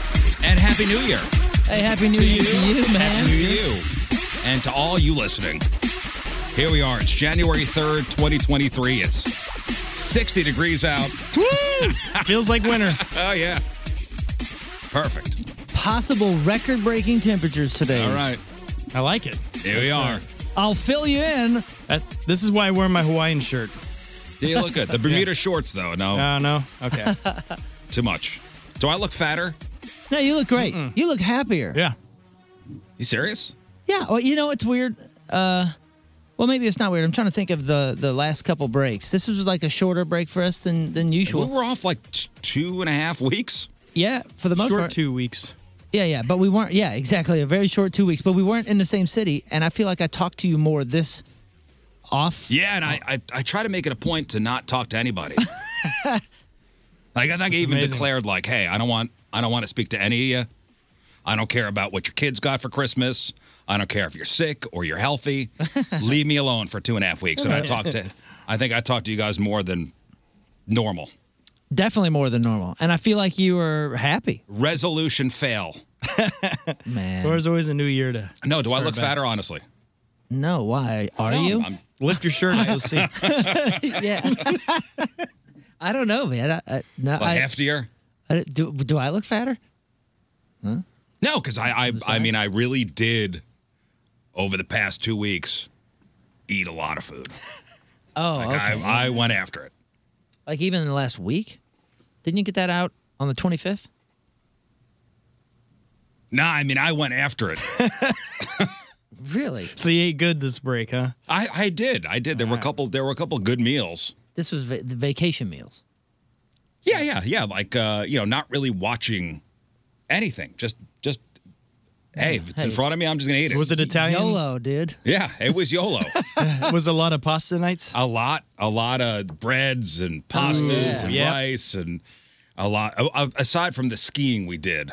and happy New Year. Hey, happy New Year to you, man. Happy New Year, to you. and to all you listening. Here we are. It's January third, twenty twenty-three. It's sixty degrees out. Feels like winter. oh yeah, perfect. Possible record breaking temperatures today. All right, I like it. here we are. I'll fill you in. Uh, this is why I wear my Hawaiian shirt. Yeah, you look good. The Bermuda shorts, though, no, Oh, no? Okay. too much. Do I look fatter? No, you look great. You look happier. yeah. You serious? Yeah. Well, you know it's weird. Uh, well, maybe it's not weird. I'm trying to think of the the last couple breaks. This was like a shorter break for us than than usual. We were off like t- two and a half weeks. yeah, for the most Short part. two weeks. Yeah, yeah. But we weren't. Yeah, exactly. A very short two weeks. But we weren't in the same city, and I feel like I talked to you more this off. Yeah, and I, I, I try to make it a point to not talk to anybody. like I think I even amazing. declared like, hey, I don't want I don't want to speak to any of you. I don't care about what your kids got for Christmas. I don't care if you're sick or you're healthy. Leave me alone for two and a half weeks. And I talked to I think I talked to you guys more than normal. Definitely more than normal, and I feel like you were happy, Resolution fail. man. There's always a new year to No, do I Start look back. fatter, honestly? no, why are No, you? I'm- lift your shirt and you'll see. yeah. I don't know, man. I, I, no, like I, heftier? I- do, do I look fatter? No, because I, I, I mean, I really did over the past two weeks eat a lot of food. Oh, Like okay. I, I went after it. like even in the last week. Didn't you get that out on the 25th? No, I mean, I went after it. Really? so you ate good this break, huh? I, I did. I did. There were a couple. There were a couple good meals. This was va- the vacation meals. Yeah, yeah, yeah. Like uh, you know, not really watching anything. Just, just. Hey, if it's in Hey. front of me. I'm just gonna eat it. Was it Italian? YOLO, dude. Yeah, it was YOLO. Was a lot of pasta nights? Oh, a lot, a lot of breads and pastas yeah. and Yep. rice and a lot. a- a- Aside from the skiing we did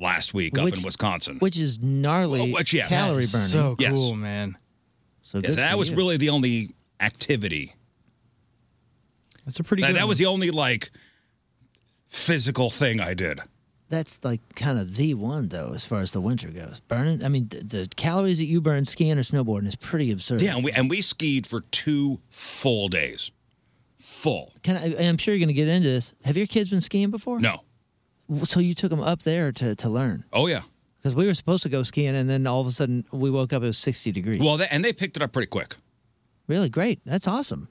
last week up in Which- Wisconsin. Which is gnarly Oh, which, yeah. calorie burning. So Yes. cool, man. So Yeah, good that for was you. really the only activity That's a pretty That, good that was one. the only like physical thing I did. That's like kind of the one though, as far as the winter goes. Burning. I mean, the, the calories that you burn skiing or snowboarding is pretty absurd. Yeah, and we and we skied for two full days, full. Can I, I'm sure you're going to get into this. Have your kids been skiing before? No, So you took them up there to, to learn. oh yeah, Because we were supposed to go skiing, and then all of a sudden we woke up. It was sixty degrees. Well, they, and they picked it up pretty quick. really great. That's awesome.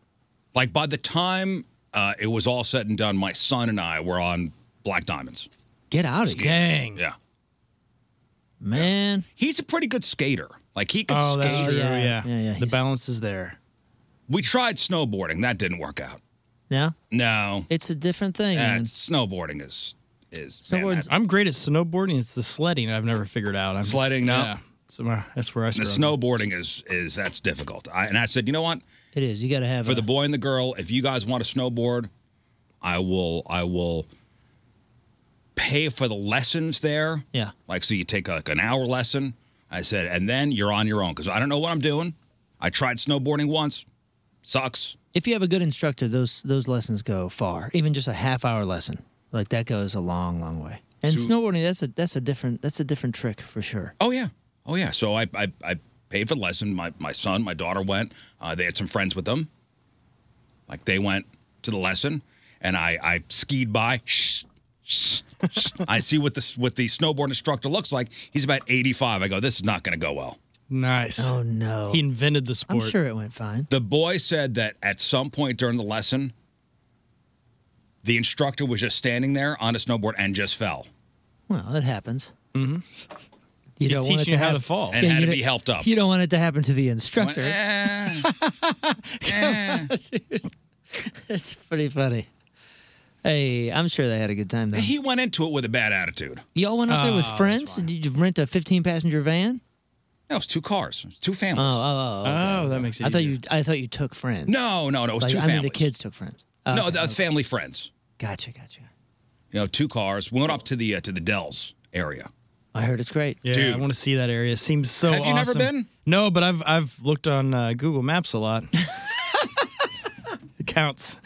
Like by the time uh, it was all said and done, my son and I were on Black Diamonds. Get out of here. Dang. Yeah. Man. He's a pretty good skater. Like he could Oh, skate. that's true, Yeah. yeah. Yeah, yeah, The he's- balance is there. We tried snowboarding. That didn't work out. No, No. it's a different thing. Uh, man. snowboarding is is man, Snowboarding. I'm great at snowboarding. It's the sledding I've never figured out. I'm Sledding, no. Yeah, so my- that's where I The struggle. snowboarding is is that's difficult. I, and I said, you know what? It is. You got to have For a, the boy and the girl, if you guys want to snowboard, I will I will pay for the lessons there. Yeah. Like so you take like an hour lesson. I said, and then you're on your own because I don't know what I'm doing. I tried snowboarding once. Sucks. If you have a good instructor, those those lessons go far. Even just a half hour lesson, like that goes a long, long way. And So- snowboarding, that's a that's a different that's a different trick for sure. Oh yeah. Oh yeah. So I I, I paid for the lesson. My my son, my daughter went. Uh, they had some friends with them. Like they went to the lesson, and I I skied by. Shh, shh, shh. I see what this what the snowboard instructor looks like. He's about eighty five. I go, this is not going to go well. Nice. Oh no. He invented the I'm sport. sure it went fine. The boy said that at some point during the lesson, the instructor was just standing there on a snowboard and just fell. Well, it happens. Mm-hmm. You He's don't want it teaching to you how hap- to fall. And how you to don't- be helped up. eh. You don't want it to happen to the instructor. That's pretty funny. Hey, I'm sure they had a good time though. He went into it with a bad attitude. Y'all went up there with Oh, that's friends? Did you rent a 15 passenger van? No, it's two cars, it's two families. Oh, oh, oh, okay. that makes I thought you I thought you took friends. No, no, no. It was Like, two I mean, families. the kids took friends. no, the family friends. uh, Gotcha, gotcha. You know, two cars. We went up to the uh, to the Dells area. I heard it's great. Yeah, Dude. I want to see that area. It seems so. Have you never awesome. been? No, but I've I've looked on uh, Google Maps a lot. it counts.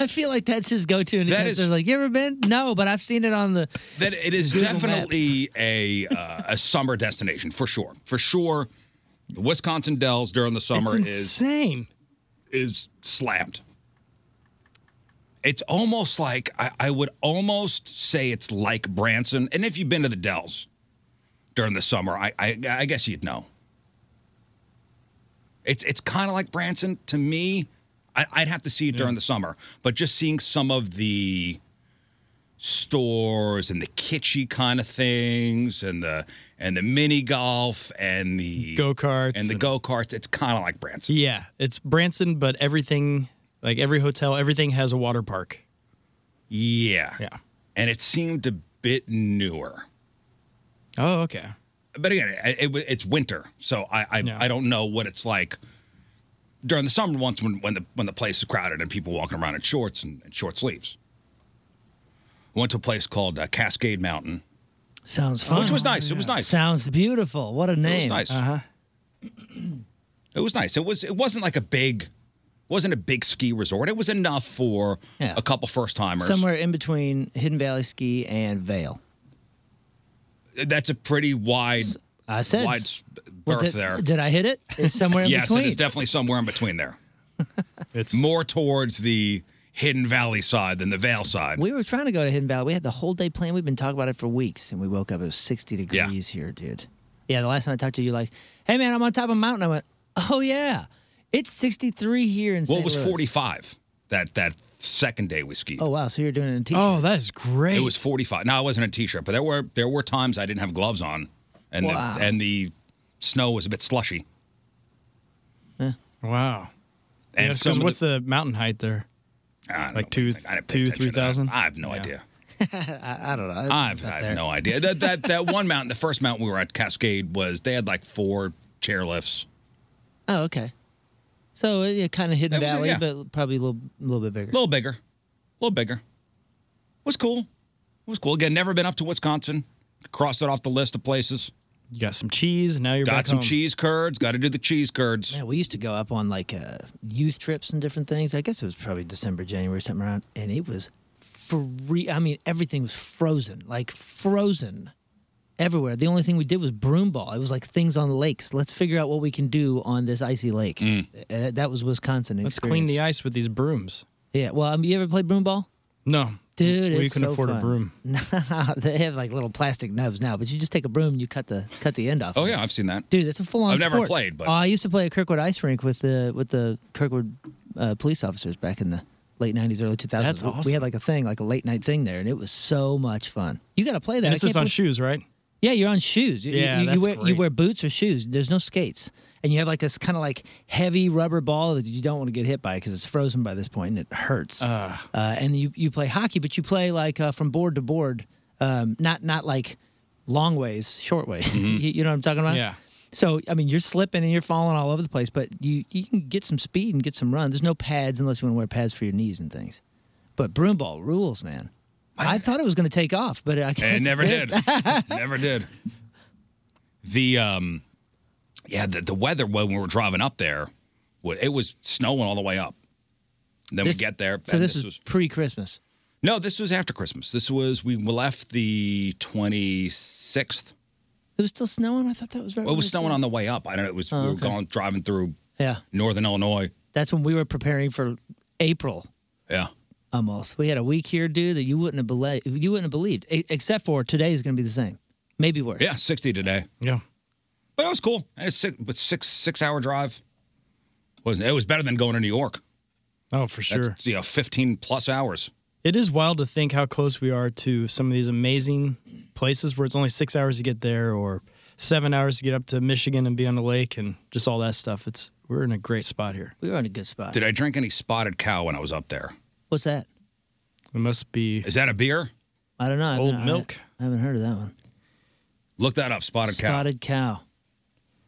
I feel like that's his go-to. And That that is- is like, you ever been? No, but I've seen it on the. That it is Google definitely a uh, a summer destination for sure. For sure, the Wisconsin Dells during the it's summer is insane. is slapped. It's almost like I, I would almost say it's like Branson. And if you've been to the Dells during the summer, I I, I guess you'd know. It's it's kind of like Branson to me. I, I'd have to see it during the summer, but just seeing some of the stores and the kitschy kind of things and the and the mini golf and the Go-karts and the and- go karts. It's kind of like Branson. Yeah, it's Branson, but everything, like every hotel, everything has a water park. Yeah. Yeah. And it seemed a bit newer. Oh, okay. But again, it, it, it's winter, so I I, I don't know what it's like during the summer once when, when the when the place is crowded and people walking around in shorts and, and short sleeves. I went to a place called uh, Cascade Mountain. Sounds fun. Which was nice. It was nice. Sounds beautiful. What a name. nice. Uh-huh. It was nice. It was it wasn't like a big wasn't a big ski resort. It was enough for a couple first timers. Somewhere in between Hidden Valley Ski and Vale. That's a pretty wide I said- wide s- berth Well, did, there. Did I hit it? It's somewhere in yes, between. it is definitely somewhere in between there. it's more towards the Hidden Valley side than the Vale side. We were trying to go to Hidden Valley. We had the whole day planned. We've been talking about it for weeks, and we woke up. It was 60 degrees here, dude. Yeah, the last time I talked to you, like, hey, man, I'm on top of a mountain. I went, oh, yeah. It's 63 here in Well, St. it was Louis." 45 that that second day we skied. Oh, wow. So you're doing it in a t shirt. Oh, that is great. It was 45. No, I wasn't in a t-shirt, but there were there were times I didn't have gloves on, and Wow. the, and the snow was a bit slushy. Wow. And And some of what's the, mountain height there? like two, two, three thousand. I have no idea. I, I don't know. I've, I have no idea. That that that one mountain, the first mountain we were at, Cascade, was they had like four chairlifts. Oh, okay. So it kind of Hidden That was it, yeah. Valley, but probably a little, little bit bigger. A little bigger. A little bigger. Was cool. was cool. Again, never been up to Wisconsin. Crossed it off the list of places. You got some cheese. Now you're got back some home. cheese curds. Got to do the cheese curds. Yeah, we used to go up on like uh, youth trips and different things. I guess it was probably December, January, something around, and it was free. I mean, everything was frozen, like frozen everywhere. The only thing we did was broom ball. It was like things on lakes. Let's figure out what we can do on this icy lake. Uh, that was Wisconsin. Let's clean the experience. ice with these brooms. Yeah. Well, um, you ever played broom ball? No, Well, Dude, you it's can so afford a fun. broom. Nah, they have like little plastic nubs now, but you just take a broom and you cut the cut the end off. Oh yeah, I've seen that. Dude, that's a full on. I've never played, but oh, I used to play at Kirkwood Ice Rink with the with the Kirkwood uh, police officers back in the late '90s, early 2000s. That's We- We awesome. had like a thing, like a late night thing there, and it was so much fun. You got to play that. And this I is can't on believe- shoes, right? Yeah, you're on shoes. You- you- Yeah, you, you that's wear, You great. wear boots or shoes. There's no skates, and you have like this kind of like heavy rubber ball that you don't want to get hit by because it's frozen by this point and it hurts. Uh, and you you play hockey, but you play like uh, from board to board, um, not not like long ways, short ways. you, you know what I'm talking about? Yeah. So I mean, you're slipping and you're falling all over the place, but you you can get some speed and get some run. There's no pads unless you want to wear pads for your knees and things. But broom ball rules, man. I thought it was going to take off, but I guess it never didn't. did. never did. The um, yeah, the, the weather when we were driving up there, wa- it was snowing all the way up. And then This- we get there. So and this, was pre Christmas. no, this was after Christmas. This was we left the twenty sixth. It was still snowing. I thought that was right. Well, it was when we- snowing on the way up. I don't know. It was Oh, we were okay. going driving through Yeah, northern Illinois. that's when we were preparing for April. Yeah. Almost, we had a week here, dude, that you wouldn't have believed. You wouldn't have believed, E- except for today is going to be the same, maybe worse. Yeah, sixty today. Yeah. But it was cool. It's six, but six six hour drive. Wasn't it was better than going to New York. Oh, for sure. That's, you know, fifteen plus hours. It is wild to think how close we are to some of these amazing places where it's only six hours to get there or seven hours to get up to Michigan and be on the lake and just all that stuff. It's we're in a great spot here. we were in a good spot. Did I drink any spotted cow when I was up there? What's that? It must be Is that a beer? I don't know. I've Old not- I- milk. I, haven't heard of that one. Look that up. Spotted, cow. Spotted cow.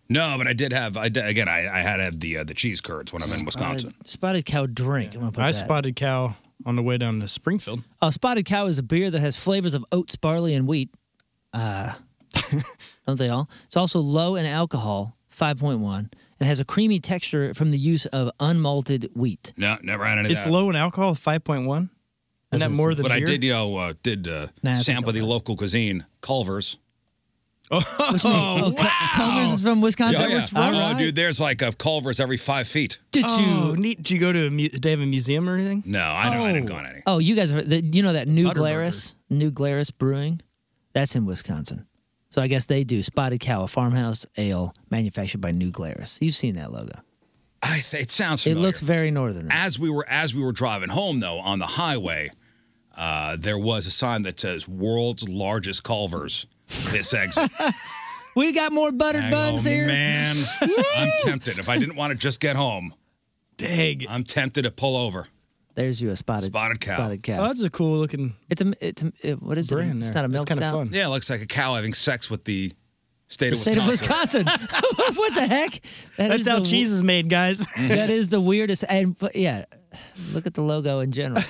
No, but I did have. I did, again. I, I had had the uh, the cheese curds when I'm in Wisconsin. Spotted, spotted cow drink. I'm gonna put I that. spotted cow on the way down to Springfield. Uh, spotted cow is a beer that has flavors of oats, barley, and wheat. Uh, don't they all? It's also low in alcohol, 5.1, and has a creamy texture from the use of unmalted wheat. No, never had any. of It's that. low in alcohol, five point one. Isn't that more than But I beer? did, you know, uh, did uh, Nah, I think sample I'll the local cuisine, Culver's. Oh, Cul- Culver's is from Wisconsin. It's Oh, from- all right. dude, there's like a Culver's every five feet. Did Oh, you? neat. Did you go to a mu- did they have a museum or anything? No, I, don't, I didn't go on any. Oh, you guys, are, the, you know that New Butterburger. Glarus, New Glarus Brewing? That's in Wisconsin. So I guess they do Spotted Cow, a farmhouse ale manufactured by New Glarus. You've seen that logo. I th- it sounds familiar. It looks very northern. as we were as we were driving home though on the highway, uh, there was a sign that says "World's Largest Culver's." This exit. We got more buttered I go, buns here. man. I'm tempted. If I didn't want to just get home, Dang. I'm tempted to pull over. There's you a spotted Spotted cow. Spotted Oh, that's a cool looking. It's a it's a it, what is Brand it? It's there. not a That's milk kinda stout. fun. Yeah, it looks like a cow having sex with the state, The of, state of Wisconsin. Wisconsin. what the heck? That That's is how the- cheese is made, guys. That is the weirdest. And but yeah, look at the logo in general.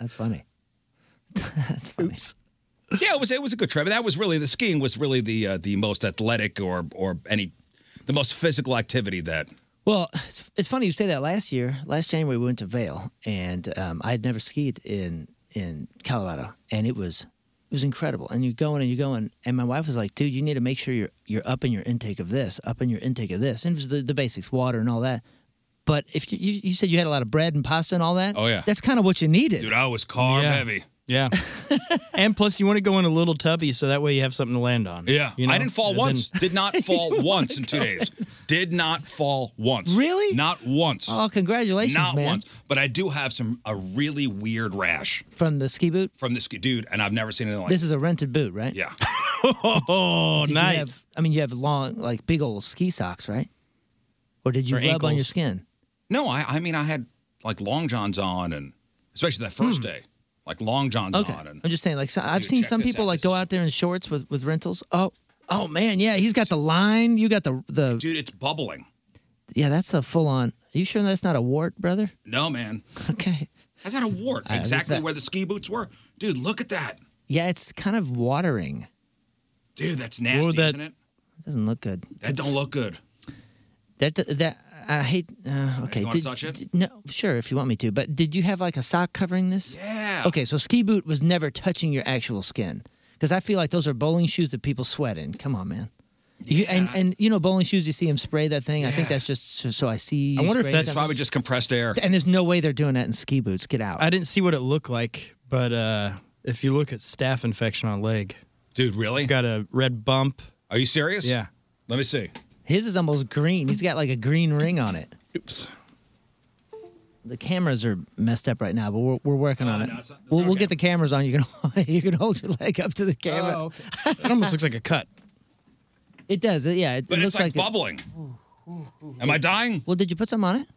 That's funny. That's funny. Yeah, it was it was a good trip. That was really the skiing was really the uh, the most athletic or or any the most physical activity that Well, it's, it's funny you say that. Last year, last January, we went to Vail, and um, I had never skied in in Colorado, and it was it was incredible. And you're going and you're going, and my wife was like, "Dude, you need to make sure you're you're up in your intake of this, up in your intake of this." And it was the, the basics, water and all that. But if you, you you said you had a lot of bread and pasta and all that, Oh, yeah. that's kind of what you needed. dude I was carb Yeah. heavy. Yeah. and plus, you want to go in a little tubby so that way you have something to land on. Yeah, You know? I didn't fall And once. then- Did not fall once in two days. Did not fall once. "Oh, Really? Not once. oh, congratulations, not man! once. But I do have some a really weird rash From the ski boot, from this dude, and I've never seen anything like. this is a rented boot, right? yeah. oh, Did you have- nice. I mean, you have long, like big old ski socks, right? Or did Or you rub on your ankles. skin? No, I I mean I had like long johns on, and especially that first day, like long johns Hmm. Okay, on, and I'm just saying. Like, so I've Dude, seen check some this people out. like This go is- out there in shorts with with rentals. Oh, oh man, yeah, he's got the line. You got the the. dude, it's bubbling. Yeah, that's a full on. Are you sure that's not a wart, brother? No, man, Okay. that's not a wart. I was exactly about- where the ski boots were, dude. Look at that, Yeah, it's kind of watering. dude. That's nasty, would that- isn't it? It doesn't look good. That don't look good. That that I hate. Uh, okay. wanna did, touch it? did- no, sure if you want me to. But did you have like a sock covering this? Yeah. Okay, so ski boot was never touching your actual skin because I feel like those are bowling shoes that people sweat in. Come on, man. You, and and you know bowling shoes, you see them spray that thing. I think that's just so, so I see. I wonder if that's spray something. Probably just compressed air. And there's no way they're doing that in ski boots. Get out. I didn't see what it looked like, But uh, if you look at staph infection on leg, dude, really, it's got a red bump. Are you serious? Yeah. Let me see. His is almost green. He's got like a green ring on it. Oops. The cameras are messed up right now, but we're, we're working Oh, on it. we'll, we'll get the cameras on. You can you can hold your leg up to the camera. Oh, it almost looks like a cut. It does. It- yeah, it, But it looks it's like, like, it- bubbling. Am I dying? Well, did you put some on it?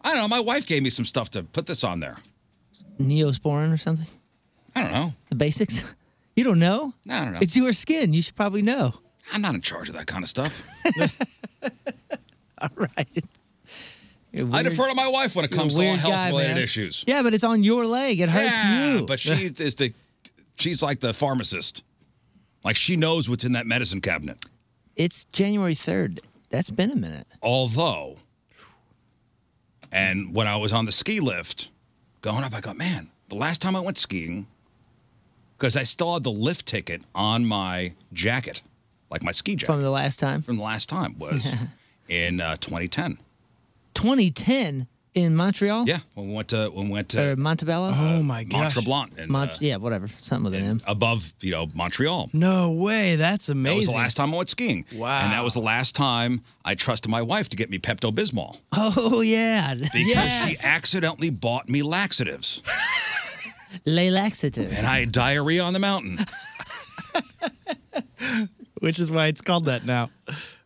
I don't know. My wife gave me some stuff to put this on there. Neosporin or something? I don't know. The basics? You don't know? No, I don't know. It's your skin. You should probably know. I'm not in charge of that kind of stuff. All right. You're I weird- defer to my wife when it you're a comes to all weird health guy, related man. issues. Yeah, but it's on your leg. It hurts Yeah, you. but she is the she's like the pharmacist. Like she knows what's in that medicine cabinet. It's January 3rd. That's been a minute. Although, and when I was on the ski lift going up, I go, man, the last time I went skiing, because I still had the lift ticket on my jacket, like my ski jacket From the last time? from the last time was in uh, 2010. 2010 in Montreal? Yeah, when we went to when we went to Or Montebello? Oh, my gosh. Montreblanc and, Mont- uh, yeah, whatever. Something with an M. above you know Montreal. No way. That's amazing. That was the last time I went skiing. Wow. And that was the last time I trusted my wife to get me Pepto Bismol Oh, yeah. because she accidentally bought me laxatives, Lay laxative. and I had diarrhea on the mountain. Which is why it's called that now,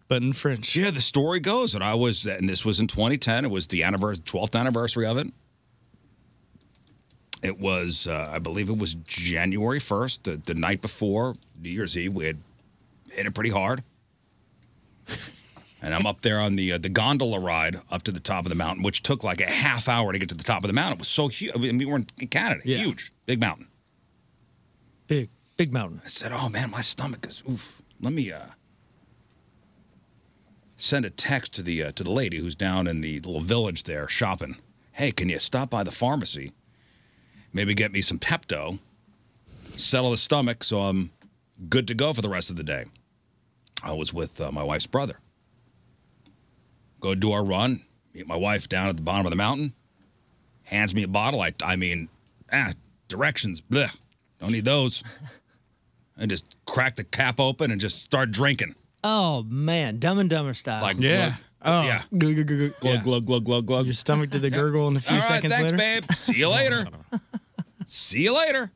but in French. Yeah, the story goes that I was, and this was in 2010. It was the anniversary, 12th anniversary of it. It was, uh, I believe, it was January 1st, the, the night before New Year's Eve. We had hit it pretty hard, and I'm up there on the uh, the gondola ride up to the top of the mountain, which took like a half hour to get to the top of the mountain. It was so huge. I mean, we were in Canada, huge, big mountain. Big, big mountain. I said, "Oh man, my stomach is oof. Let me uh, send a text to the uh, to the lady who's down in the little village there shopping. Hey, can you stop by the pharmacy? Maybe get me some Pepto. Settle the stomach, so I'm good to go for the rest of the day." I was with uh, my wife's brother. Go do our run. Meet my wife down at the bottom of the mountain. Hands me a bottle. I, I mean, ah, directions. Blech. Don't need those and just crack the cap open and just start drinking. Oh, man. Dumb and Dumber style. Like Oh. glug, yeah, glug, glug, glug, glug, glug, glug, glug, Your stomach did the gurgle, and a few All right, seconds thanks, later, babe. See you later. See you later.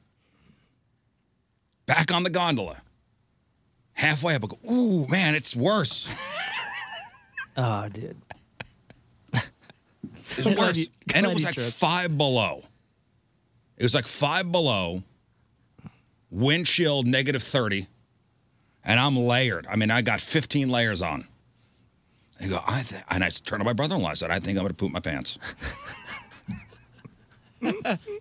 Back on the gondola. Halfway up, I go, ooh, man, it's worse. Oh, dude. It was worse. Glad you- and it glad was you like tripped. five below. It was like five below, wind chill negative 30, and I'm layered. I mean, I got 15 layers on. And you go, I th-, and I turned to my brother in law. I said, I think I'm going to poop my pants. like,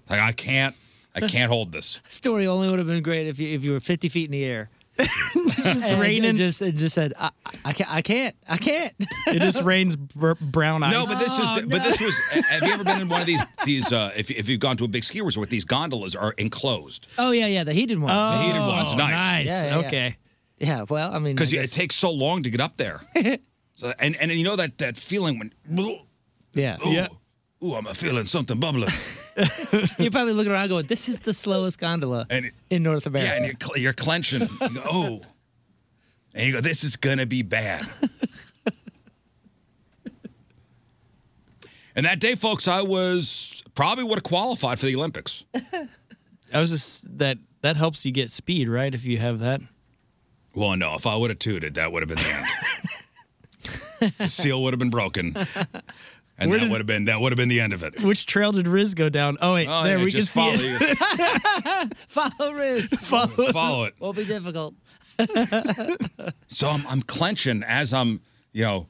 I can't, I can't hold this. Story only would have been great if you if you were 50 feet in the air. Just And it raining. Just, it just said, I, I- I can't, I can't, I can't. it just rains br- brown ice. Oh, No, but this was. But this was. Have you ever been in one of these? These. Uh, if if you've gone to a big ski resort, these gondolas are enclosed. Oh yeah, yeah, the heated one. The heated ones, Oh, nice. Yeah, yeah, yeah. Yeah, well, I mean, because I it guess- takes so long to get up there. so, and and you know that that feeling when, yeah, ooh, ooh, I'm feeling something bubbling, you're probably looking around going, "This is the slowest gondola and it, in North America." yeah, and you're cl- you're clenching, you go, oh, and you go, this is gonna be bad. and that day, folks, I was probably would have qualified for the Olympics. I was just that that helps you get speed, right? If you have that. Well, no, if I would have tooted, that would have been the end. the seal would have been broken, and Where that did- would have been that would have been the end of it. Which trail did Riz go down? Oh wait, Oh, there yeah, we can just see follow you. it. Follow wrist. Follow it. Won't be difficult. So I'm, I'm clenching as I'm, you know,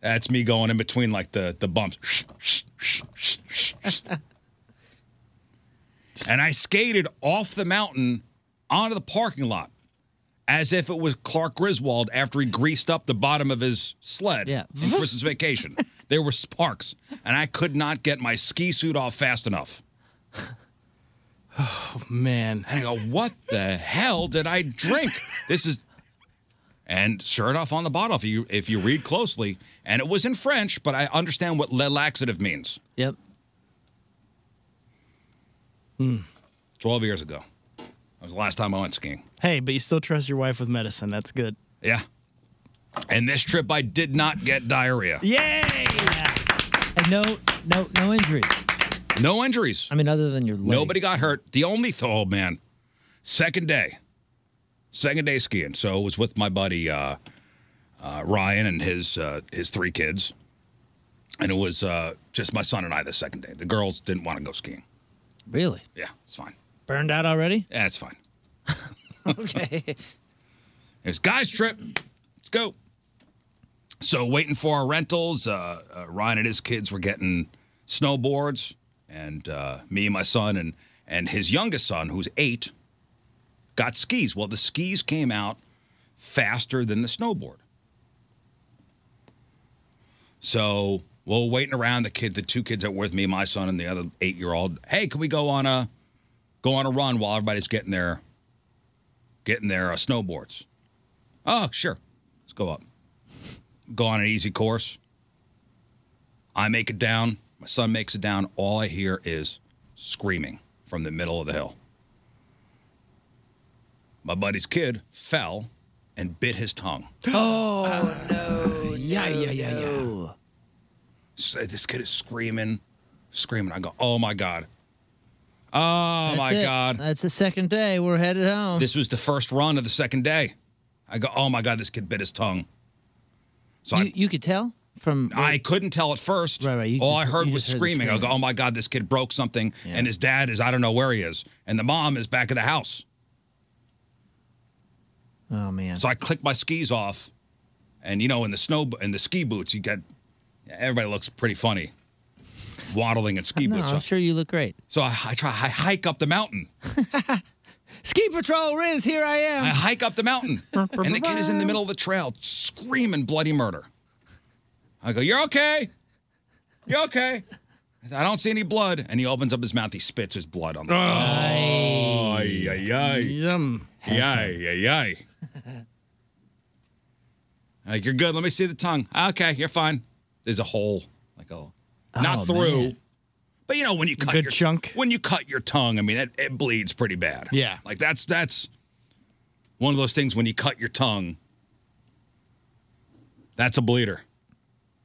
that's me going in between like the the bumps. and I skated off the mountain onto the parking lot as if it was Clark Griswold after he greased up the bottom of his sled Yeah. in Christmas vacation. There were sparks, and I could not get my ski suit off fast enough. Man, And I go, what the hell did I drink? This is. And sure enough, on the bottle, if you if you read closely, and it was in French, but I understand what le laxative means. Yep. 12 Hmm. years ago. That was the last time I went skiing. Hey, but you still trust your wife with medicine. That's good. Yeah. And this trip, I did not get diarrhea. Yay! And no, no, no injuries. No injuries. I mean, other than your Nobody got hurt. The only th- oh man, second day, second day skiing. So it was with my buddy uh, uh, Ryan and his uh, his three kids, and it was uh, just my son and I the second day. The girls didn't want to go skiing. Really? Yeah, it's fine. Burned out already? Yeah, it's fine. okay. It's guys trip. Let's go. So waiting for our rentals. Uh, uh, Ryan and his kids were getting snowboards, and uh, me and my son and and his youngest son, who's eight, got skis. Well, the skis came out faster than the snowboard. So we're waiting around. The kid, the two kids that were with me, my son and the other eight year old. Hey, can we go on a go on a run while everybody's getting their getting their uh, snowboards? Oh, sure. Let's go up. Go on an easy course. I make it down. My son makes it down. All I hear is screaming from the middle of the hill. My buddy's kid fell and bit his tongue. Oh no! Yeah, yeah, yeah, yeah. So this kid is screaming, screaming. I go, oh my God. Oh That's my it. God. That's the second day. We're headed home. This was the first run of the second day. I go, oh my God, this kid bit his tongue. So you, you could tell from I couldn't tell at first. Right, right. All just- I heard you was just heard the screaming. I go, oh my God, this kid broke something. And his dad is, I don't know where he is. And the mom is back at the house. Oh man. So I click my skis off. And you know, in the snow, in the ski boots, you get, everybody looks pretty funny. Waddling in ski no, boots. I'm sure you look great. So I, I try, I hike up the mountain. Ski Patrol Riz, here I am. I hike up the mountain, and the kid is in the middle of the trail screaming bloody murder. I go, You're okay. You're okay. I said, "I don't see any blood. And he opens up his mouth, he spits his blood on the Oh, ay, ay, ay. Yum. Yay, yay, yay. Like, you're good. Let me see the tongue. Okay, you're fine. There's a hole, like a, not Oh, through, man. but you know when you cut Good your chunk. when you cut your tongue. I mean, it, it bleeds pretty bad. Yeah. like that's that's one of those things when you cut your tongue. That's a bleeder.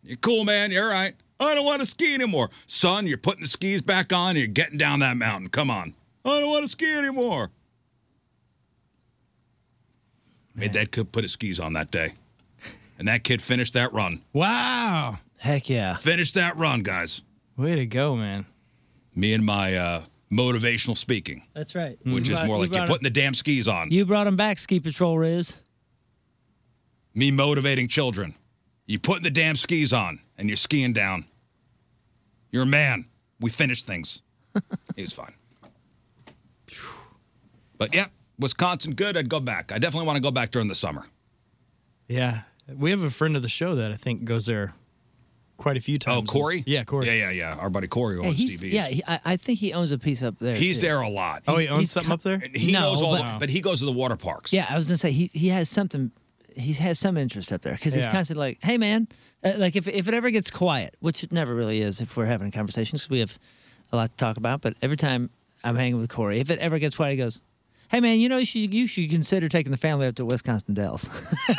You're cool, man. You're all right. I don't want to ski anymore, son. You're putting the skis back on. You're getting down that mountain. Come on. I don't want to ski anymore. Made that kid put his skis on that day, and that kid finished that run. Oh. Wow. Heck yeah. Finished that run, guys. Way to go, man. Me and my uh, motivational speaking, That's right. Mm-hmm. which You is brought- more you like you're brought putting the damn skis on. him- You brought him back, Ski Patrol Riz. Me motivating children. You putting the damn skis on, and you're skiing down. You're a man. We finish things. he was fine. But yeah, Wisconsin, good. I'd go back. I definitely want to go back during the summer. Yeah. We have a friend of the show that I think goes there quite a few times. Oh, Corey? Yeah, Corey. Yeah, yeah, yeah. Our buddy Corey Yeah, owns he's, TVs. yeah he, I, I think he owns a piece up there. He's too. there a lot. Oh, he owns something co- up there? And he No, knows all but- the, but he goes to the water parks. Yeah, I was gonna say he he has something. He has some interest up there because he's Yeah. constantly like, "Hey, man!" Uh, like if if it ever gets quiet, which it never really is, if we're having conversations, 'cause we have a lot to talk about. But every time I'm hanging with Corey, if it ever gets quiet, he goes, "Hey, man! You know you should you should consider taking the family up to Wisconsin Dells."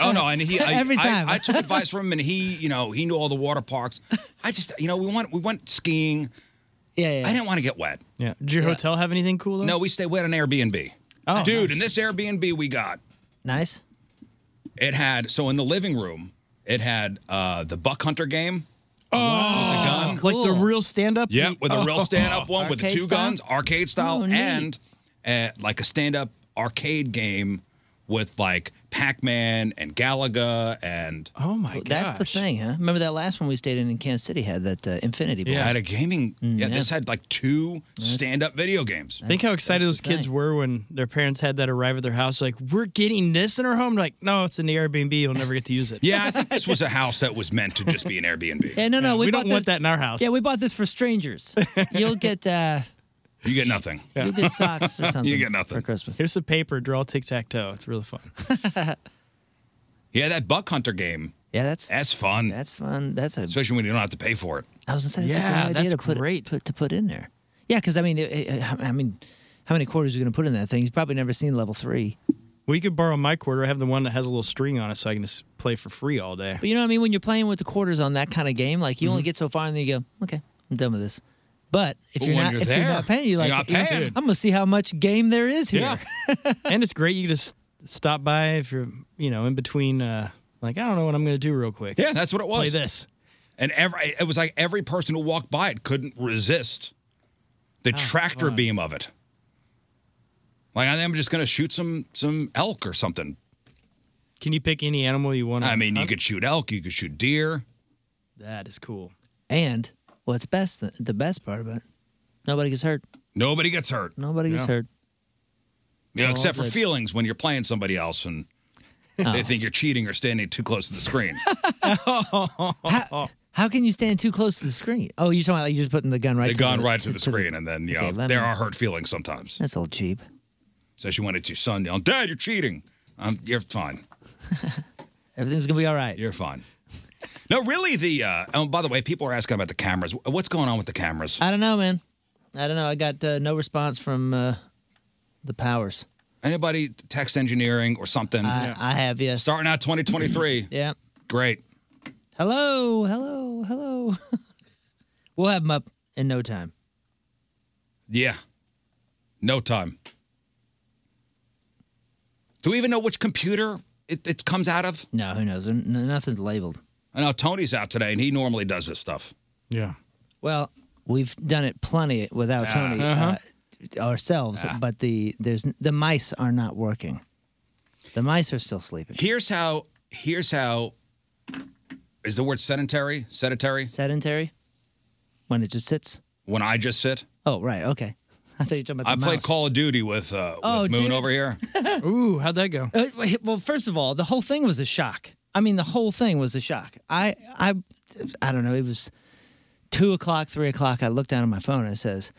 Oh no, and he I, Every I- time. I, took advice from him, and he, you know, he knew all the water parks. I just, you know, we went we went skiing. Yeah, yeah. I didn't want to get wet. Yeah. Did your Yeah. hotel have anything cool though? No, we stayed. We had an Airbnb. Oh, dude, nice. and this Airbnb we got, nice. it had so in the living room, it had uh the buck hunter game. Oh, like the cool. real Oh. stand up? Yeah, with a real stand up one with the two guns, arcade style, Oh, neat. and uh, like a stand up arcade game with like Pac Man and Galaga and Oh my god. That's the thing, huh? Remember that last one we stayed in in Kansas City had that uh, Infinity Ball. Yeah. Had a gaming. yeah, this had like two stand-up video games. Think how excited those kids were when their parents had that arrive at their house. Like, we're getting this in our home. Like, no, it's in the Airbnb. You'll never get to use it. Yeah, I think this was a house that was meant to just be an Airbnb. Yeah, no, no, Yeah, we, we bought don't want this- that in our house. Yeah, we bought this for strangers. You'll get uh, You get nothing. you'll get socks or something. You get nothing for Christmas. Here's some paper. Draw tic tac toe. It's really fun. Yeah, that buck hunter game. Yeah, that's that's fun. That's fun. That's a especially when you don't have to pay for it. I was gonna say that's a Yeah, great idea that's to put, put- to put in there. Yeah, because I mean, it, it, I mean, how many quarters are you going to put in that thing? He's probably never seen level three. Well, you could borrow my quarter. I have the one that has a little string on it, so I can just play for free all day. Mm-hmm. But you know what I mean? When you're playing with the quarters on that kind of game, like you only get so far, and then you go, okay, I'm done with this. But if But you're when not, you're if you're there, not paying, you're you're like, not you know, paying. I'm gonna see how much game there is here. Yeah. and it's great. You can just stop by if you're, you know, in between. Uh, like I don't know what I'm going to do real quick. Yeah, that's what it was. Play this. And every it was like every person who walked by it couldn't resist Oh, the tractor fun. beam of it. Like I think I'm just gonna shoot some some elk or something. Can you pick any animal you want? I mean, you could shoot elk, you could shoot deer. That is cool. And what's best, the best part about it, nobody gets hurt. Nobody gets hurt. Nobody gets Yeah. hurt. You know, Well, except for that's- feelings when you're playing somebody else and Oh. they think you're cheating or standing too close to the screen. how, how can you stand too close to the screen? Oh, you're talking about like you're just putting the gun right. they to gone right to the screen, and then you know Okay, let there me- are hurt feelings sometimes. That's all cheap. Says you went at your son, yelling, "Dad, you're cheating." Um, you're fine. Everything's gonna be all right. You're fine. No, really. The uh, oh, by the way, people are asking about the cameras. What's going on with the cameras? I don't know, man. I don't know. I got uh, no response from uh, the powers. Anybody text engineering or something? I- Yeah. I have, yes. Starting out 2023. Yeah. Great. Hello, hello, hello. we'll have them up in no time. Yeah. No time. Do we even know which computer it, it comes out of? No, who knows? N- nothing's labeled. I know Tony's out today, and he normally does this stuff. Yeah. Well, we've done it plenty without Ah. Tony Uh-huh. uh, ourselves, but the there's the mice are not working. The mice are still sleeping. Here's how. Here's how. Is the word sedentary? Sedentary. Sedentary. When it just sits. When I just sit. Oh, right. Okay. I thought you were talking I about the played mouse. Call of Duty with uh, Oh, with Moon dude. over here. Ooh, how'd that go? Uh, well, first of all, the whole thing was a shock. I mean, the whole thing was a shock. I, I, I don't know. It was two o'clock, three o'clock. I looked down at my phone and it says,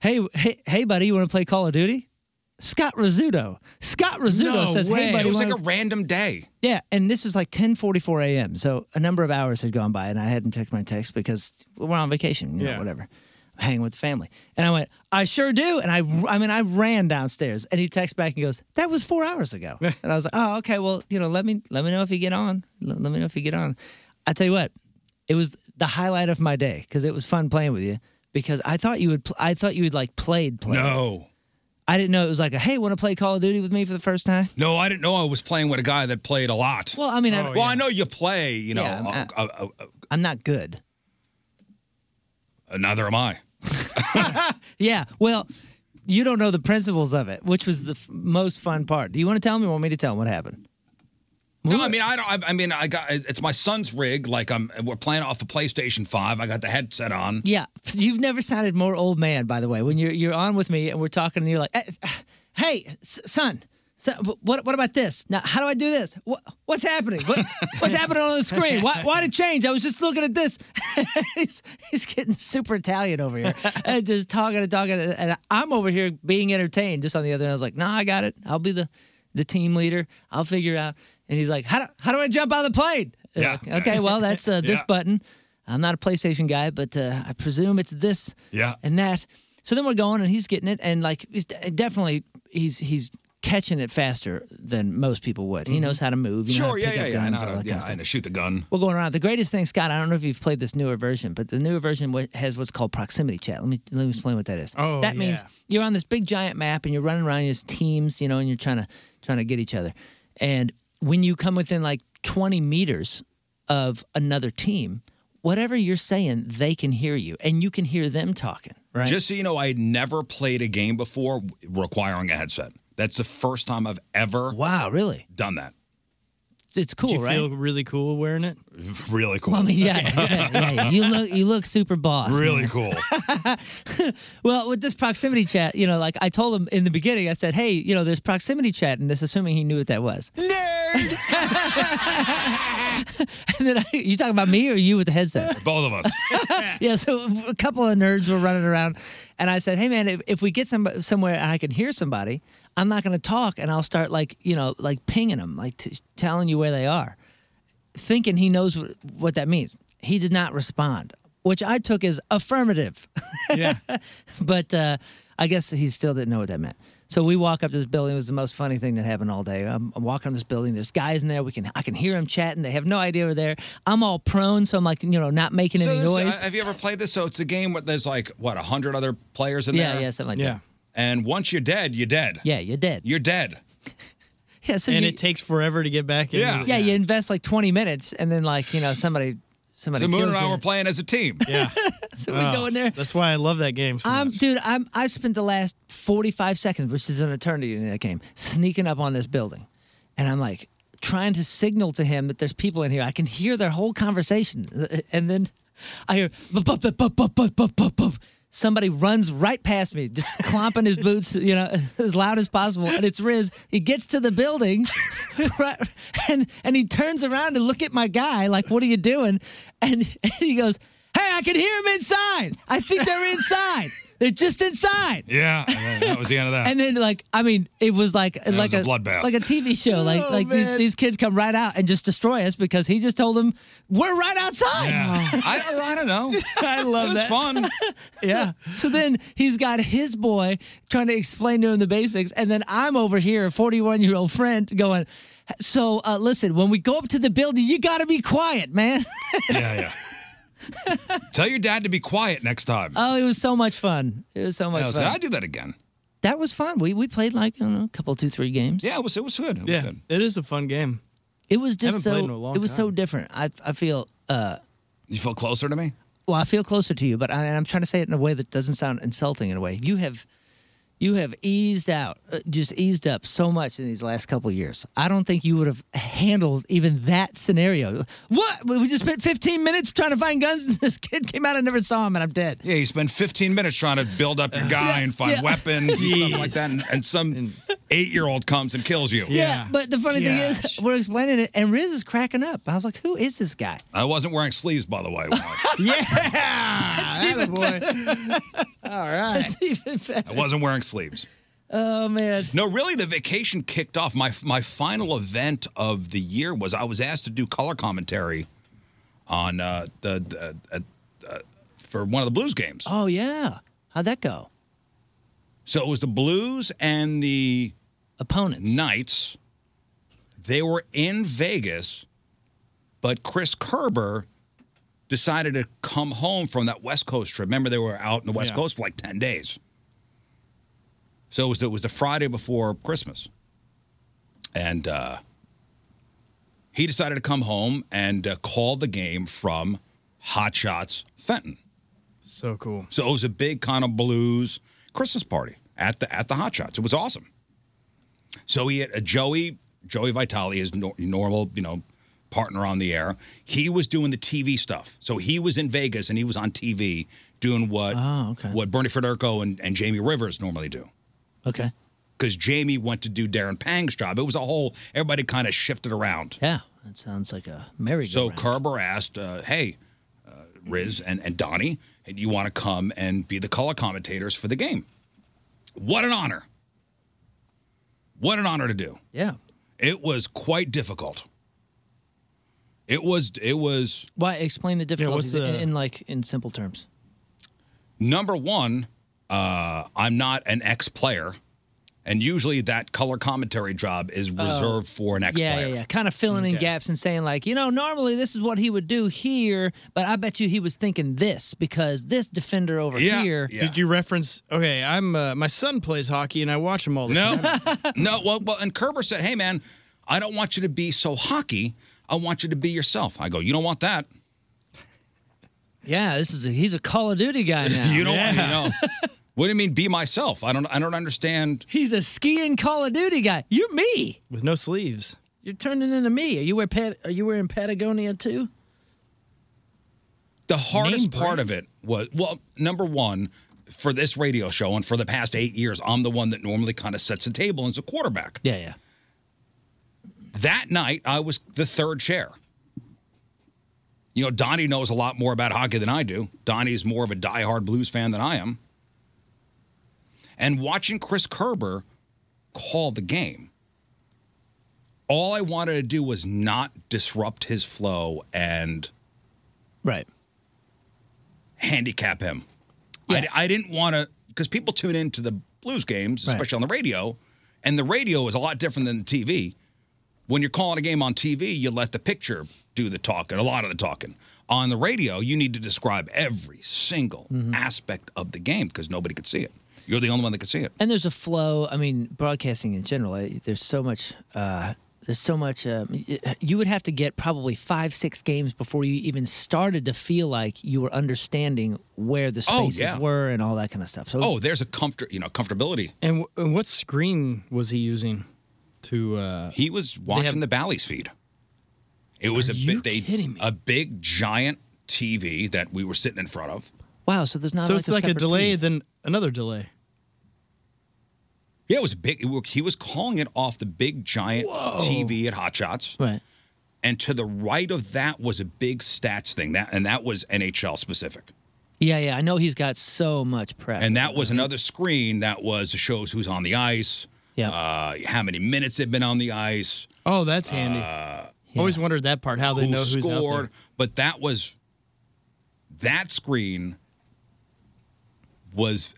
"Hey, hey, hey, buddy, you want to play Call of Duty?" Scott Rizzuto. Scott Rizzuto says, "Hey, buddy, it was wanna-" like a random day. yeah." And this was like ten forty four a.m. So a number of hours had gone by, and I hadn't checked my text because we're on vacation, you know, whatever. I'm hanging with the family, and I went, "I sure do." And I, I mean, I ran downstairs, and he texts back and goes, "That was four hours ago." and I was like, "Oh, okay. Well, you know, let me let me know if you get on. L- let me know if you get on." I tell you what, it was the highlight of my day because it was fun playing with you. Because I thought you would, pl- I thought you would like played play. No. I didn't know it was like a hey, want to play Call of Duty with me for the first time? No, I didn't know I was playing with a guy that played a lot. Well, I mean, I- well, I know you play. You know, Yeah, I'm- a- a- a- I'm not good. a- neither am I. Yeah, well, you don't know the principles of it, which was the f- most fun part. Do you want to tell me? Or want me to tell him what happened? No, I mean, I don't. I, I mean, I got it's my son's rig. Like I'm, we're playing off a PlayStation Five. I got the headset on. Yeah, you've never sounded more old man. By the way, when you're you're on with me and we're talking, and you're like, eh, "Hey, s- son, son, wh- what what about this? Now, how do I do this? What what's happening? What what's happening on the screen? Why why did it change? I was just looking at this. he's he's getting super Italian over here, and just talking and talking, and- and I'm over here being entertained. Just on the other end, I was like, "Nah, I got it. I'll be the the team leader. I'll figure it out." And he's like, "How do how do I jump out of the plane?" Yeah. Like, okay, well that's uh, this Yeah. button. I'm not a PlayStation guy, but uh, I presume it's this Yeah. and that. So then we're going, and he's getting it, and like he's de- definitely he's he's catching it faster than most people would. He knows how to move. You know how Mm-hmm. Sure, to yeah, pick yeah, up yeah. I know guns, how all to- that yeah, kind of I stuff. know, shoot the gun. We're going around. The greatest thing, Scott. I don't know if you've played this newer version, but the newer version wa- has what's called proximity chat. Let me let me explain what that is. Oh, that means yeah. you're on this big giant map and you're running around as teams, you know, and you're trying to trying to get each other. And when you come within like 20 meters of another team, whatever you're saying, they can hear you, and you can hear them talking. Right. Just so you know, I had never played a game before requiring a headset. That's the first time I've ever. Wow, really? Done that. It's cool, Did you right? feel really cool wearing it? Really cool. Well, I mean, yeah, yeah, yeah, yeah. You look, you look super boss. Really man. cool. Well, with this proximity chat, you know, like I told him in the beginning, I said, "Hey, you know, there's proximity chat," and this assuming he knew what that was. and then I, you talking about me or you with the headset? Both of us. yeah, so a couple of nerds were running around, and I said, "Hey, man, if, if we get some somewhere and I can hear somebody, I'm not going to talk, and I'll start like you know, like pinging them, like t- telling you where they are, thinking he knows what, what that means." He did not respond. which I took as affirmative. Yeah. but uh, I guess he still didn't know what that meant. So we walk up this building. It was the most funny thing that happened all day. I'm, I'm walking up this building. There's guys in there. We can I can hear them chatting. They have no idea we're there. I'm all prone, so I'm like you know not making So any this- noise. uh, have you ever played this? So it's a game where there's like what a hundred other players in Yeah, there. yeah, something like Yeah. that. And once you're dead, you're dead. Yeah, you're dead. You're dead. yeah, so and you, it takes forever to get back in. yeah, you invest like 20 minutes, and then like you know somebody somebody. So Moon kills and I you. were playing as a team. Yeah. so we go in there. That's why I love that game. So I'm, dude, I'm, I spent the last 45 seconds, which is an eternity in that game, sneaking up on this building. And I'm like trying to signal to him that there's people in here. I can hear their whole conversation. And then I hear, bup, bup, bup, bup, bup, bup, bup, bup, bup. Somebody runs right past me, just clomping his boots, you know, as loud as possible. And it's Riz. He gets to the building, right, and and he turns around to look at my guy, like, "What are you doing?" And, and he goes, "Hey, I can hear him inside. I think they're inside. They're just inside." Yeah. And then that was the end of that. And then, like, I mean, it was like it like was a bloodbath. like a TV show. Like, Oh, like these man. these kids come right out and just destroy us because he just told them we're right outside. I, or I don't know. I love It was that. fun. yeah. So, then he's got his boy trying to explain to him the basics, and then I'm over here, 41 year old friend, going. So uh, listen, when we go up to the building, you got to be quiet, man. yeah, yeah. Tell your dad to be quiet next time. oh, it was so much fun. It was so much I was fun. like, I do that again. That was fun. We we played like I don't know, a couple, two, three games. Yeah, it was it was good. It was yeah, good. it is a fun game. It was just Haven't played so in a long it was so time. different. I I feel uh You feel closer to me? well, I feel closer to you, but I, and I'm trying to say it in a way that doesn't sound insulting in a way. You have you have eased out, uh, just eased up so much in these last couple years. I don't think you would have handled even that scenario. What? We we just spent 15 minutes trying to find guns and this kid came out I never saw him and I'm dead. Yeah, you spend 15 minutes trying to build up your guy and find yeah. weapons and stuff like Jeez. that, and, and some eight-year-old comes and kills you. but the funny thing is, we're explaining it, and Riz is cracking up. I was like, "Who is this guy?" I wasn't wearing sleeves, by the way. when I was- Yeah, Ah, that's even better. All right, that's even I better. wasn't wearing sleeves. Oh man, No, really, the vacation kicked off. My my final event of the year was I was asked to do color commentary on uh, the, the uh, uh, for one of the Blues games. oh yeah. How'd that go? So it was the Blues and the opponents Knights. They were in Vegas, but Chris Kerber decided to come home from that West Coast trip. Remember, they were out in the West Yeah. Coast for like ten days. So it was, it was the Friday before Christmas, and uh, he decided to come home and uh, call the game from Hot Shots Fenton. So cool. So it was a big kind of blues Christmas party at the at the Hot Shots. It was awesome. So he had a Joey Joey Vitale, his nor- normal you know partner on the air. He was doing the TV stuff. So he was in Vegas and he was on TV doing what Oh, okay. what Bernie Federico and, and Jamie Rivers normally do. Okay. Because Jamie went to do Darren Pang's job. It was a whole everybody kind of shifted around. Yeah, that sounds like a merry So Kerber asked, uh, "Hey, uh, Riz and, and Donnie, hey, do you want to come and be the color commentators for the game? What an honor! What an honor to do! Yeah. It was quite difficult. It was. It was Why explain the difficulties the- in, in like in simple terms? number one. Uh, I'm not an ex-player, and usually that color commentary job is Oh. reserved for an yeah, ex-player. yeah, yeah. Kind of filling in Okay. gaps and saying like, you know, normally this is what he would do here, but I bet you he was thinking this because this defender over here. Did you reference? Okay, I'm. Uh, my son plays hockey, and I watch him all the No, time. no. Well, well, and Kerber said, "Hey, man, I don't want you to be so hockey. I want you to be yourself." I go, "You don't want that. Yeah, this is a, he's a Call of Duty guy now. you don't want you know." What do you mean, be myself? I don't. I don't understand. He's a skiing Call of Duty guy. You're me. With no sleeves. You're turning into me. Are you wear Pat, are you wearing Patagonia too? The hardest part of it was well, number one, for this radio show and for the past eight years, I'm the one that normally kind of sets the table and is a quarterback. Yeah, yeah. That night, I was the third chair. You know, Donnie knows a lot more about hockey than I do. Donnie's more of a diehard Blues fan than I am. And watching Chris Kerber call the game, all I wanted to do was not disrupt his flow and Right. handicap him. I, I didn't want to because people tune into the blues games, Right. especially on the radio, and the radio is a lot different than the TV. When you're calling a game on TV, you let the picture do the talking, a lot of the talking. On the radio, you need to describe every single aspect of the game because nobody could see it. You're the only one that could see it. And there's a flow. I mean, broadcasting in general. I, there's so much. Uh, there's so much. Um, y- you would have to get probably five, six games before you even started to feel like you were understanding where the Oh, spaces yeah. were and all that kind of stuff. So oh, there's a comfort, you know, comfortability. And, w- and what screen was he using to? Uh, He was watching the Bally's feed. It was a big, they, a big giant TV that we were sitting in front of. wow. So there's not. so like it's a like a separate delay, feed. then another delay. Yeah, it was big. It, wa- he was calling it off the big giant TV at Hot Shots. Right. And to the right of that was a big stats thing. That and that was NHL specific. Yeah, yeah. I know he's got so much prep. And that Mm-hmm. was another screen that was shows who's on the ice. Yeah. Uh, how many minutes they've been on the ice. Uh, Oh, that's handy. Always wondered that part. How they who know who's out scored. there. But that was that screen was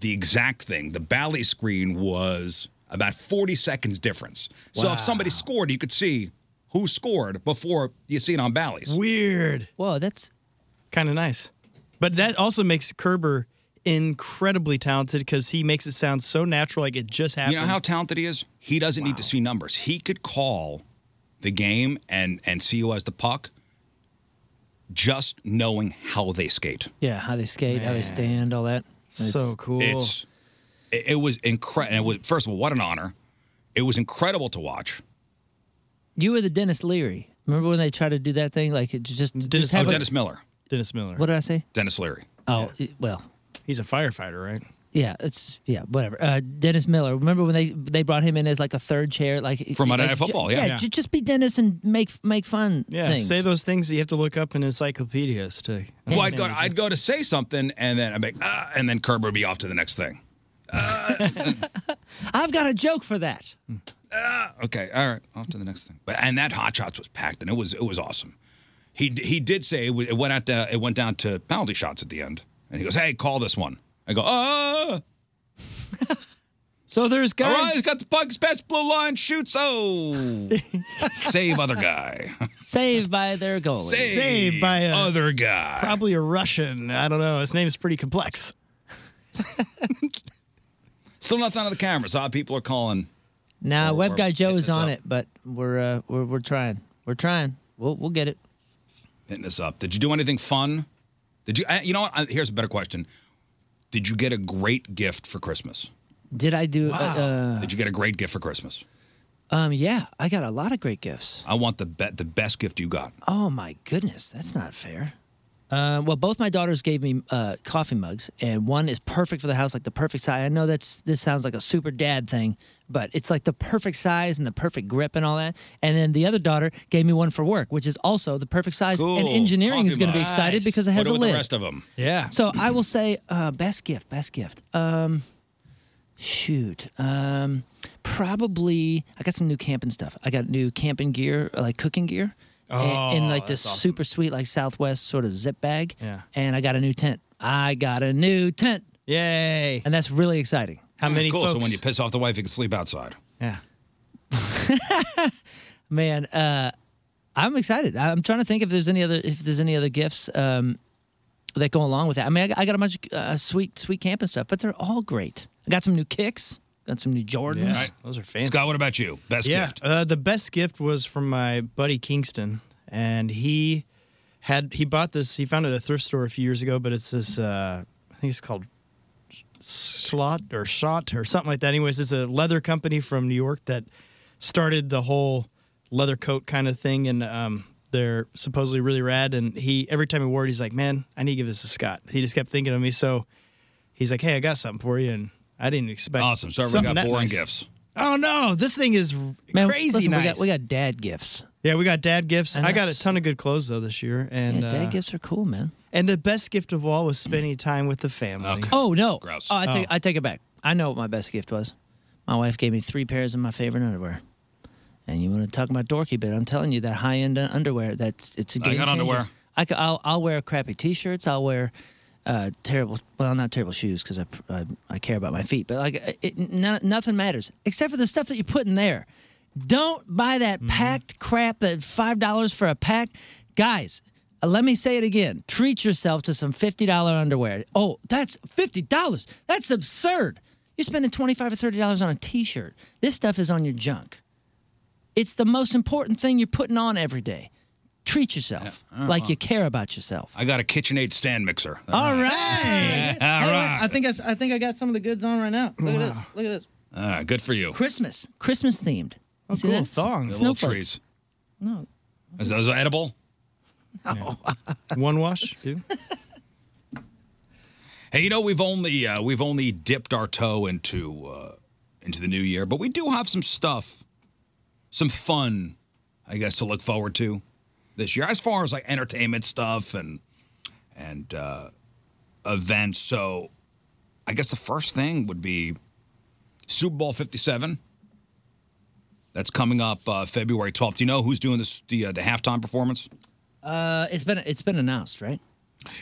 the exact thing. The ballet screen was about 40 seconds difference. So Wow. if somebody scored, you could see who scored before you see it on Bally's. Weird. Whoa, that's kind of nice. But that also makes Kerber incredibly talented because he makes it sound so natural, like it just happened. You know how talented he is? He doesn't need to see numbers. He could call the game and and see who has the puck just knowing how they skate. yeah. How they skate, how they Man. stand, all that. It's- It's it, it was incredible. It was first of all, what an honor. It was incredible to watch. You were the Dennis Leary. Remember when they tried to do that thing? Like it just just have oh, a- Dennis Miller. Dennis Miller. What did I say? Dennis Leary. Oh, it- well, He's a firefighter, right? Yeah, it's yeah, whatever. Uh, Dennis Miller. Remember when they they brought him in as like a third chair, like For Monday like, Night Football, ju- yeah. ju- just be Dennis and make make fun. Yeah. things. Say those things that you have to look up in encyclopedias to. Well, I'd go, I'd go to say something, and then I'd be, ah, and then Kerber would be off to the next thing. I've got a joke for that. "Ah, Okay, all right, off to the next thing. But and that hot shots was packed, and it was it was awesome. He d- he did say it w- it went out to, it went down to penalty shots at the end, and he goes, "Hey, call this one." I go, "Ah." so there's guys. O'Reilly's got the puck's best blue line shoots. Oh, save other guy. Saved by their goalie. Saved, by other guy. Probably a Russian. I don't know. His name is pretty complex. Still nothing on the camera, so people are calling. Now, Or- web or guy Joe hit is Oh, this on up. it, but we're uh, we're we're trying. We're trying. We'll we'll get it. hitting us up. Did you do anything fun? Did you? uh, You know what? Uh, Here's a better question. Did you get a great gift for Christmas? Did I do? uh, Uh, Did you get a great gift for Christmas? um, yeah, I got a lot of great gifts. I want the be- the best gift you got. Oh my goodness, that's not fair. Uh, well, both my daughters gave me uh, coffee mugs, and one is perfect for the house, like the perfect size. I know that's this sounds like a super dad thing, but it's like the perfect size and the perfect grip and all that. And then the other daughter gave me one for work, which is also the perfect size. And Cool. engineering is Coffee going to be mug. excited Nice. because it has what a with lid. The rest of them. Yeah. So I will say uh, best gift, best gift. Um, shoot, um, probably I got some new camping stuff. I got new camping gear, like cooking gear, and, and, Oh, like this that's awesome. super sweet like Southwest sort of zip bag. Yeah. And I got a new tent. I got a new tent, Yay. and that's really exciting. How many cool. folks? So when you piss off the wife, you can sleep outside. yeah. Man, uh, I'm excited. I'm trying to think if there's any other if there's any other gifts um, that go along with that. I mean, I, got- I got a bunch of uh, sweet sweet camping stuff, but they're all great. I got some new kicks. Got some new Jordans. Yeah. Those are fancy. Scott, what about you? Best yeah, gift. Uh, the best gift was from my buddy Kingston, and he had he bought this. He found it at a thrift store a few years ago, but it's this. Uh, I think it's called Slot or Shot or something like that. Anyways, it's a leather company from New York that started the whole leather coat kind of thing, and um, they're supposedly really rad. And he every time he wore it, he's like, "Man, I need to give this to Scott." He just kept thinking of me, so he's like, "Hey, I got something for you," and I didn't expect awesome. So something everyone got that boring nice. gifts. Oh no, this thing is Man, crazy listen, nice. We got, we got dad gifts. yeah, we got dad gifts. And I got a that's- ton of good clothes though this year, and yeah, dad uh, gifts are cool, man. and the best gift of all was spending time with the family. Okay. Oh no! Gross. Oh, I take Oh. I take it back. I know what my best gift was. My wife gave me three pairs of my favorite underwear. And you want to talk about dorky, but I'm telling you that high end underwear. That's it's a I game got changer. underwear. I will I'll wear crappy T-shirts. I'll wear uh, terrible. Well, not terrible shoes because I, I I care about my feet, but like it, no, nothing matters except for the stuff that you put in there. Don't buy that packed crap. That five dollars for a pack, guys. uh, Let me say it again. Treat yourself to some fifty dollar underwear. Oh, that's fifty dollars. That's absurd. You're spending twenty five or thirty dollars on a T-shirt. This stuff is on your junk. It's the most important thing you're putting on every day. Treat yourself Yeah. Oh, like wow. you care about yourself. I got a KitchenAid stand mixer. All right. Yeah, all Hey, right. I think I, s- I think I got some of the goods on right now. Look at this. Look at this. All right, good for you. Christmas. Christmas themed. Oh, cool. Thongs. Little Snowflakes. trees. No. Is those edible? Oh, One wash, dude. Hey, you know we've only uh, we've only dipped our toe into uh, into the new year, but we do have some stuff, some fun, I guess, to look forward to this year, as far as like entertainment stuff and and uh, events. So, I guess the first thing would be Super Bowl Fifty Seven. That's coming up uh, February twelfth. Do you know who's doing this the uh, the halftime performance? Uh, it's been it's been announced, right?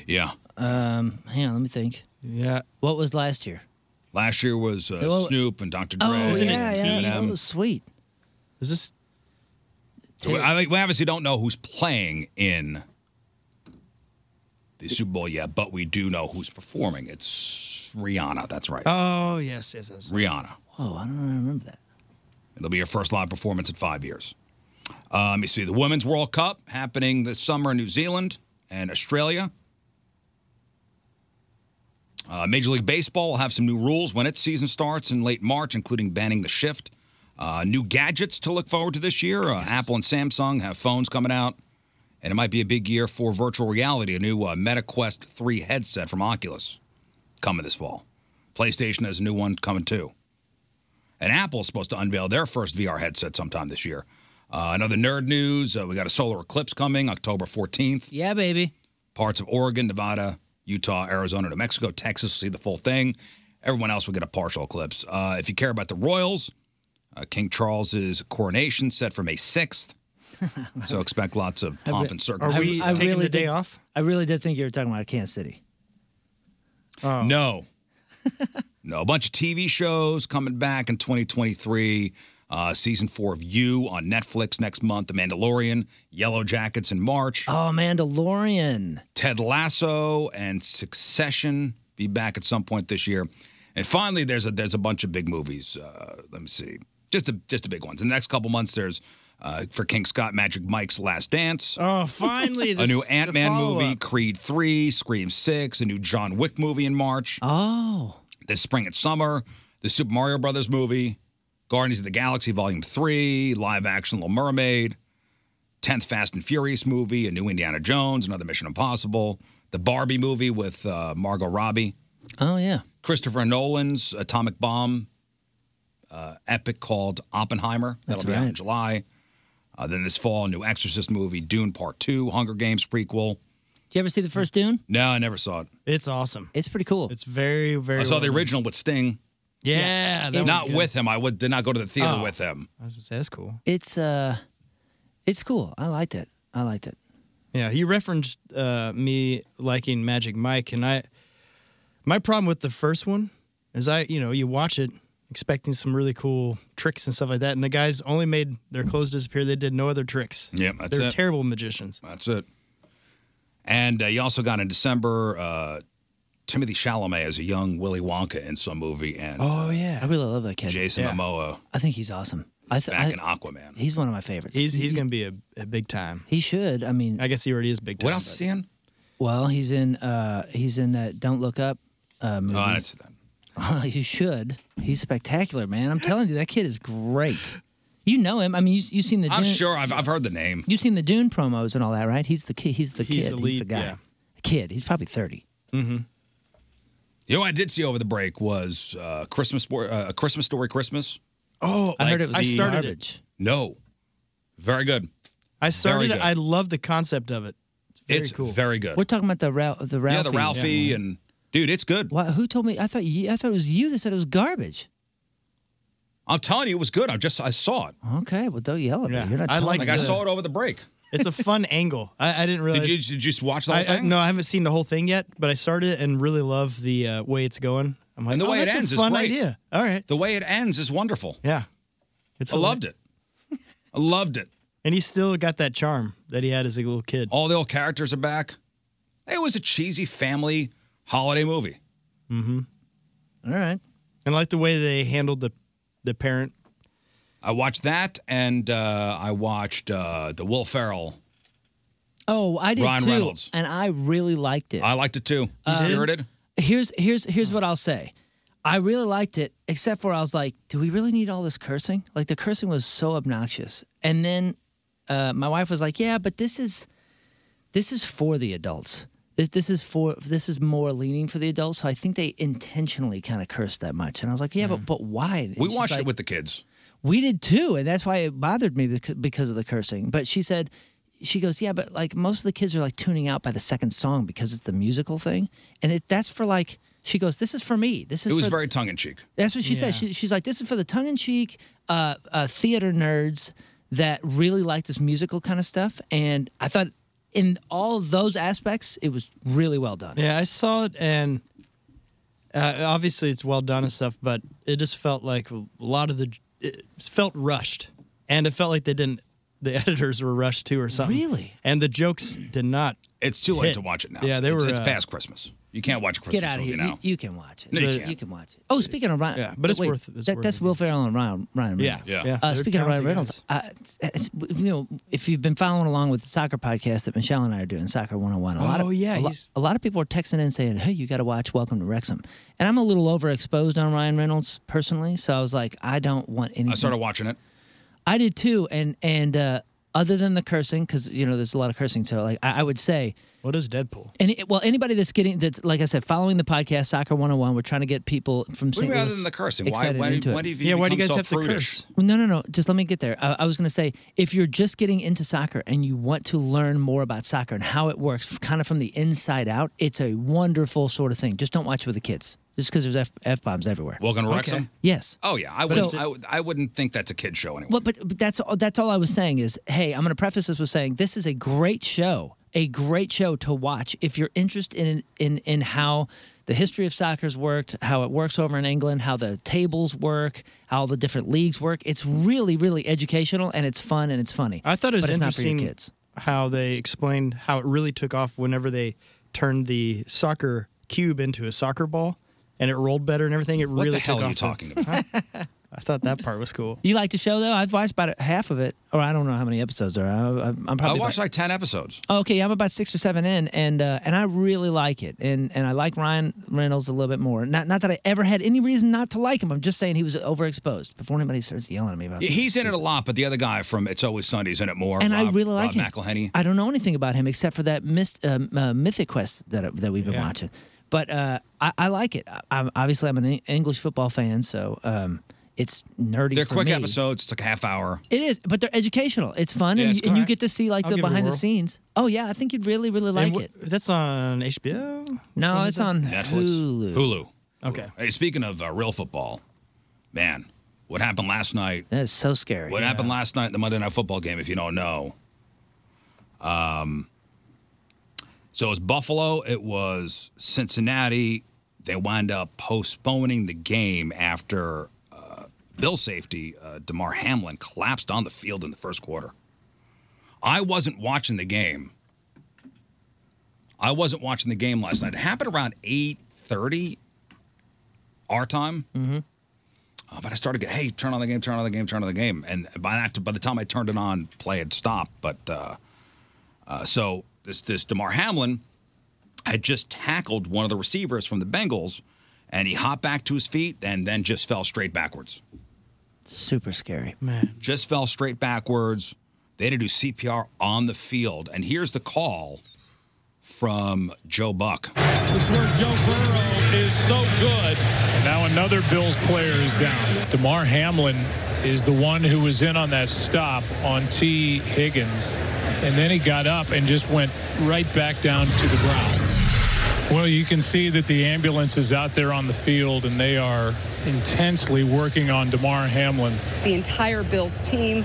Yeah, Um, hang on, let me think. Yeah. What was last year? last year was uh, Well- Snoop and Dr. Dre Oh, yeah, and yeah. Eminem. That was sweet. Is this? So we, I mean, we obviously don't know who's playing in the Super Bowl yet, but we do know who's performing. It's Rihanna. That's right. Oh yes, yes, yes. Rihanna. Whoa, I don't remember that. It'll be her first live performance in five years. Um, you see the Women's World Cup happening this summer in New Zealand and Australia. Uh, Major League Baseball will have some new rules when its season starts in late March, including banning the shift. Uh, new gadgets to look forward to this year. Uh, Apple and Samsung have phones coming out, and it might be a big year for virtual reality. A new uh, Meta Quest 3 headset from Oculus coming this fall. PlayStation has a new one coming too. And Apple's supposed to unveil their first VR headset sometime this year. Uh, another nerd news uh, we got a solar eclipse coming October 14th. Yeah, baby. Parts of Oregon, Nevada, Utah, Arizona, New Mexico, Texas will see the full thing. Everyone else will get a partial eclipse. Uh, if you care about the royals, uh, King Charles's coronation set for May 6th. so expect lots of I pomp re- and circumstance. I really did- I really did think you were talking about Kansas City. Oh. No. no, a bunch of TV shows coming back in 2023. Uh, season four of You on Netflix next month. The Mandalorian, Yellow Jackets in March. Oh, Mandalorian. Ted Lasso and Succession be back at some point this year. And finally, there's a there's a bunch of big movies. Uh, let me see, just a, just the big ones. In the next couple months, there's uh, for King Scott, Magic Mike's Last Dance. Oh, finally, a this- new the Ant Man follow-up. movie, Creed 3, Scream 6, a new John Wick movie in March. Oh. This spring and summer, the Super Mario Brothers movie, Guardians of the Galaxy Volume 3, live action Little Mermaid, 10th Fast and Furious movie, a new Indiana Jones, another Mission Impossible, the Barbie movie with uh, Margot Robbie. Oh yeah. Christopher Nolan's Atomic Bomb uh, epic called Oppenheimer. That'll That's be out in right. July. Uh, then this fall, new Exorcist movie, Dune Part 2, Hunger Games prequel. Did you ever see the first Dune? No, I never saw it. It's awesome. It's pretty cool. It's very, very. I saw the well done. original with Sting. Yeah, that Not was- with him. I would, did not go to the theater Oh. with him. I was gonna say that's cool. It's uh, it's cool. I liked it. I liked it. Yeah, he referenced uh, me liking Magic Mike, and I. My problem with the first one is I, you know, you watch it expecting some really cool tricks and stuff like that, and the guys only made their clothes disappear. They did no other tricks. Yeah, that's They're it. terrible magicians. That's it. And uh, you also got in December uh, Timothy Chalamet as a young Willy Wonka in some movie, and Oh yeah, I really love that kid. Jason yeah. Momoa I think he's awesome. I th- back I, in Aquaman. he's one of my favorites. Mm-hmm. he's he's gonna be a, a big time. he should. I mean, I guess he already is big time. What else is he in? well, he's in uh, he's in that Don't Look Up uh, movie. Oh, I didn't see that. you should. He's spectacular, man. I'm telling you, that kid is great. You know him. I mean, you you've seen the I'm Dune, sure I've, I've heard the name. you've seen the Dune promos and all that, right? He's the kid. He's the He's kid. the he's the lead, guy. yeah. Kid. He's probably thirty. Mm-hmm. You know, what I did see over the break was uh, Christmas, Bo- uh, a Christmas story, Christmas. Oh, I heard it was I started it. garbage. No, very good. I started. good. it. I love the concept of it. It's very it's cool. very good. We're talking about the Ralph. The Ralphie. yeah, the Ralphie and dude, it's good. Why, who told me? I thought you, I thought it was you that said it was garbage. I'm telling you, it was good. I just I saw it. Okay, well don't yell at Yeah, me. You're not I telling like me. Like I saw it over the break. It's a fun angle. I, I didn't realize. Did you, did you just watch the whole I, I- thing? no, I haven't seen the whole thing yet, but I started it and really love the uh, way it's going. I'm like, and the "Oh, way it that's ends a fun is great. idea. All right. The way it ends is wonderful. Yeah, I loved it. I loved it. And he's still got that charm that he had as a little kid. All the old characters are back. It was a cheesy family holiday movie. Mm-hmm. All right. And I like the way they handled the the parent. I watched that, and uh, I watched uh, the Will Ferrell. Oh, I did Ryan too, Reynolds. and I really liked it. I liked it too. Uh, Spirited. Here's here's here's what I'll say. I really liked it, except for I was like, do we really need all this cursing? Like the cursing was so obnoxious. And then uh, my wife was like, yeah, but this is this is for the adults. This this is for this is more leaning for the adults. So I think they intentionally kind of cursed that much. And I was like, yeah, but but why? And Mm. we she's watched like, it with the kids. we did too, and that's why it bothered me bec- because of the cursing. But she said, she goes, yeah, but like most of the kids are like tuning out by the second song because it's the musical thing, and it, that's for like. She goes, this is for me. This is It was for- very tongue in cheek. That's what she said. She, she's like, this is for the tongue in cheek uh, uh, theater nerds that really like this musical kind of stuff. And I thought, in all of those aspects, it was really well done. Yeah, I saw it, and uh, obviously it's well done and stuff, but it just felt like a lot of the it felt rushed, and it felt like they didn't. The editors were rushed too, or something. Really? And the jokes did not. It's too late to watch it now. Yeah, they it's, were. It's uh, past Christmas. You can't watch a Christmas Get out of movie here. now. You, you can watch it. No, you The- can't. watch it. Oh, speaking of Ryan, Yeah, but it's worth- it's that, worth That's Will Ferrell and Ryan Ryan Yeah. Reynolds. Yeah. Yeah, Uh, they're speaking of Ryan talented Reynolds, uh, it's- it's- you know, if you've been following along with the soccer podcast that Michelle and I are doing, Soccer 101, a lot Oh, of yeah, a, lo- he's- a lot of people are texting in saying, "Hey, you got to watch Welcome to Wrexham," and I'm a little overexposed on Ryan Reynolds personally, so I was like, I don't want any. I started watching it. I did too, and and uh, other than the cursing, because you know there's a lot of cursing, so like I, I would say, what is Deadpool? Any well, anybody that's getting that's like I said, following the podcast Soccer 101, we're trying to get people from What do you St. mean other Louis than the cursing? Why- excited why do- into it. why do you Yeah, why do you become guys so have to prudish? curse? Well, No, no, no. Just let me get there. I, I was going to say, if you're just getting into soccer and you want to learn more about soccer and how it works, kind of from the inside out, it's a wonderful sort of thing. Just don't watch it with the kids, just because there's f bombs everywhere. Welcome to Wrexham. Yes. Oh yeah, I But wouldn't. is it- I, would- I wouldn't think that's a kid show anyway. Well, but, but that's all, that's all I was saying is, hey, I'm going to preface this with saying this is a great show, a great show to watch if you're interested in in in how the history of soccer's worked, how it works over in England, how the tables work, how the different leagues work. It's really really educational and it's fun and it's funny. I thought it was but it's interesting Not for your kids. how they explained how it really took off whenever they turned the soccer cube into a soccer ball and it rolled better and everything. It What really the hell took are off. you talking about? I thought that part was cool. You like the show though? I've watched about half of it, or I don't know how many episodes there are. I, I'm I'm I probably watched about- like ten episodes. Okay, I'm about six or seven in, and uh, and I really like it, and and I like Ryan Reynolds a little bit more. Not not that I ever had any reason not to like him. I'm just saying he was overexposed. Before anybody starts yelling at me about, Yeah, He's in it a lot, but the other guy from It's Always Sunday's in it more. and I Rob- really Rob like him. McElhenney. I don't know anything about him except for that myst, um, uh, Mythic Quest that that we've been Yeah. watching. But uh, I, I like it. I, I'm, obviously, I'm an Eng- English football fan, so um, it's nerdy. They're for quick me. episodes. Took a half hour. It is, but they're educational. It's fun, Yeah, and, it's you, and you correct. get to see like I'll the give it a behind the whirl. scenes. Oh yeah, I think you'd really really like And wh- it. That's on HBO. No, it's on Netflix. Hulu. Hulu. Okay. Hey, speaking of uh, real football, man, what happened last night? That is so scary. What happened last night in the Monday Night Football game? If you don't know, um, so it was Buffalo. It was Cincinnati. They wind up postponing the game after uh, Bill safety uh, Demar Hamlin collapsed on the field in the first quarter. I wasn't watching the game. I wasn't watching the game last night. It happened around eight thirty our time. Mm-hmm. Uh, but I started getting, hey, turn on the game, turn on the game, turn on the game. And by that, by the time I turned it on, play had stopped. But uh, uh, so this this Demar Hamlin had just tackled one of the receivers from the Bengals, and he hopped back to his feet and then just fell straight backwards. Super scary. Man. Just fell straight backwards. They had to do CPR on the field. And here's the call from Joe Buck. This where Joe Burrow is so good. Now another Bills player is down. DeMar Hamlin is the one who was in on that stop on T. Higgins. And then he got up and just went right back down to the ground. Well, you can see that the ambulance is out there on the field, and they are intensely working on DeMar Hamlin. The entire Bills team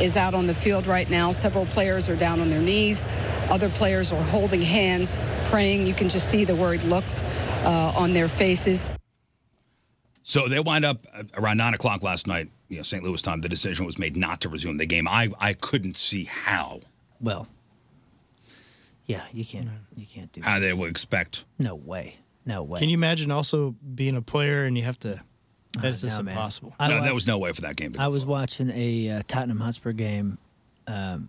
is out on the field right now. Several players are down on their knees. Other players are holding hands, praying. You can just see the worried looks uh, on their faces. So they wind up uh, around nine o'clock last night, you know, St. Louis time. The decision was made not to resume the game. I, I couldn't see how Well, yeah, you can't. You can't do. how they would expect. No way. No way. Can you imagine also being a player and you have to? That's just impossible. Uh, I No, watched- there was no way for that game. to I was watching a uh, Tottenham Hotspur game. Um,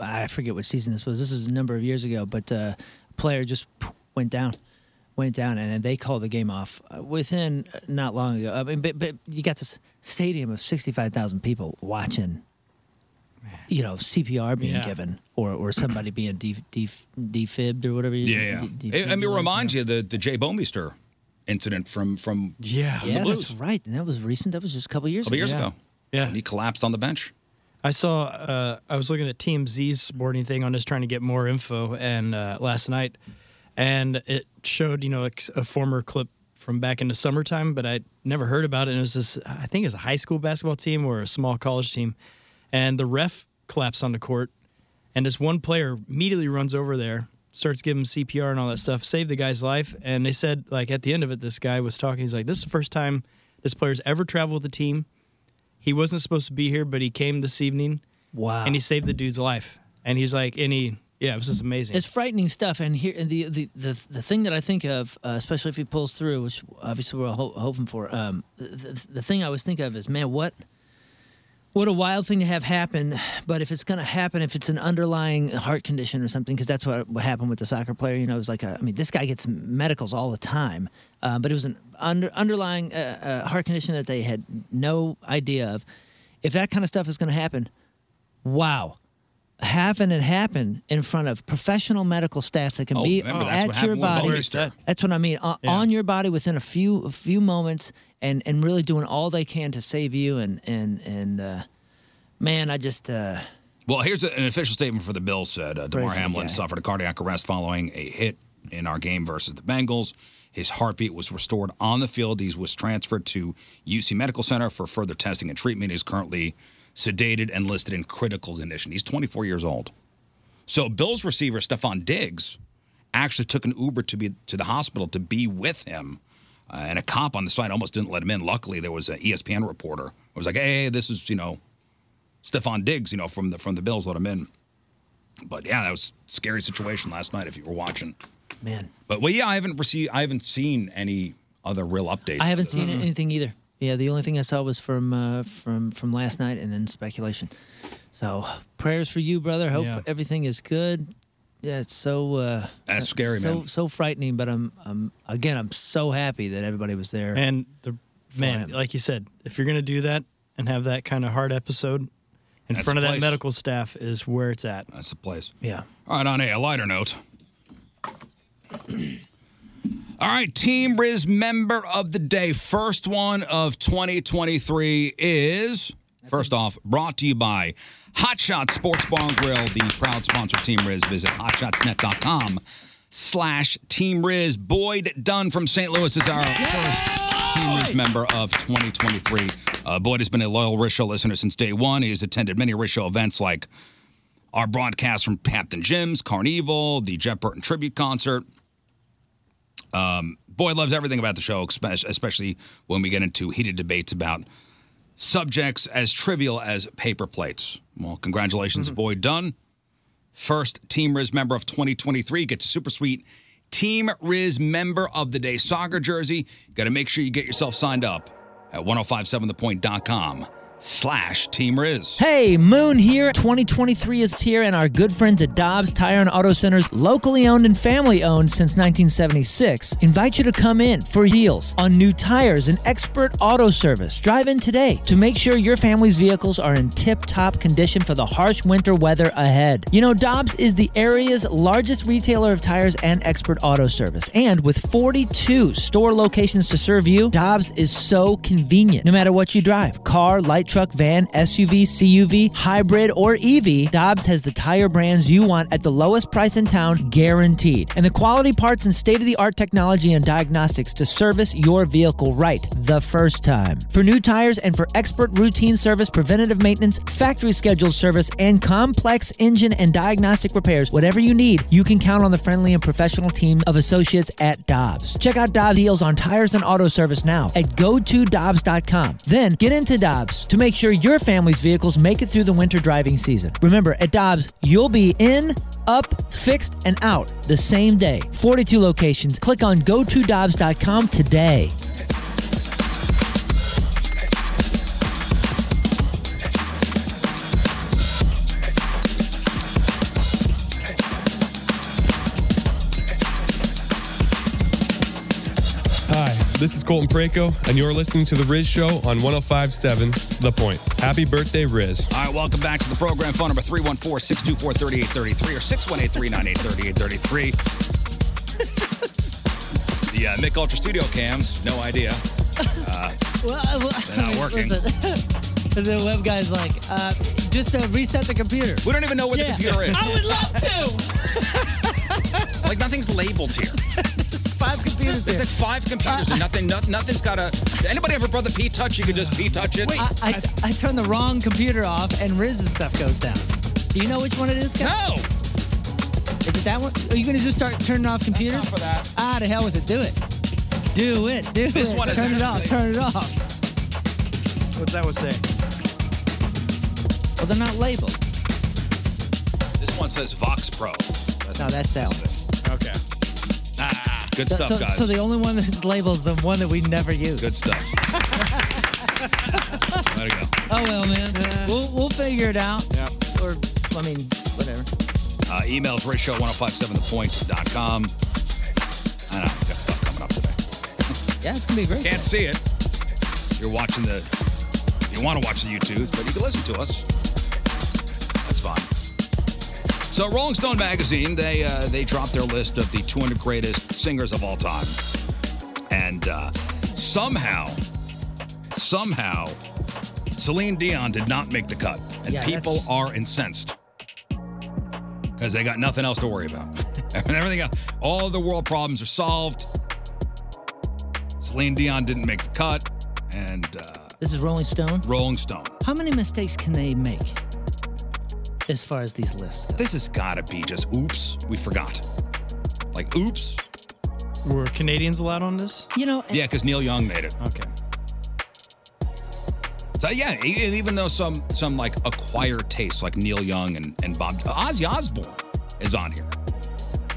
I forget what season this was. This is a number of years ago, but uh, a player just poof, went down, went down, and then they called the game off uh, within uh, not long ago. I mean, but, but you got this stadium of sixty-five thousand people watching. You know, CPR being Yeah. given, or or somebody being def, def, defibbed or whatever. you- Yeah, de- yeah. I, I defibbed mean, or- remind you the the Jay Bomeister incident from from from yeah, the Blues that's right. And that was recent. That was just a couple a years couple ago. years ago. Yeah, he collapsed on the bench. I saw. Uh, I was looking at TMZ's sporting thing on this, trying to get more info, and uh, last night, and it showed you know a, a former clip from back in the summertime, but I never heard about it. And it was this, I think, it's a high school basketball team or a small college team, and the ref collapsed on the court, and this one player immediately runs over there, starts giving him CPR and all that stuff, saved the guy's life. And they said like at the end of it, this guy was talking. He's like, "This is the first time this player's ever traveled with the team." he wasn't supposed to be here, but he came this evening. Wow. And he saved the dude's life. And he's like, and he, yeah, it was just amazing. It's frightening stuff. And here, and the, the, the, the thing that I think of, uh, especially if he pulls through, which obviously we're all ho- hoping for, um, the, the, the thing I always think of is, man, what what a wild thing to have happen. But if it's going to happen, if it's an underlying heart condition or something, because that's what, what happened with the soccer player, you know, it was like, a, I mean, this guy gets medicals all the time. Uh, but it was an under, underlying uh, uh, heart condition that they had no idea of. If that kind of stuff is going to happen, wow having it happen in front of professional medical staff that can Oh, be remember, that's what at your happened with body. Bowman. That's what I mean. On, on your body within a few a few moments, and and really doing all they can to save you. And and and uh, man, I just uh, Well, here's an official statement for the Bills said uh, DeMar Praise the Hamlin guy. suffered a cardiac arrest following a hit in our game versus the Bengals. His heartbeat was restored on the field. He was transferred to UC Medical Center for further testing and treatment. He's currently sedated and listed in critical condition. He's 24 years old. So Bills receiver Stephon Diggs actually took an Uber to be to the hospital to be with him. Uh, and a cop on the side almost didn't let him in. Luckily, there was E an ESPN reporter who was like, "Hey, this is you know Stephon Diggs, you know, from the from the Bills, let him in. But yeah, that was a scary situation last night if you were watching. man, But well, yeah, I haven't received, I haven't seen any other real updates. I haven't to seen this. anything either. Yeah, the only thing I saw was from uh, from from last night, and then speculation. So prayers for you, brother. Hope Yeah. everything is good. Yeah, it's so uh, That's scary, so, man. So frightening, but I'm I'm again I'm so happy that everybody was there. and the man, like you said, if you're gonna do that and have that kind of hard episode in That's front of the that place. medical staff is where it's at. That's the place. Yeah. All right, on a, a lighter note. All right, Team Riz member of the day, first one of 2023 is first off brought to you by Hot Shots Sports Bar and Grill, the proud sponsor of Team Riz. Visit hotshotsnet.com slash Team Riz. Boyd Dunn from St. Louis is our first Team Riz member of 2023. Uh, Boyd has been a loyal Riz Show listener since day one. He has attended many Riz Show events like our broadcast from Captain Jim's, Carnival, the Jet Burton tribute concert. Um, boy loves everything about the show, espe- especially when we get into heated debates about subjects as trivial as paper plates. Well, congratulations, boy Dunn. First Team Riz member of 2023 gets a super sweet Team Riz member of the day soccer jersey. Got to make sure you get yourself signed up at 1057thepoint.com slash Team Riz. Hey, Moon here. 2023 is here, and our good friends at Dobbs Tire and Auto Centers, locally owned and family owned since 1976, invite you to come in for deals on new tires and expert auto service. Drive in today to make sure your family's vehicles are in tip top condition for the harsh winter weather ahead. You know, Dobbs is the area's largest retailer of tires and expert auto service, and with 42 store locations to serve you, Dobbs is so convenient no matter what you drive car, light truck, van, SUV, CUV, hybrid, or EV, Dobbs has the tire brands you want at the lowest price in town, guaranteed. And the quality parts and state of the art technology and diagnostics to service your vehicle right the first time. For new tires and for expert routine service, preventative maintenance, factory scheduled service, and complex engine and diagnostic repairs, whatever you need, you can count on the friendly and professional team of associates at Dobbs. Check out Dobbs deals on tires and auto service now at gotodobbs.com. Then get into Dobbs to make sure your family's vehicles make it through the winter driving season. Remember, at Dobbs, you'll be in, up, fixed, and out the same day. 42 locations. Click on gotodobbs.com today. Hi, this is Colton Preko, and you're listening to The Riz Show on 1057 The Point. Happy birthday, Riz. All right, welcome back to the program. Phone number 314 624 3833 or 618 398 3833. The uh, Mick Ultra Studio cams, no idea. Uh, Well, I- well, They're not working. Listen, the web guy's like, uh, just uh, reset the computer. We don't even know where the Yeah. computer is. I would love to. like nothing's labeled here. There's five computers. There's like five computers and nothing. No, nothing's got a. Anybody ever brother P touch? You can just P touch it. I, I, I turned the wrong computer off and Riz's stuff goes down. Do you know which one it is, guys? No. Is it that one? Are you gonna just start turning off computers? Ah, to hell with it. Do it. Do it. Do This it. one is turn it off. actually- Turn it off. What's that one say? Well, they're not labeled. This one says Vox Pro. That's No, that's that one. Okay. Ah, good So- stuff, so, guys. So the only one that's labeled is the one that we never use. Good stuff. there you go. Oh well, man. We'll we'll figure it out. Yeah. Or I mean, whatever. Uh, emails ratio1057thepoint.com. I know, got stuff coming up today. Yeah, it's gonna be great. Can't see it. You're watching the. You want to watch the YouTube, but you can listen to us. That's fine. So Rolling Stone magazine, they uh, they dropped their list of the 200 greatest singers of all time, and uh, somehow, somehow, Celine Dion did not make the cut, and Yeah, people are incensed because they got nothing else to worry about. and everything else, all the world problems are solved. Celine Dion didn't make the cut, and uh, This is Rolling Stone. Rolling Stone. How many mistakes can they make as far as these lists? This has got to be just oops, we forgot. Like oops. Were Canadians allowed on this? You know, Yeah, because Neil Young made it. Okay. So yeah, e- even though some some like acquired tastes like Neil Young and and Bob Ozzy Osbourne is on here.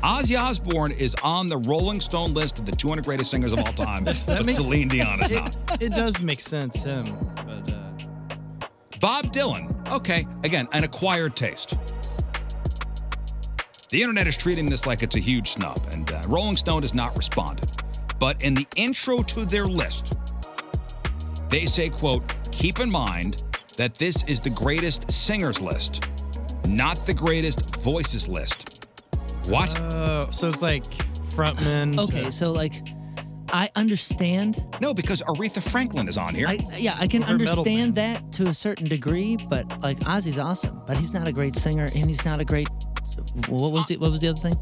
Ozzy Osbourne is on the Rolling Stone list of the 200 greatest singers of all time, but Celine Dion is it, not. It does make sense, him. But uh, Bob Dylan. Okay, again, an acquired taste. The internet is treating this like it's a huge snub, and uh, Rolling Stone has not responded. But in the intro to their list, they say, "quote Keep in mind that this is the greatest singers list, not the greatest voices list." What? Uh, so it's like frontman. Okay, so like, I understand. No, because Aretha Franklin is on here. I, yeah, I can Her metal understand that to a certain degree, but like Ozzy's awesome, but he's not a great singer, and he's not a great. What was the, What was the other thing?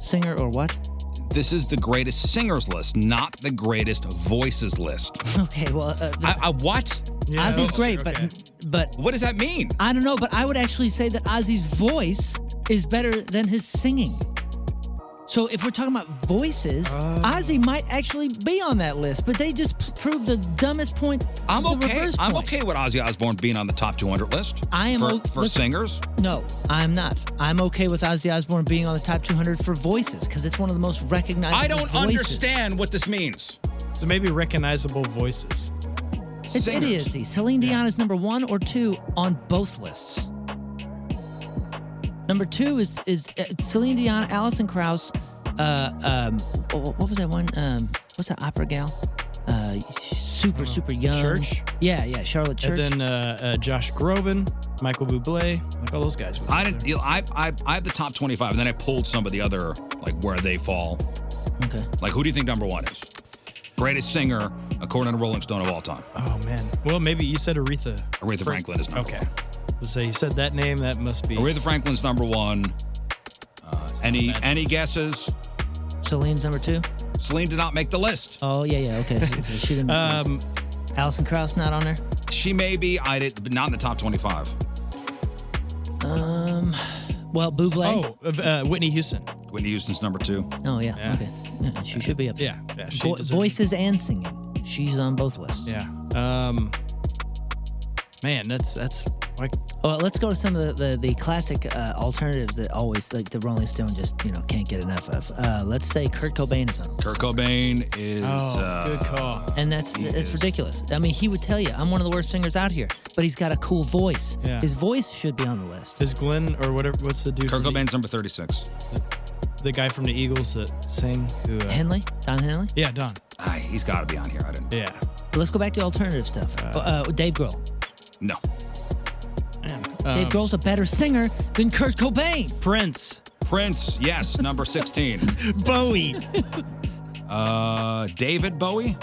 Singer or what? This is the greatest singers list, not the greatest voices list. Okay, well, uh, I, I what? Ozzy's great, but but what does that mean? I don't know, but I would actually say that Ozzy's voice is better than his singing. So if we're talking about voices, Uh. Ozzy might actually be on that list, but they just p- proved the dumbest point. I'm the okay. reverse I'm point. okay with Ozzy Osbourne being on the top 200 list. I am for, o- for look- singers. No, I'm not. I'm okay with Ozzy Osbourne being on the top 200 for voices because it's one of the most recognized. I don't understand what this means. So maybe recognizable voices. It's idiocy. Celine Dion is number one or two on both lists. Number two is is uh, Celine Dion, Alison Krauss. Uh, um, wh- wh- what was that one? Um, what's that opera gal? Uh, super super young. Church? Yeah, yeah. Charlotte Church. And then uh, uh, Josh Groban, Michael Bublé, like all those guys. I didn't. You know, I, I I have the top 25, and then I pulled some of the other like where they fall. Okay. Like who do you think number one is? Greatest singer, a according to Rolling Stone of all time. Oh man. Well, maybe you said Aretha. Aretha Franklin is number okay. one. So you said that name. That must be Aretha Franklin's number one. Uh, any any guesses? Celine's number two. Celine did not make the list. Oh yeah, yeah, okay. So- so she didn't. um, Allison Krauss not on there. She may be. I did, but not in the top twenty-five. Um, well, Buble. Oh, uh, Whitney Houston. Whitney Houston's number two. Oh yeah, okay. Yeah, she should be up. Yeah, yeah. she Vo- deserves- voices and singing. She's on both lists. Yeah. Um, man, that's that's like Oh, Well, let's go to some of the, the, the classic uh, alternatives that always like the Rolling Stone just you know can't get enough of. Uh, let's say Kurt Cobain is on, the Kurt Cobain is. Oh, uh, call. And that's it's ridiculous. I mean, he would tell you I'm one of the worst singers out here, but he's got a cool voice. Yeah. His voice should be on the list. is Glenn or whatever. What's the dude? Kurt from the- Cobain's number thirty-six. the guy from the Eagles that sang who uh, Henley, Don Henley. Yeah, Don. Aye, he's got to be on here. I didn't. Yeah. Let's go back to alternative stuff. Uh, uh, Dave Grohl. No. um, Dave Grohl's a better singer than Kurt Cobain. Prince. Prince, yes, number sixteen. Bowie. Uh, David Bowie.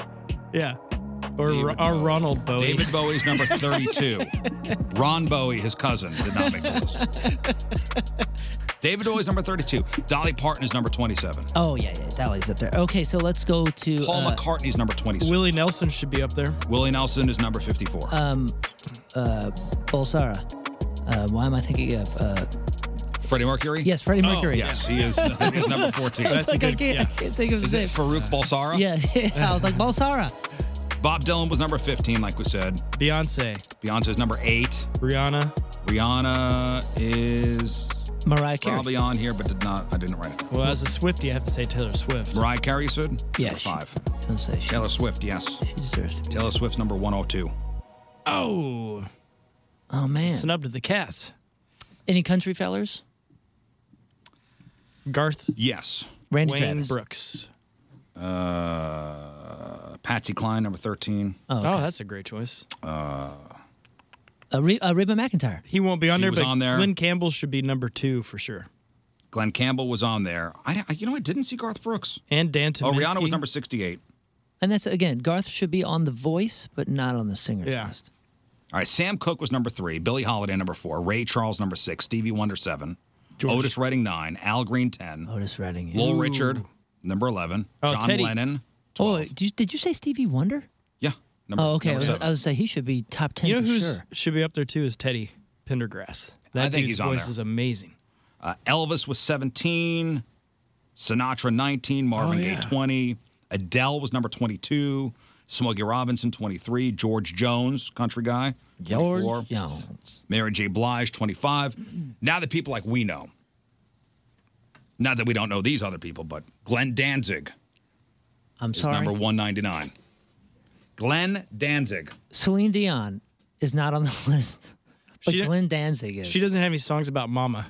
Yeah. Or, Ro- or Ronald Bowie. David Bowie's number 32. Ron Bowie, his cousin, did not make the list. David Bowie's number 32. Dolly Parton is number 27. Oh yeah, yeah, Dolly's up there. Okay, so let's go to Paul uh, McCartney's number 26. Willie Nelson should be up there. Willie Nelson is number 54. um, uh, Bolsara. Uh, why am I thinking of? Uh, Freddie Mercury? yes, Freddie Mercury. Oh, Yes, he is, uh, he is number 14. It's like, I, can't, I can't think of Is his it name. Farouk Balsara? Yeah, I was like Bolsara. Bob Dylan was number 15, like we said. Beyonce. Beyonce's number 8. Rihanna. Rihanna is Mariah Carey. probably on here, but did not. I didn't write it. down. Well, as a Swifty, I have to say Taylor Swift. Mariah Carey, you said? Yeah, Number she- five. Don't say she Taylor Swift, yes. deserves to be. Taylor Swift's number 102. Oh, Oh man. snubbed the cats. Any country fellers? Garth Yes. Randy Wayne Travis. Brooks. Uh, Patsy Cline, number 13. Oh, okay. Oh, that's a great choice. uh, Re- uh, Reba McIntyre. He won't be on She there, was but on there. Glenn Campbell should be number two for sure. Glenn Campbell was on there. I, I- you know, I didn't see Garth Brooks. And Dan Oh, Tominski. Rihanna was number 68. And that's again, Garth should be on the voice, but not on the singer's Yeah. list. All right, Sam Cooke was number three, Billie Holiday number four, Ray Charles number six, Stevie Wonder seven, George. Otis Redding nine, Al Green ten, Otis Redding. yeah. Lowell Richard number eleven, Oh, John Teddy. Lennon. Oh, did you, did you say Stevie Wonder? Yeah, number, Oh, okay. I number was, seven. I was say he should be top ten You know for who sure. should be up there too is Teddy Pendergrass. That I think dude's he's on voice there. is amazing. Uh, Elvis was seventeen, Sinatra nineteen, Marvin Oh, yeah. Gaye twenty, Adele was number twenty-two, Smokey Robinson twenty-three, George Jones, country guy, twenty-four, George Jones. Mary J. Blige, 25. Now that people like we know, not that we don't know these other people, but Glenn Danzig I'm is sorry. number 199. Glenn Danzig. Celine Dion is not on the list, but She- Glenn Danzig is. She doesn't have any songs about Mama.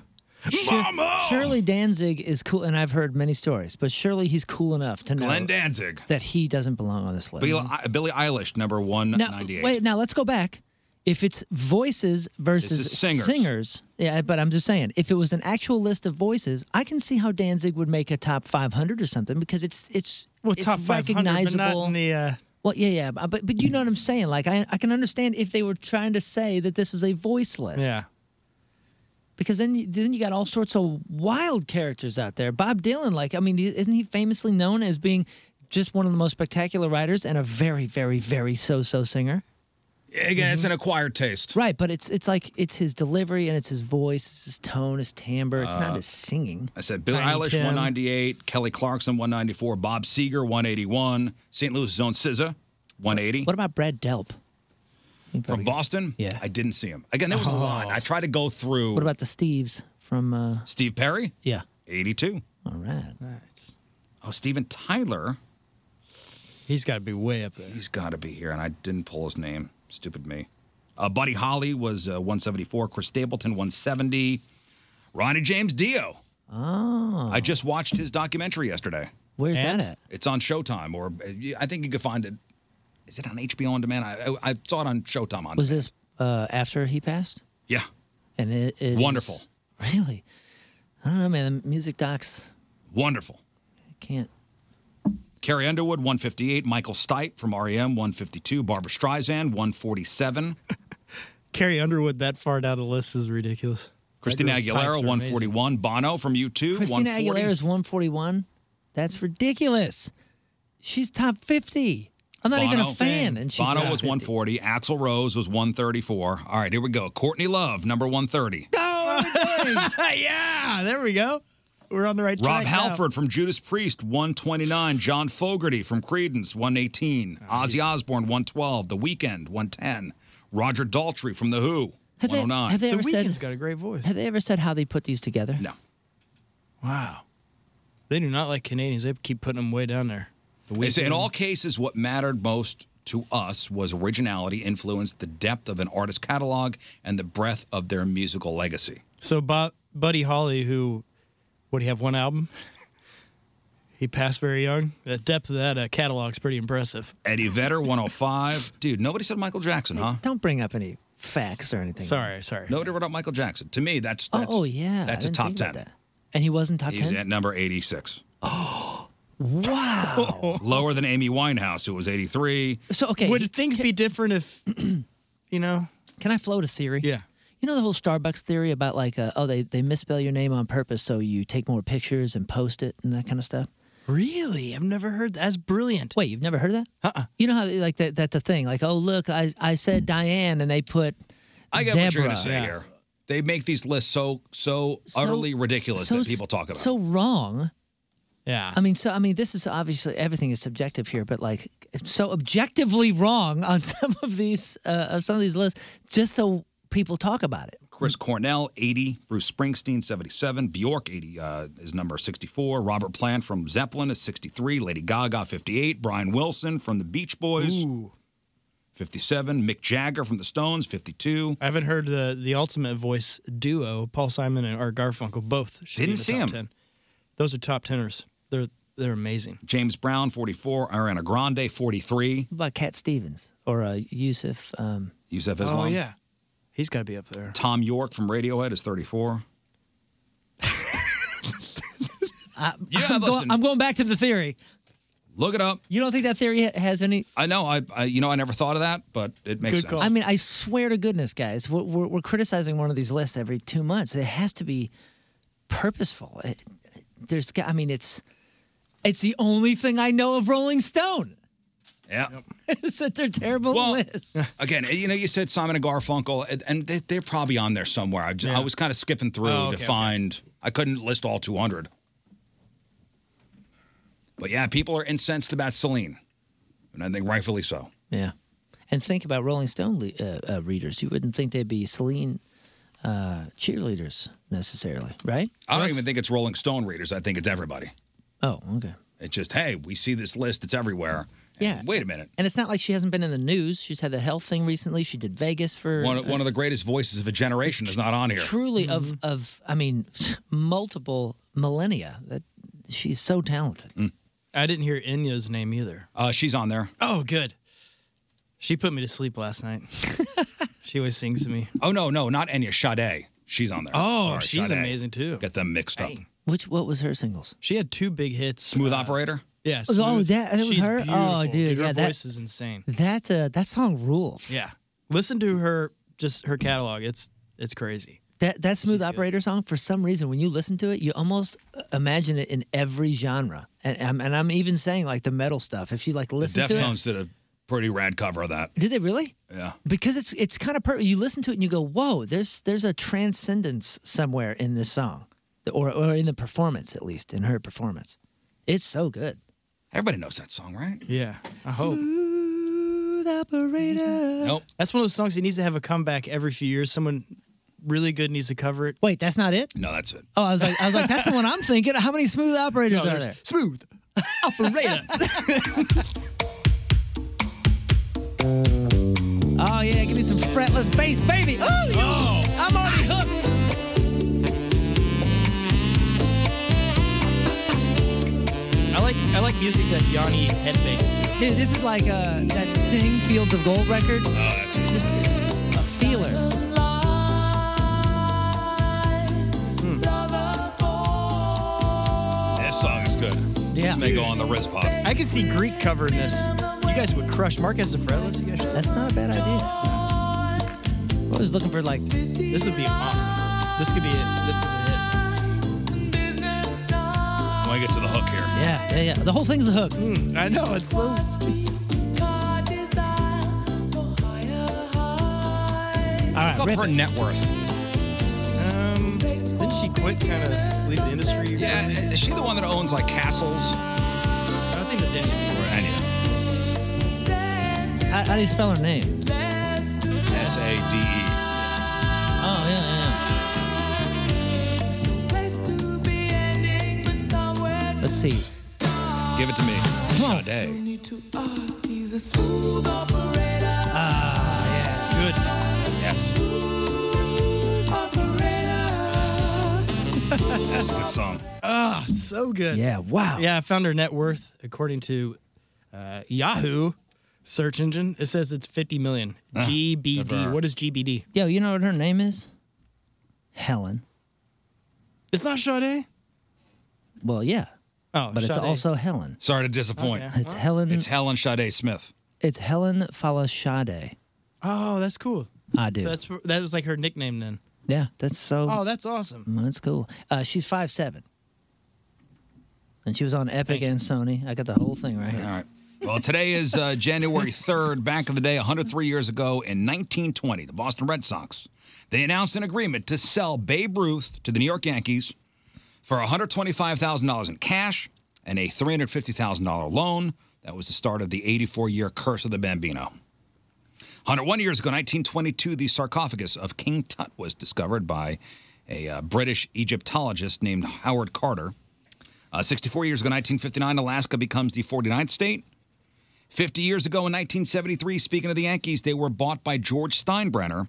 Sure- Surely Danzig is cool, and I've heard many stories, but surely he's cool enough to know Glenn Danzig. that he doesn't belong on this list. Billie, Billie Eilish, number now, 198. wait, now let's go back. If it's voices versus is singers. yeah, but I'm just saying, if it was an actual list of voices, I can see how Danzig would make a top 500 or something because it's it's Well, it's top five recognizable. not in the. Uh, Well, yeah, yeah, but but- but you know what I'm saying. Like, I I can understand if they were trying to say that this was a voice list. yeah. Because then you, then you got all sorts of wild characters out there. Bob Dylan, like, I mean, isn't he famously known as being just one of the most spectacular writers and a very, very, very so-so singer? Again, Mm-hmm. it's an acquired taste. Right, but it's it's like it's his delivery and it's his voice, it's his tone, his timbre. It's not his singing. Uh, I said Billie Tiny Eilish, Tim. 198. Kelly Clarkson, 194. Bob Seger, 181. St. Louis' own SZA, 180. What about Brad Delp? From Boston? Yeah. Oh. I didn't see him. Again, there was a lot. I tried to go through What about the Steves from? Uh, Steve Perry, yeah. 82. All right. Oh, Steven Tyler. He's got to be way up there. He's got to be here, and I didn't pull his name. Stupid me. Uh, Buddy Holly was uh, 174. Chris Stapleton 170. Ronnie James Dio. Oh, I just watched his documentary yesterday. where's And- that at? It's on Showtime, or uh, you- I think you could find it. Is it on HBO on demand? I, I, I saw it on Showtime on. Was this uh, after he passed? yeah, And it, it Wonderful. is- really, I don't know, man. The music docs wonderful. I can't Carrie Underwood, 158. Michael Stipe from E REM, 152. Barbara Streisand, 147. Carrie Underwood that far down the list is ridiculous. Christina That girl's Aguilera, pipes are amazing. 141. Bono from U2, Christina 140. Aguilera's 141. That's ridiculous. She's top 50. I'm not even Bono- a fan. And she's Bono top was 50. 140. Axl Rose was 134. All right, here we go. Courtney Love, number 130. Oh, yeah. There we go. We're on the right Rob track. now. Halford from Judas Priest, 129. John Fogerty from Credence, 118. Oh, Ozzy Osbourne, 112. The Weeknd, 110. Roger Daltrey from The Who, Have they, 109. have they ever said, got a great voice. Have they ever said how they put these together? No. Wow. They do not like Canadians. They keep putting them way down there. They say in all cases, what mattered most to us was originality, influenced the depth of an artist's catalog, and the breadth of their musical legacy. So Bo- Buddy Holly, who would he have one album? he passed very young. The depth of that uh, catalog's pretty impressive. Eddie Vedder, 105. Dude, nobody said Michael Jackson, huh? Don't bring up any facts or anything. Sorry, sorry. Nobody wrote up Michael Jackson. To me, that's, that's oh, yeah. I That's a didn't top think about ten. that. And he wasn't top He's 10? at number 86. Wow. Lower than Amy Winehouse, who was 83. So okay, would things be different if you know? Can I float a theory? Yeah. You know the whole Starbucks theory about like uh, oh they they misspell your name on purpose so you take more pictures and post it and that kind of stuff. Really? I've never heard that. That's brilliant. Wait, you've never heard of that? Uh-uh. You know how they- like that that's the thing like oh look I I said Diane and they put I get what you're going Deborah. to say here. They make these lists so so, So- utterly ridiculous so that s- people talk about. Ah. So wrong. Yeah. I mean, so I mean, this is obviously everything is subjective here, but like it's so objectively wrong on some of these uh, of some of these lists, just so people talk about it. Chris Cornell, 80. Bruce Springsteen, 77. Bjork, 80 uh, is number 64. Robert Plant from Zeppelin is 63. Lady Gaga, 58. Brian Wilson from the Beach Boys, 57. Mick Jagger from the Stones, 52. I haven't heard the the ultimate voice duo, Paul Simon and Art Garfunkel, both. should be Didn't in the see top him. 10. Those are top teners. They're they're amazing. James Brown, 44. Ariana Grande, 43. What about Cat Stevens or uh, Yusuf? Um, Yusef Islam. He's got to be up there. Tom York from Radiohead is 34. I, Yeah, listen. I'm, going, I'm going back to the theory. Look it up. You don't think that theory ha- has any? I know. I, I you know I never thought of that, but it makes sense. I mean, I swear to goodness, guys, we're, we're, we're criticizing one of these lists every two months. It has to be purposeful. It, it- there's, got- I mean, it's it's the only thing I know of Rolling Stone yeah. is that they're terrible Well, lists. Again, eh, you know, you said Simon and Garfunkel, and- and they, they're probably on there somewhere. I, just, I Yeah. was kind of skipping through Oh, okay, to okay. find. I couldn't list all 200. But yeah, people are incensed about Celine, and I think rightfully so. Yeah, and think about Rolling Stone le- uh, uh, readers. You wouldn't think they'd be Celine uh, cheerleaders necessarily, right? I don't even think it's Rolling Stone readers. I think it's everybody. Oh, okay. It's just hey, we see this list; it's everywhere. Yeah. Wait a minute. And it's not like she hasn't been in the news. She's had the health thing recently. She did Vegas for uh, One, one of the greatest voices of a generation is not on here. truly Mm-hmm. of of I mean multiple millennia. That she's so talented. I didn't hear Enya's name either. Uh, she's on there. Oh, good. She put me to sleep last night. she always sings to me. Oh no, no, not Enya Sade. She's on there. Oh, Sorry, she's Sade. amazing too. Get them mixed up. Which what was her singles? She had two big hits. Uh, Smooth Operator. Yeah. Oh, oh, Smooth. that- that was She's her? Oh, beautiful, dude, Her yeah, that- voice is insane. That uh, that song rules. Yeah. Listen to her, just her catalog. It's it's crazy. That that smooth operator song for some reason when you listen to it you almost uh, imagine it in every genre. And I'm, and I'm even saying like the metal stuff. If you like listen to Deftones did a pretty rad cover of that. it, did they really? Yeah. Because it's it's kind of per- you listen to it and you go, whoa, there's there's a transcendence somewhere in this song, or or in the performance at least in her performance. It's so good. Everybody knows that song, right? Yeah. I hope. Smooth operator. Nope. That's one of those songs that needs to have a comeback every few years. Someone really good needs to cover it. Wait, that's not it? No, that's it. Oh, I was like, I was like, that's the one I'm thinking. How many smooth operators No, are there's there? Smooth operator. Oh yeah, give me some fretless bass, baby. Ooh, oh. I'm already hooked. I like I like music that Yanni headbangs to. Dude, this is like uh, that Sting Fields of Gold record. Oh, that's just a feeler. Hmm. This song is good. This may go on the wrist pop. I can see Greek covering this. You guys would crush. Mark has the fretless. You guys should- That's not a bad idea. I was looking for like. This would be awesome. This could be it. This is a hit. When I get to the hook here. Yeah, yeah, yeah. The whole thing's a hook. Hmm, I know it's so. All right, Look up her net worth. Um, didn't she quit? Kind of leave the industry. Yeah, is she the one that owns like castles? I think it's India. Or any of How, how do you spell her name? S A D E. Oh yeah, yeah. yeah. Let's see. Give it to me. Come on. Sade. Ah, Goodness. Yes. That's a good song. Oh, it's so good. Yeah, wow. Yeah, I found her net worth according to uh, Yahoo search engine. It says it's 50 million. Ah, GBD. never. What is GBD? yeah. Yo, you know what her name is? Helen. It's not Sade. Well, yeah. Oh, but it's Sade. also Helen. Sorry to disappoint. Okay. It's Helen- It's Helen Sade Smith. It's Helen Falashade. Oh, that's cool. I do. So that's that was like her nickname then. yeah, that's so. Oh, that's awesome. That's cool. Uh, she's five seven, and she was on Epic and Sony. I got the whole thing right here. All right. Well, today is uh, January 3rd. Back in the day, 103 years ago in 1920, the Boston Red Sox, they announced an agreement to sell Babe Ruth to the New York Yankees for $125,000 in cash and a $350,000 loan. That was the start of the 84 year curse of the Bambino. 101 years ago, 1922, the sarcophagus of King Tut was discovered by a uh, British Egyptologist named Howard Carter. Uh, 64 years ago, 1959, Alaska becomes the 49th state. 50 years ago, in 1973, speaking of the Yankees, they were bought by George Steinbrenner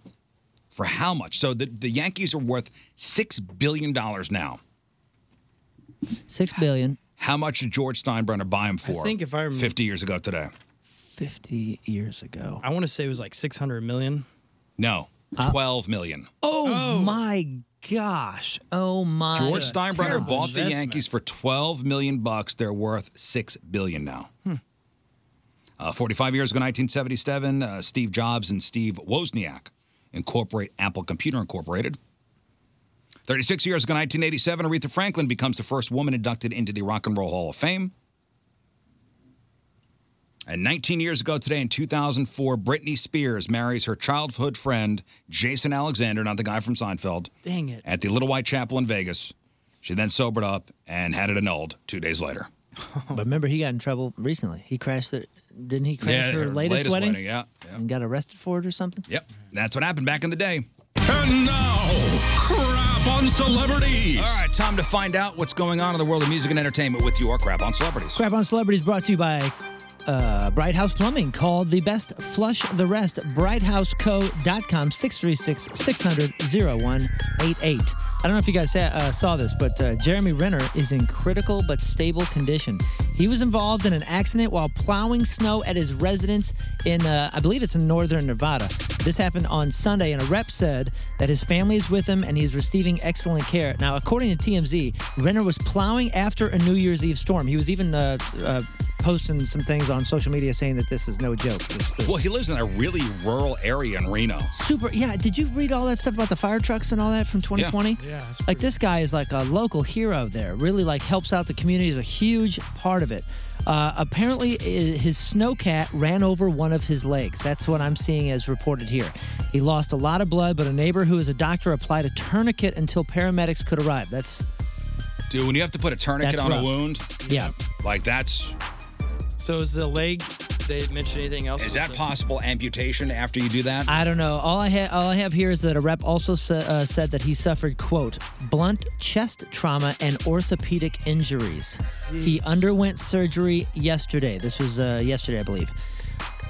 for how much? So the, the Yankees are worth $6 billion now. Six billion. How much did George Steinbrenner buy them for? think if I remember- 50 years ago today. 50 years ago. I want to say it was like 600 million. No, $12 million. Oh, my gosh. Oh my. George Steinbrenner terrible bought the investment. Yankees for 12 million bucks. They're worth 6 billion now. Hmm. Uh, 45 years ago, 1977, uh, Steve Jobs and Steve Wozniak incorporate Apple Computer Incorporated. 36 years ago, 1987, Aretha Franklin becomes the first woman inducted into the Rock and Roll Hall of Fame. And 19 years ago today, in 2004, Britney Spears marries her childhood friend, Jason Alexander, not the guy from Seinfeld Dang it. at the Little White Chapel in Vegas. She then sobered up and had it annulled two days later. But remember, he got in trouble recently. He crashed the. Didn't he crash her, latest, wedding? yeah, yeah. And got arrested for it or something? Yep. That's what happened back in the day. And now, crap on celebrities. All right, time to find out what's going on in the world of music and entertainment with your crap on celebrities. Crap on Celebrities brought to you by uh, Bright House Plumbing. Call the best, flush the rest. BrightHouseCo.com, 636 600 0188. I don't know if you guys sa- uh, saw this, but uh, Jeremy Renner is in critical but stable condition. He was involved in an accident while plowing snow at his residence in, uh, I believe it's in northern Nevada. This happened on Sunday, and a rep said that his family is with him and he's receiving excellent care. Now, according to TMZ, Renner was plowing after a New Year's Eve storm. He was even uh, uh, posting some things on social media saying that this is no joke. This, this. Well, he lives in a really rural area in Reno. Super. Yeah. Did you read all that stuff about the fire trucks and all that from 2020? Yeah, that's like this guy is like a local hero there. Really like helps out the community. Is a huge part of it. Uh, apparently, i- his snowcat ran over one of his legs. That's what I'm seeing as reported here. He lost a lot of blood, but a neighbor who is a doctor applied a tourniquet until paramedics could arrive. That's Dude, when you have to put a tourniquet That's on rough. a wound, yeah. like that's So is the leg? They mention anything else? is that possible amputation after you do that? I don't know. All I have, all I have here is that a rep also sa- uh, said that he suffered quote blunt chest trauma and orthopedic injuries. He underwent surgery yesterday. This was uh, yesterday, I believe.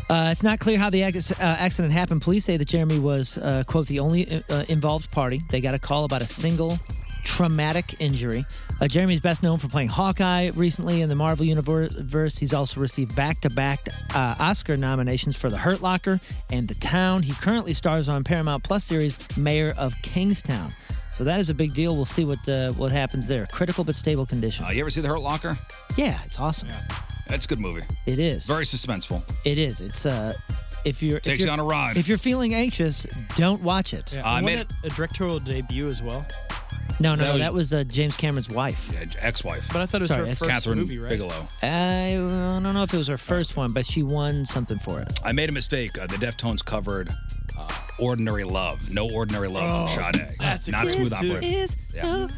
Uh, it's not clear how the ac- uh, accident happened. Police say that Jeremy was uh, quote the only uh, involved party. They got a call about a single traumatic injury. Uh, Jeremy's best known for playing Hawkeye recently in the Marvel Universe. He's also received back to back Oscar nominations for The Hurt Locker and The Town. He currently stars on Paramount Plus series Mayor of Kingstown. So that is a big deal. We'll see what uh, what happens there. Critical but stable condition. Uh, you ever see the Hurt Locker? Yeah, it's awesome. That's a good movie. It is. Very suspenseful. It is. It's uh, if you're Takes if you you're, on a ride. If you're feeling anxious, don't watch it. Yeah, I made a directorial debut as well. No, no, no, that was uh, James Cameron's wife. ex-wife. But I thought it was Sorry, her that's- first movie, right? I uh, don't know if it was her first one, but she won something for it. I made a mistake. Uh, the Deftones covered uh, "Ordinary Love." No "Ordinary Love" from Oh, Sade. that's a not good smooth one, too. operator. Is- Yeah. Uh,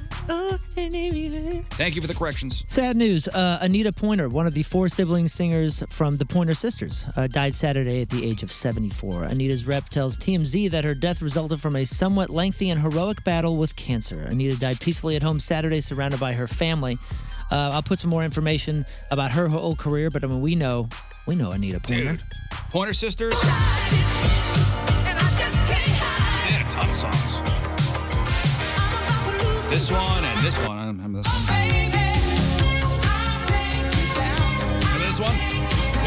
Thank you for the corrections. Sad news. Uh, Anita Pointer, one of the four sibling singers from the Pointer Sisters, uh, died Saturday at the age of 74. Anita's rep tells TMZ that her death resulted from a somewhat lengthy and heroic battle with cancer. Anita died peacefully at home Saturday, surrounded by her family. Uh, I'll put some more information about her whole career, but I mean, we know, we know Anita Pointer. Pointer Sisters. They had a ton of songs. This one and this one. uh, I'm, I'm this one. Remember this one?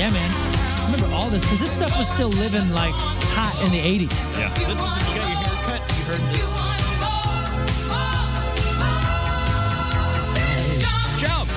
Yeah, man. I remember all this because this stuff was still living like hot in the 80s. Yeah. This is if you got your hair cut, you heard this. Jump!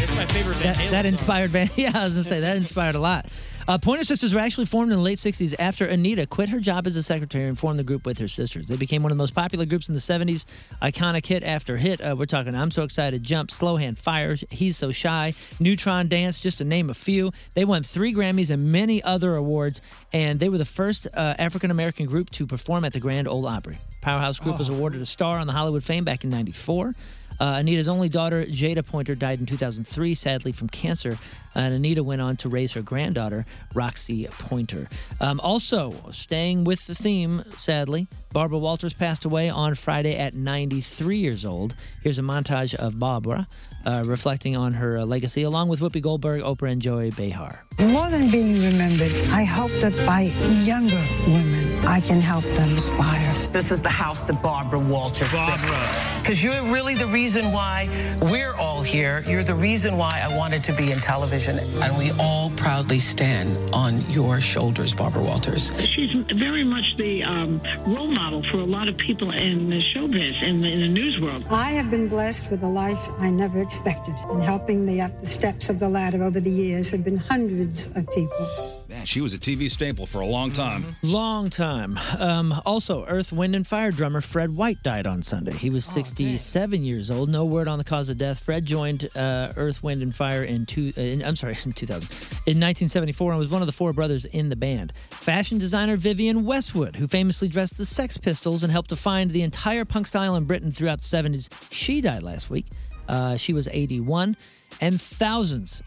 It's my favorite Van that, Halen that song. inspired Van. Yeah, I was gonna say that inspired a lot. Uh, Pointer Sisters were actually formed in the late '60s after Anita quit her job as a secretary and formed the group with her sisters. They became one of the most popular groups in the '70s. Iconic hit after hit. Uh, we're talking "I'm So Excited," "Jump," "Slow Hand," "Fire," "He's So Shy," "Neutron Dance," just to name a few. They won three Grammys and many other awards, and they were the first uh, African American group to perform at the Grand Ole Opry. Powerhouse Oh, Group was awarded a star on the Hollywood Fame back in '94. Uh, Anita's only daughter, Jada Pointer, died in 2003, sadly, from cancer. And Anita went on to raise her granddaughter, Roxy Pointer. Um, also, staying with the theme, sadly, Barbara Walters passed away on Friday at 93 years old. Here's a montage of Barbara uh, reflecting on her uh, legacy, along with Whoopi Goldberg, Oprah, and Joy Behar. More than being remembered, I hope that by younger women, I can help them aspire. This is the house that Barbara Walters Barbara. Because you're really the reason why we're all here. You're the reason why I wanted to be in television. And we all proudly stand on your shoulders, Barbara Walters. She's very much the um, role model for a lot of people in the showbiz and in the news world. I have been blessed with a life I never expected, and helping me up the steps of the ladder over the years have been hundreds of people. Man, she was a TV staple for a long time. Long time. Um, also, Earth, Wind, and Fire drummer Fred White died on Sunday. He was 67 years old. No word on the cause of death. Fred joined uh, Earth, Wind, and Fire in two. Uh, in, I'm sorry, in 2000, in 1974, and was one of the four brothers in the band. Fashion designer Vivian Westwood, who famously dressed the Sex Pistols and helped define the entire punk style in Britain throughout the 70s, she died last week. Uh, she was 81, and thousands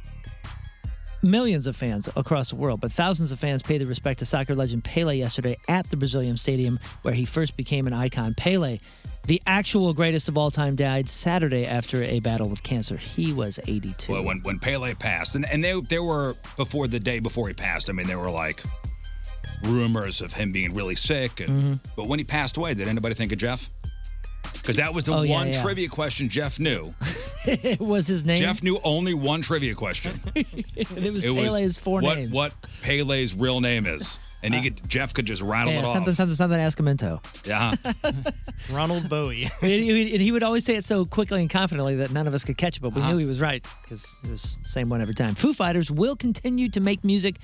millions of fans across the world, but thousands of fans paid their respect to soccer legend Pele yesterday at the Brazilian Stadium where he first became an icon. Pele, the actual greatest of all time, died Saturday after a battle with cancer. He was 82. Well, when when Pele passed, and, and they they were before the day before he passed. I mean, there were like rumors of him being really sick, and Mm-hmm. but when he passed away, did anybody think of Jeff? Because that was the Oh, one yeah, yeah. trivia question Jeff knew. it was his name. Jeff knew only one trivia question. And it was Pele's four what, names. Uh, What Pele's real name is, and he could Jeff could just rattle yeah, it something, off. something, something, Escamento. Yeah, Ronald Bowie. and, he, and he would always say it so quickly and confidently that none of us could catch it, but we knew he was right because it was the same one every time. Foo Fighters will continue to make music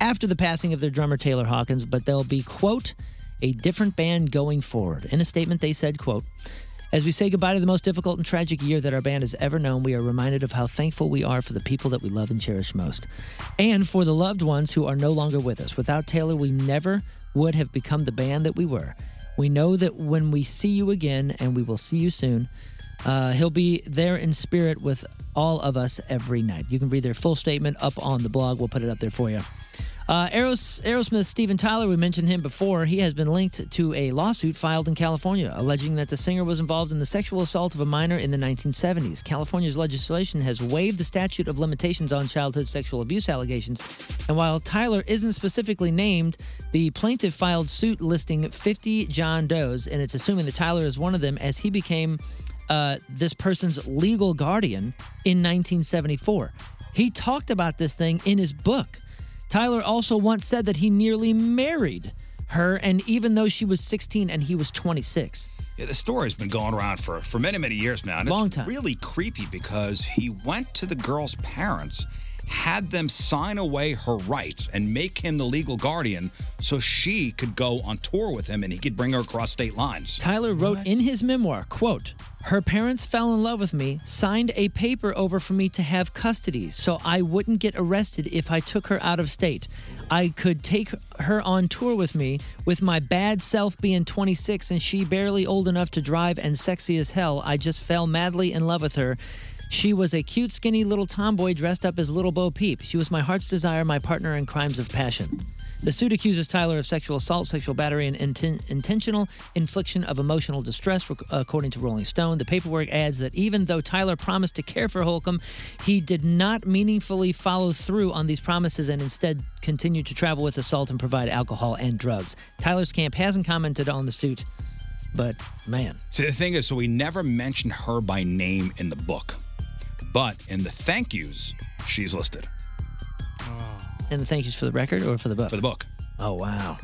after the passing of their drummer Taylor Hawkins, but they'll be, quote, a different band going forward. In a statement, they said, quote, as we say goodbye to the most difficult and tragic year that our band has ever known, we are reminded of how thankful we are for the people that we love and cherish most, and for the loved ones who are no longer with us. Without Taylor, we never would have become the band that we were. We know that when we see you again, and we will see you soon, uh, he'll be there in spirit with all of us every night. You can read their full statement up on the blog. We'll put it up there for you. Uh, Aeros- Aerosmith's Steven Tyler, we mentioned him before. He has been linked to a lawsuit filed in California alleging that the singer was involved in the sexual assault of a minor in the 1970s. California's legislation has waived the statute of limitations on childhood sexual abuse allegations. And while Tyler isn't specifically named, the plaintiff filed suit listing 50 John Does, and it's assuming that Tyler is one of them as he became uh, this person's legal guardian in 1974. He talked about this thing in his book. Tyler also once said that he nearly married her, and even though she was 16 and he was 26. Yeah, the story's been going around for, for many, many years now. And Long it's time. really creepy because he went to the girl's parents, had them sign away her rights and make him the legal guardian so she could go on tour with him and he could bring her across state lines. Tyler wrote in his memoir, quote, her parents fell in love with me, signed a paper over for me to have custody so I wouldn't get arrested if I took her out of state. I could take her on tour with me with my bad self being 26 and she barely old enough to drive and sexy as hell. I just fell madly in love with her. She was a cute, skinny little tomboy dressed up as Little Bo Peep. She was my heart's desire, my partner in crimes of passion. The suit accuses Tyler of sexual assault, sexual battery, and inten- intentional infliction of emotional distress, rec- according to Rolling Stone. The paperwork adds that even though Tyler promised to care for Holcomb, he did not meaningfully follow through on these promises and instead continued to travel with assault and provide alcohol and drugs. Tyler's camp hasn't commented on the suit, but man. See, the thing is, so we never mentioned her by name in the book, but in the thank yous, she's listed And thank yous for the record or for the book? for the book. Oh wow.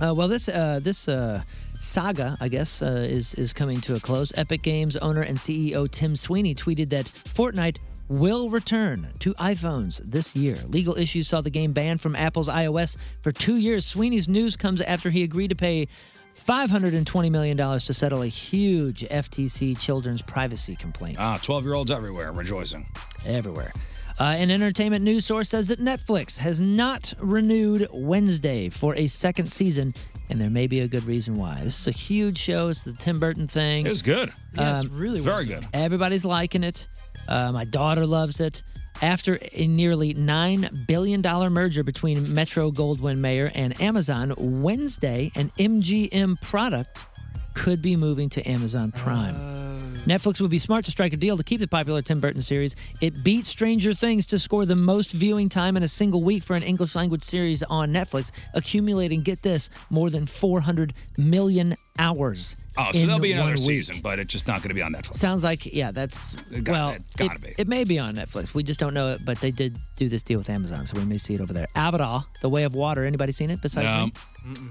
Uh, well, this uh, this uh, saga, I guess, uh, is is coming to a close. Epic Games owner and CEO Tim Sweeney tweeted that Fortnite will return to iPhones this year. Legal issues saw the game banned from Apple's iOS for two years. Sweeney's news comes after he agreed to pay. $520 million to settle a huge FTC children's privacy complaint Ah, 12 year olds everywhere rejoicing. everywhere. Uh, an entertainment news source says that Netflix has not renewed Wednesday for a second season, and there may be a good reason why. This is a huge show. It's the Tim Burton thing. Um, It was good. Yeah, it's really well very good. Everybody's liking it. Uh, my daughter loves it. After a nearly $9 billion merger between Metro Goldwyn Mayer and Amazon, Wednesday, an MGM product could be moving to Amazon Prime. Uh, Netflix would be smart to strike a deal to keep the popular Tim Burton series. It beat Stranger Things to score the most viewing time in a single week for an English language series on Netflix, accumulating, get this, more than 400 million hours. Oh, so in there'll be another one week. season, but it's just not going to be on Netflix. Sounds like yeah, that's It got- well, it gotta it, it may be on Netflix. We just don't know it, but they did do this deal with Amazon, so we may see it over there. Avatar: The Way of Water. Anybody seen it besides me? Um,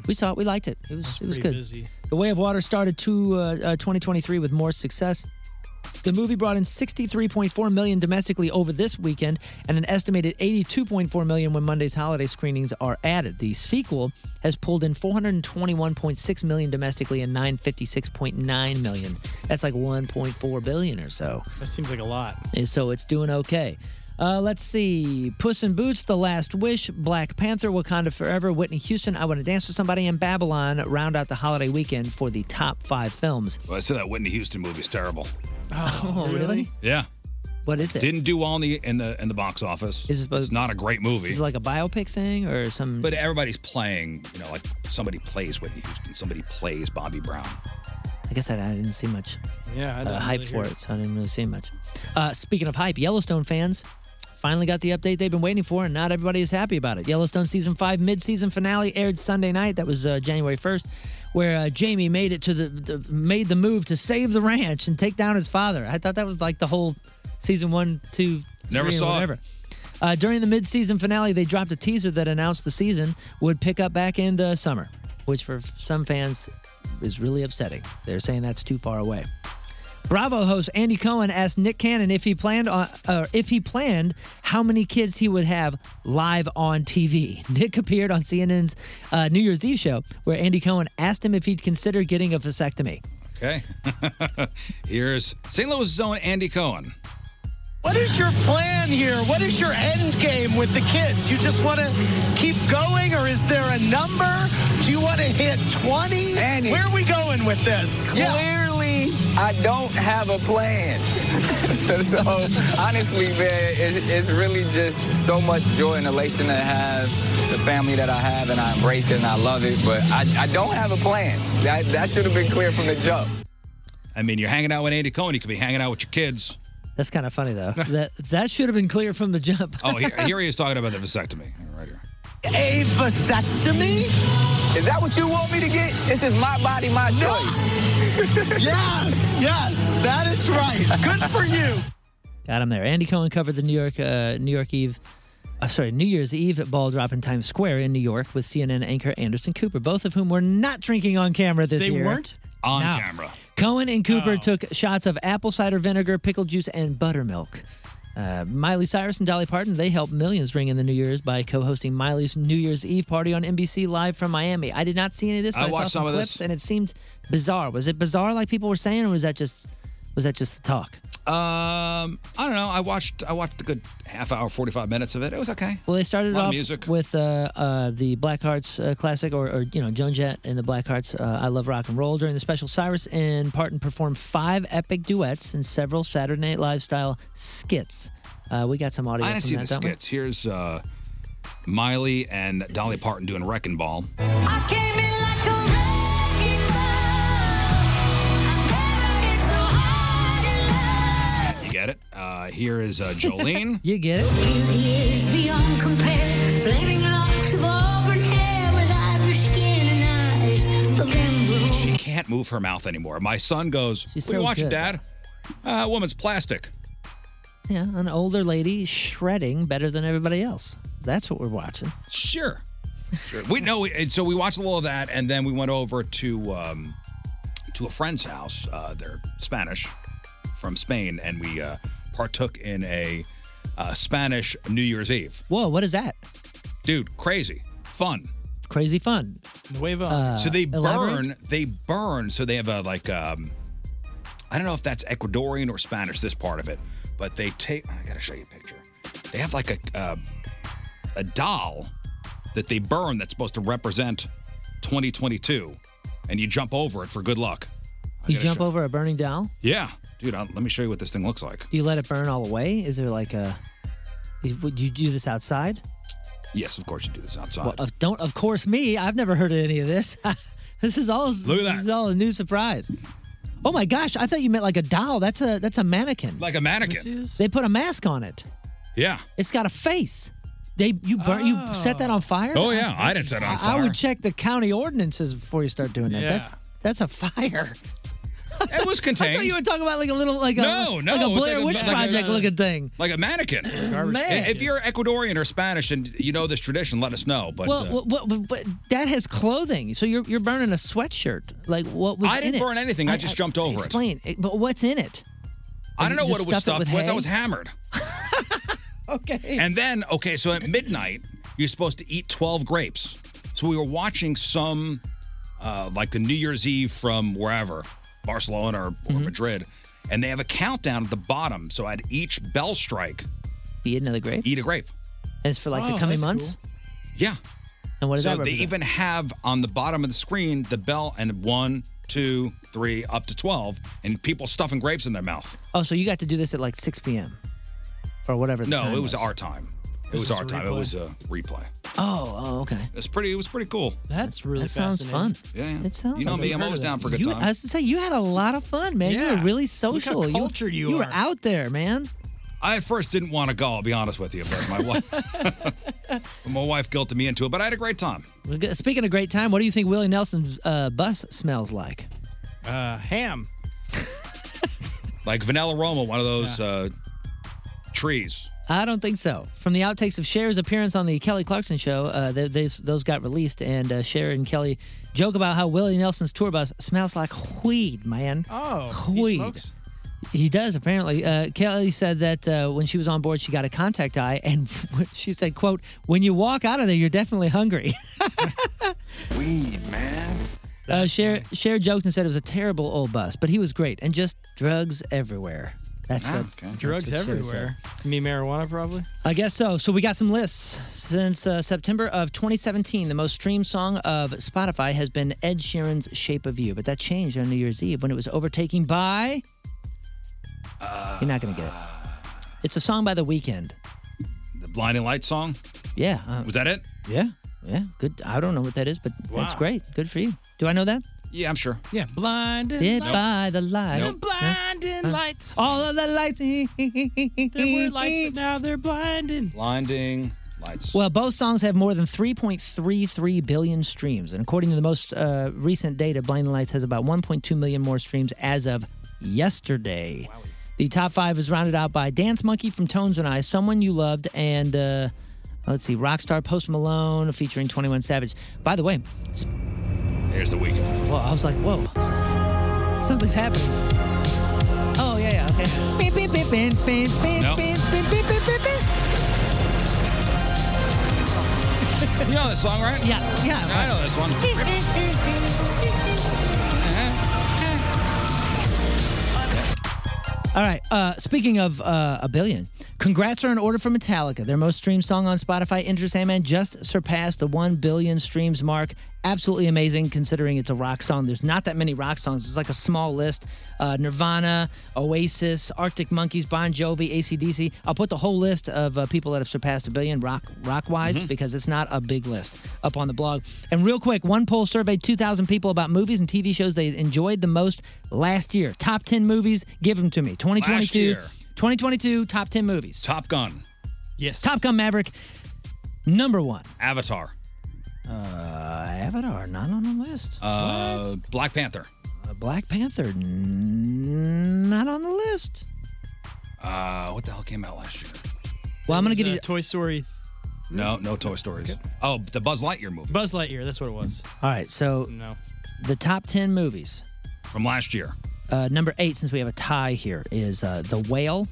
We saw it. We liked it. It was it was pretty good. busy. The Way of Water started to uh, uh, 2023 with more success. The movie brought in 63.4 million domestically over this weekend and an estimated 82.4 million when Monday's holiday screenings are added. The sequel has pulled in 421.6 million domestically and 956.9 million. That's like 1.4 billion or so. That seems like a lot. And so it's doing okay. Uh, let's see. Puss in Boots, The Last Wish, Black Panther, Wakanda Forever, Whitney Houston, I Want to Dance with Somebody, and Babylon round out the holiday weekend for the top five films. Well, I said that Whitney Houston movie's terrible. Oh, really? Yeah, What is it? didn't do well in the in the in the box office. it's not a great movie. Is it like hmm. a biopic thing or some? but everybody's playing, you know, like somebody plays Whitney Houston, somebody plays Bobby Brown. I guess I, I didn't see much. Yeah, I uh, didn't hype really for hear it, so I didn't really see much. Uh, speaking of hype, Yellowstone fans finally got the update they've been waiting for, and not everybody is happy about it. Yellowstone season five mid-season finale aired Sunday night. That was uh, January first, where uh, Jamie made it to the, the made the move to save the ranch and take down his father. I thought that was like the whole season one, two, Never three, or saw it. whatever. Uh, during the mid-season finale, they dropped a teaser that announced the season would pick up back in the summer, which for some fans is really upsetting. They're saying that's too far away. Bravo host Andy Cohen asked Nick Cannon if he planned on, or if he planned how many kids he would have live on TV. Nick appeared on CNN's uh, New Year's Eve show where Andy Cohen asked him if he'd consider getting a vasectomy. Okay, here's St. Louis zone Andy Cohen. What is your plan here? What is your end game with the kids? You just want to keep going, or is there a number? Do you want to hit 20? Where are we going with this? Clearly, I don't have a plan. so honestly, man, it's, it's really just so much joy and elation to have the family that I have, and I embrace it and I love it. But I, I don't have a plan. That that should have been clear from the jump. I mean, you're hanging out with Andy Cohen. You could be hanging out with your kids. That's kind of funny though. that that should have been clear from the jump. Oh, here, here he is talking about the vasectomy. Right here. A vasectomy? Is that what you want me to get? This is my body, my choice. yes, yes, that is right. Good for you. Got him there. Andy Cohen covered the New York uh, New York Eve uh, sorry, New Year's Eve at ball drop in Times Square in New York with CNN anchor Anderson Cooper, both of whom were not drinking on camera this They year. weren't? On No. camera. Cohen and Oh. Cooper took shots of apple cider vinegar, pickle juice, and buttermilk. Uh, Miley Cyrus and Dolly Parton, they helped millions ring in the New Year's by co hosting Miley's New Year's Eve party on NBC Live from Miami. I did not see any of this, but I I, saw watched some some of clips this. and it seemed bizarre. Was it bizarre like people were saying, or was that just was that just the talk? Um, I don't know. I watched. I watched a good half hour, forty five minutes of it. It was okay. Well, they started A lot of off music. with uh, uh, the Black Hearts uh, classic, or, or you know, Joan Jett and the Black Hearts. Uh, I love rock and roll. During the special, Cyrus and Parton performed five epic duets and several Saturday Night Live style skits. Uh, we got some audio. I didn't from see that, the don't we? skits. Here's uh, Miley and Dolly Parton doing Wrecking Ball. You get it. Uh, here is uh, Jolene. you get it. She can't move her mouth anymore. My son goes, "We so watch it, good. Dad. Uh, woman's plastic." Yeah, an older lady shredding better than everybody else. That's what we're watching. Sure. Sure. we know, and so we watched a little of that, and then we went over to um, to a friend's house. Uh, they're Spanish from Spain, and we uh, partook in a uh, Spanish New Year's Eve. Whoa, what is that? Dude, crazy, fun. Crazy fun. Nuevo. so they Uh, elaborate? burn. They burn. So they have a like. Um, I don't know if that's Ecuadorian or Spanish. This part of it, but they take. I gotta show you a picture. They have like a uh, a doll that they burn that's supposed to represent 2022, and you jump over it for good luck. You gotta jump show- over a burning down. Yeah, dude. I'll, let me show you what this thing looks like. Do you let it burn all the way? Is there like a? is- Would you do this outside? Yes, of course you do this outside. Well, of, don't of course me. I've never heard of any of this. this is all Look at this that. is all a new surprise. Oh my gosh! I thought you meant like a doll. That's a that's a mannequin. Like a mannequin. They put a mask on it. Yeah. It's got a face. They you burn you set that on fire. Oh, yeah. I didn't set it on I- I fire. would check the county ordinances before you start doing that. Yeah. That's that's a fire. It was I thought contained. you were talking about like a little like a no, no, like a it's Blair Witch like a- uh, Project looking thing. like a mannequin. Man. If you're Ecuadorian or Spanish and you know this tradition, let us know. But well, uh, well, well, but- but that has clothing. So you're you're burning a sweatshirt. Like what was I in didn't it? burn anything. I just jumped over it. explain. it. But what's in it? I don't You know what just it was stuff stuffed with. it with hay? That was hammered. okay. And then, okay, so at midnight, you're supposed to eat 12 grapes. So we were watching some, uh, like the New Year's Eve from wherever, Barcelona or, or Mm-hmm. Madrid, and they have a countdown at the bottom. So at each bell strike, eat another grape. Eat a grape. Oh, And it's for like the coming months. Yeah. And what does so that they represent? even have on the bottom of the screen the bell and one, two, three, up to 12, and people stuffing grapes in their mouth. oh, so you got to do this at like 6 p.m. or whatever. The No, time it was our time. It This was is our a time. It replay? was a replay. Oh, oh, okay. It was pretty. It was pretty cool. That's really That sounds fun. Yeah, yeah. It sounds. You know like me. I'm always down for a good You- I time. was gonna say you had a lot of fun, man. You were really social. You- cultured you were are. out there, man. I at first didn't want to go. I'll be honest with you, but my wife, my wife guilted me into it. But I had a great time. Well, good- Speaking of great time, what do you think Willie Nelson's uh, bus smells like? Uh, ham. Like Vanilla Roma, one of those uh, trees. I don't think so. From the outtakes of Cher's appearance on the Kelly Clarkson show, uh, they, they, those got released, and uh, Cher and Kelly joke about how Willie Nelson's tour bus smells like weed, man. Oh, weed. he smokes. He does apparently. Uh, Kelly said that uh, when she was on board, she got a contact eye, and she said, "quote When you walk out of there, you're definitely hungry." Weed, man. uh, Cher Cher joked and said it was a terrible old bus, but he was great, and just drugs everywhere. That's Ah, what okay. that's drugs what Cher said. everywhere. Me marijuana probably. I guess so. So we got some lists. Since uh, September of 2017, the most streamed song of Spotify has been Ed Sheeran's Shape of You, but that changed on New Year's Eve when it was overtaking by. You're not going to get it. It's a song by The Weeknd. The Blinding Light song. Yeah. uh, Was that it? Yeah. Yeah. Good. I don't know what that is, but that's Wow. great. Good for you. Do I know that? Yeah, I'm sure. Yeah, blinded Hit by the light. blinding lights. All of the lights. there were lights, but now they're blinding. Blinding lights. Well, both songs have more than 3.33 billion streams. And according to the most uh, recent data, Blinding Lights has about 1.2 million more streams as of yesterday. The top five is rounded out by Dance Monkey from Tones and I, Someone You Loved, and uh, Let's see, Rockstar Post Malone featuring 21 Savage. By the way, s- Here's the weekend. well, I was like, whoa, something's happening. Oh, yeah, yeah, okay. Beep, beep, beep, beep, beep, beep, No. beep, beep, beep, beep, beep, beep. You know this song, right? Yeah, yeah. I know this one. Uh-huh. All right. Uh, speaking of uh, a billion, congrats are in order for Metallica. Their most streamed song on Spotify, Enter Sandman, just surpassed the 1 billion streams mark. Absolutely amazing considering it's a rock song. There's not that many rock songs. It's like a small list. Uh, Nirvana, Oasis, Arctic Monkeys, Bon Jovi, ACDC. I'll put the whole list of uh, people that have surpassed a billion rock rock wise because it's not a big list up on the blog. And real quick, one poll surveyed 2,000 people about movies and TV shows they enjoyed the most last year. Top 10 movies, give them to me. 2022. year. 2022 top 10 movies. Top Gun, Yes. Top Gun Maverick, number one. Avatar, Uh, Avatar, not on the list. uh, Black Panther, Uh, Black Panther, n- not on the list. uh, what the hell came out last year? Well, I'm going There's, to give uh, you Toy Story. No, Hmm. no Toy Stories. Oh, the Buzz Lightyear movie Buzz Lightyear. That's what it was. All right, so No. the top 10 movies. from last year. Uh, number eight, since we have a tie here, is uh, The Whale,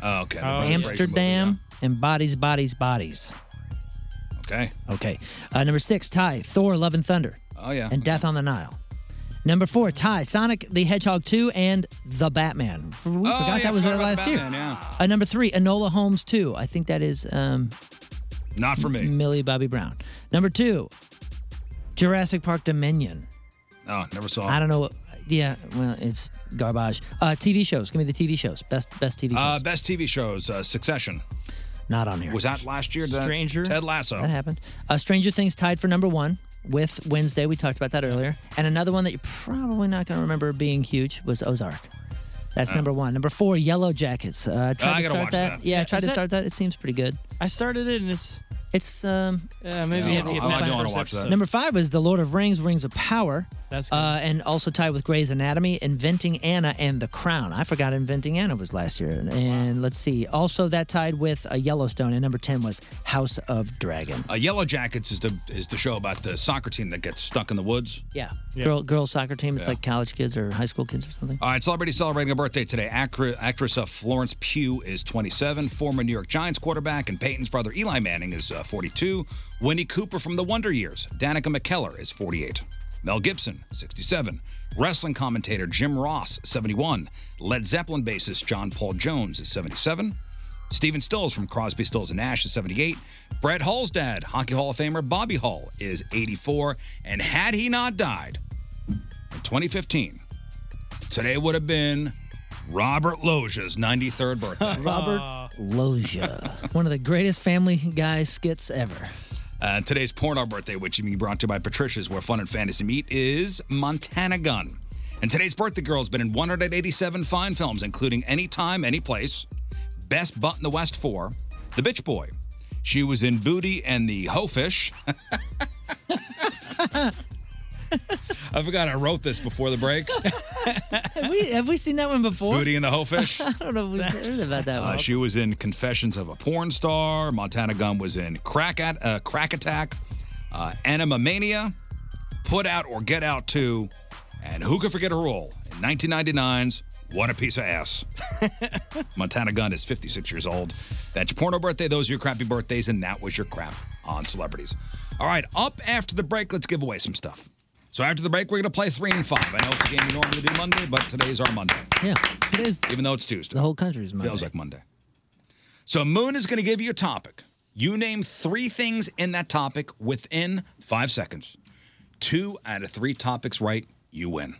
Oh, okay. the Brendan Fraser Amsterdam, and Bodies, Bodies, Bodies. movie. Okay. Okay. Uh, number six, tie Thor, Love and Thunder. Oh, yeah. And Death on the Nile. Number four, tie Sonic the Hedgehog 2 and The Batman. F- We forgot Oh, yeah, that was forgot there about The last year. Batman, yeah. Uh, number three, Enola Holmes 2. I think that is um, Not for me. Millie Bobby Brown. Number two, Jurassic Park Dominion. Oh, never saw. it. I don't know. What, yeah, well, it's garbage. Uh, TV shows. Give me the TV shows. Best best TV shows. Uh, best TV shows: uh, Succession. Not on here. Was that last year? That- Stranger. Ted Lasso. That happened. Uh, Stranger Things tied for number one with Wednesday. We talked about that earlier. And another one that you're probably not going to remember being huge was Ozark. That's Oh. number one. Number four, Yellow Jackets. I Uh, I tried to gotta start watch that. that. Yeah, I Yeah, tried is to that- start that. It seems pretty good. I started it and it's. It's um. Yeah, maybe you have to get back to the first episode. Number five was The Lord of Rings, Rings of Power. That's Uh, and also tied with Grey's Anatomy, Inventing Anna, and The Crown. I forgot Inventing Anna was last year. And, let's see. Also, that tied with uh, Yellowstone. And number 10 was House of Dragon. Uh, Yellow Jackets is the is the show about the soccer team that gets stuck in the woods. Yeah. Girl, girls soccer team. It's Yeah. like college kids or high school kids or something. All right, celebrity celebrating a birthday today. Actra- actress uh, Florence Pugh is 27. Former New York Giants quarterback and Peyton's brother Eli Manning is uh, 42. Winnie Cooper from The Wonder Years. Danica McKellar is 48. Mel Gibson, 67. Wrestling commentator Jim Ross, 71. Led Zeppelin bassist John Paul Jones is 77. Stephen Stills from Crosby, Stills, and Nash is 78. Brett Hall's dad, Hockey Hall of Famer Bobby Hall, is 84. And had he not died in 2015, Today would have been Robert Loggia's 93rd birthday. Robert Loggia, one of the greatest Family Guy skits ever. Uh, today's porno birthday, which is being brought to you by Patricia's, where fun and fantasy meet, is Montana Gun. And today's birthday girl has been in 187 fine films, including Anytime, Anyplace, Best Butt in the West 4, The Bitch Boy. She was in Booty and the Hoe Fish. I forgot I wrote this before the break. have, we, have we seen that one before? Booty and the Hoe Fish. I don't know if we've heard about that Uh, one. she was in Confessions of a Porn Star. Montana Gunn was in Crack, at, uh, crack Attack, uh, Anima Mania, Put Out or Get Out 2, and who could forget her role in 1999's What a Piece of Ass. Montana Gunn is 56 years old. That's your porno birthday. Those are your crappy birthdays, and that was your crap on celebrities. All right, up after the break, let's give away some stuff. So after the break, we're going to play three and five. I know it's a game we normally do Monday, but today's our Monday. Yeah, it is. Even though it's Tuesday. The whole country's Monday. Feels like Monday. So Moon is going to give you a topic. You name three things in that topic within five seconds. Two out of three topics right, you win.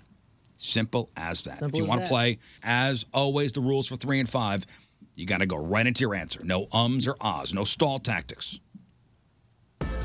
Simple as that. Simple if you as want to that. play, as always, the rules for three and five, you got to go right into your answer. No ums or ahs, no stall tactics.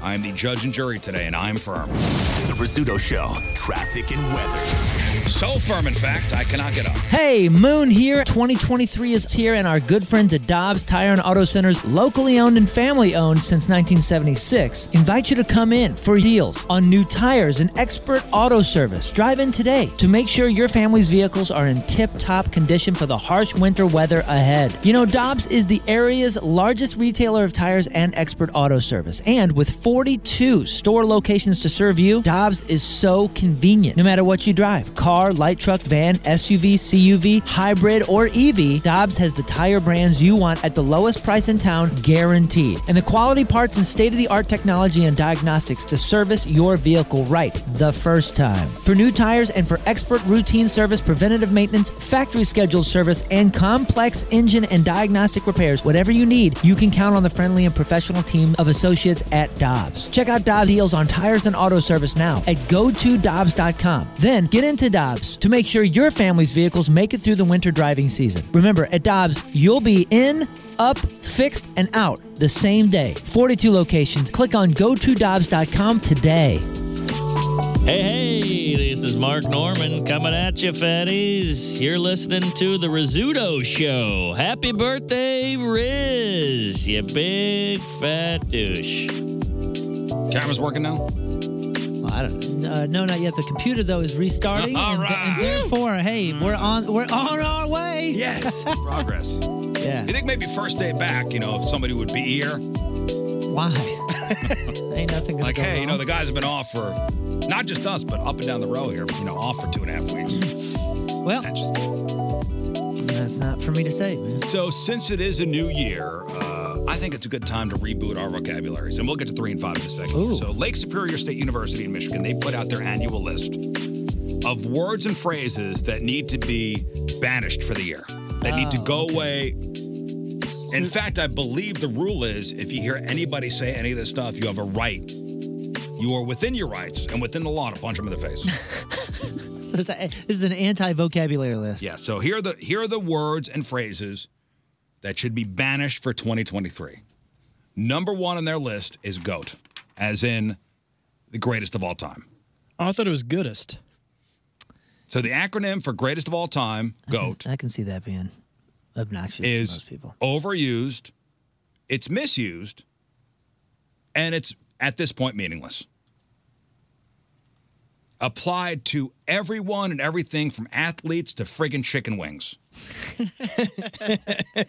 I am the judge and jury today, and I'm firm. The Rizzuto Show. traffic and weather. So firm, in fact, I cannot get up. Hey, Moon here. 2023 is here, and our good friends at Dobbs Tire and Auto Centers, locally owned and family owned since 1976, invite you to come in for deals on new tires and expert auto service. Drive in today to make sure your family's vehicles are in tip top condition for the harsh winter weather ahead. You know, Dobbs is the area's largest retailer of tires and expert auto service, and with 42 store locations to serve you, Dobbs is so convenient. No matter what you drive, car, light truck, van, SUV, CUV, hybrid, or EV, Dobbs has the tire brands you want at the lowest price in town, guaranteed. And the quality parts and state of the art technology and diagnostics to service your vehicle right the first time. For new tires and for expert routine service, preventative maintenance, factory scheduled service, and complex engine and diagnostic repairs, whatever you need, you can count on the friendly and professional team of associates at Dobbs. Check out Dobbs deals on tires and auto service now at go2dobbs.com. Then get into Dobbs to make sure your family's vehicles make it through the winter driving season. Remember, at Dobbs, you'll be in, up, fixed, and out the same day. 42 locations. Click on go2dobbs.com today. Hey, hey, this is Mark Norman coming at you, fatties. You're listening to The Rizzuto Show. Happy birthday, Riz, you big fat douche. Camera's working now? I don't uh, No, not yet. The computer, though, is restarting. All and, th- and right. Mm. therefore, hey, we're on, we're on our way. Yes, progress. Yeah. You think maybe first day back, you know, if somebody would be here? Why? Ain't nothing like, go hey, you know, wrong. the guys have been off for not just us, but up and down the row here, you know, off for two and a half weeks. Well, that's not for me to say, man. So, since it is a new year, uh, I think it's a good time to reboot our vocabularies. And we'll get to three and five in a second. So, Lake Superior State University in Michigan, they put out their annual list of words and phrases that need to be banished for the year, that need to Oh, go away. In fact, I believe the rule is if you hear anybody say any of this stuff, you have a right. You are within your rights and within the law to punch them in the face. So it's a- this is an anti vocabulary list. Yeah. So here are the here are the words and phrases that should be banished for 2023. Number one on their list is goat, as in the greatest of all time. Oh, I thought it was goodest. So the acronym for greatest of all time, goat, I can see that being obnoxious is to most people. overused, it's misused, and it's at this point meaningless. Applied to everyone and everything from athletes to friggin' chicken wings.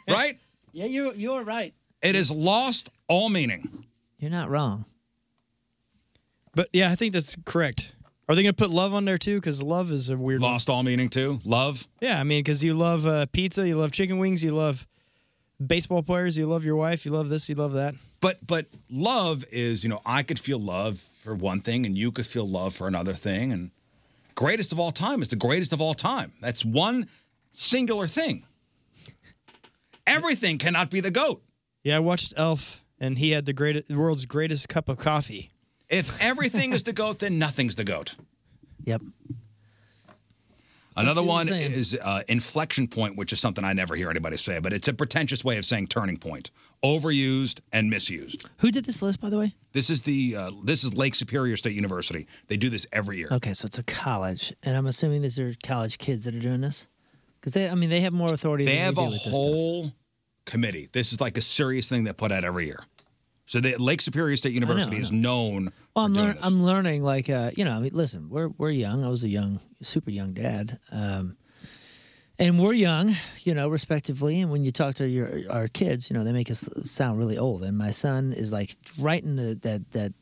right? Yeah, you you're right. It has lost all meaning. You're not wrong. But yeah, I think that's correct. Are they going to put love on there too? Because love is a weird. Lost all meaning too. Love. Yeah, I mean, because you love uh, pizza, you love chicken wings, you love baseball players, you love your wife, you love this, you love that. But but love is, you know, I could feel love for one thing and you could feel love for another thing and greatest of all time is the greatest of all time. That's one singular thing. Everything cannot be the goat. Yeah, I watched Elf, and he had the greatest, the world's greatest cup of coffee. If everything is the goat, then nothing's the goat. Yep. Another I see what one you're saying. is uh, inflection point, which is something I never hear anybody say, but it's a pretentious way of saying turning point, overused and misused. Who did this list, by the way? This is the uh, this is Lake Superior State University. They do this every year. Okay, so it's a college, and I'm assuming these are college kids that are doing this, because they, I mean, they have more authority. They than have we a do with this stuff. whole committee. This is like a serious thing they put out every year. So the Lake Superior State University I is known. Well, I'm, learn- I'm learning, like, uh, you know, I mean, listen, we're we're young. I was a young, super young dad, um, and we're young, you know, respectively. And when you talk to your our kids, you know, they make us sound really old. And my son is like right in the that that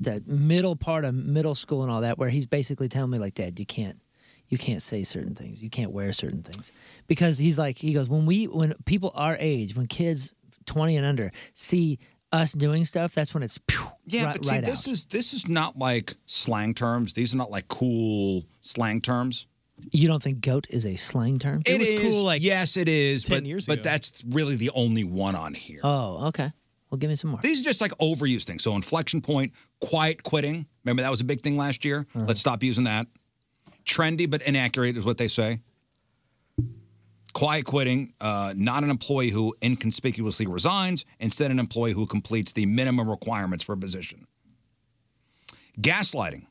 that middle part of middle school and all that, where he's basically telling me like, Dad, you can't. You can't say certain things. You can't wear certain things because he's like he goes when we when people our age when kids twenty and under see us doing stuff that's when it's pew, Yeah, right, but see, right out. this is this is not like slang terms. These are not like cool slang terms. You don't think goat is a slang term? is- yes, it is. 10 but, years but ago. that's really the only one on here. Oh, okay. Well, give me some more. These are just like overused things. So inflection point, quiet quitting. Remember that was a big thing last year. Uh-huh. Let's stop using that. Trendy but inaccurate is what they say. Quiet quitting, uh, not an employee who inconspicuously resigns, instead an employee who completes the minimum requirements for a position. Gaslighting,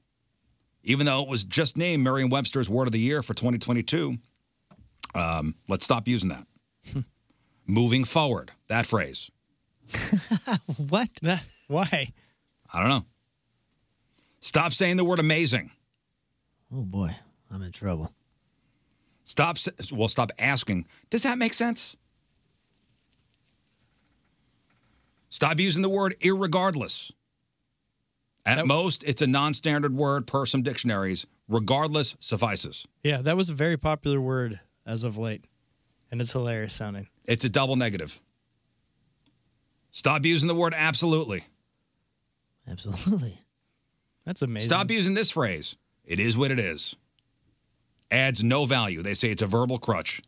even though it was just named Merriam Webster's Word of the Year for 2022. Um, let's stop using that. Moving forward, that phrase. what? Why? I don't know. Stop saying the word amazing. Oh boy, I'm in trouble. Stop. s- Well, stop asking. Does that make sense? Stop using the word irregardless. At most, it's a non-standard word per some dictionaries. Regardless suffices. Yeah, that was a very popular word as of late, and it's hilarious sounding. It's a double negative. Stop using the word absolutely. Absolutely. That's amazing. Stop using this phrase. It is what it is. Adds no value. They say it's a verbal crutch.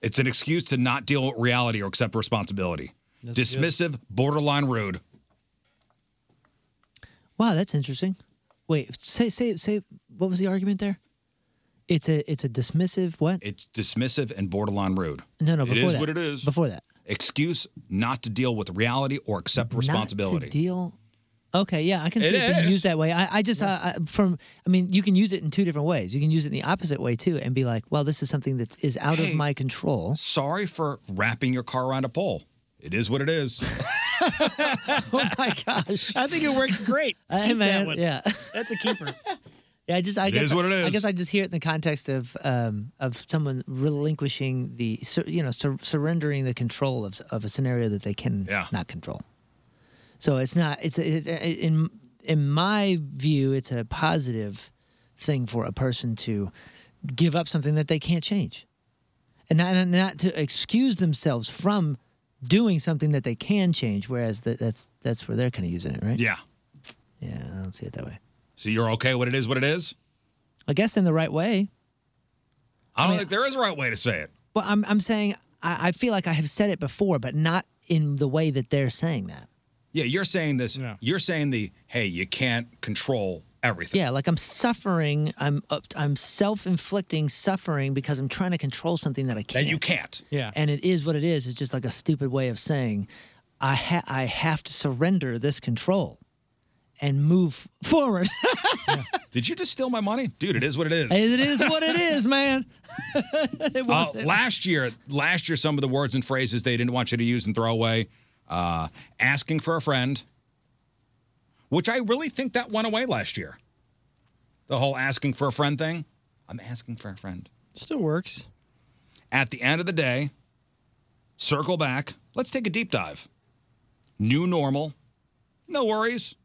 it's an excuse to not deal with reality or accept responsibility. That's Dismissive, borderline rude. Wow, that's interesting. Wait, say say say what was the argument there? It's a it's a dismissive what? It's dismissive and borderline rude. No, no, It before is that. what it is. Before that. Excuse not to deal with reality or accept responsibility. Not to deal. Okay, yeah, I can see It it, being is. used that way. I, I just I, I, from I mean, you can use it in two different ways. You can use it in the opposite way too, and be like, "Well, this is something that is out of my control." Sorry for wrapping your car around a pole. It is what it is. oh my gosh! I think it works great. Hey, Keep that man, one. Yeah, that's a keeper. yeah. I just I It guess is what it I is. guess I just hear it in the context of um, of someone relinquishing the sur- you know sur- surrendering the control of s- of a scenario that they can not control. So it's not it's a, it, it- in in my view it's a positive thing for a person to give up something that they can't change. And not, and not to excuse themselves from doing something that they can change whereas that that's that's where they're kind of using it, right? Yeah. Yeah, I don't see it that way. So you're okay with it is what it is? I guess in the right way. I don't think there is a right way to say it. Well, I'm I'm saying I, I feel like I have said it before, but not in the way that they're saying that. Yeah, you're saying this. You're saying the hey, you can't control everything. Yeah, like I'm suffering. I'm up, I'm self-inflicting suffering because I'm trying to control something that I can't. you can't. Yeah. And it is what it is. It's just like a stupid way of saying I ha- I have to surrender this control and move forward. Did you just steal my money, dude? It is what it is. it is what it is, man. It Uh, was- last year, last year, some of the words and phrases they didn't want you to use and throw away. Uh, asking for a friend, which I really think that went away last year. The whole asking for a friend thing. I'm asking for a friend. Still works. At the end of the day, circle back. Let's take a deep dive. New normal. No worries.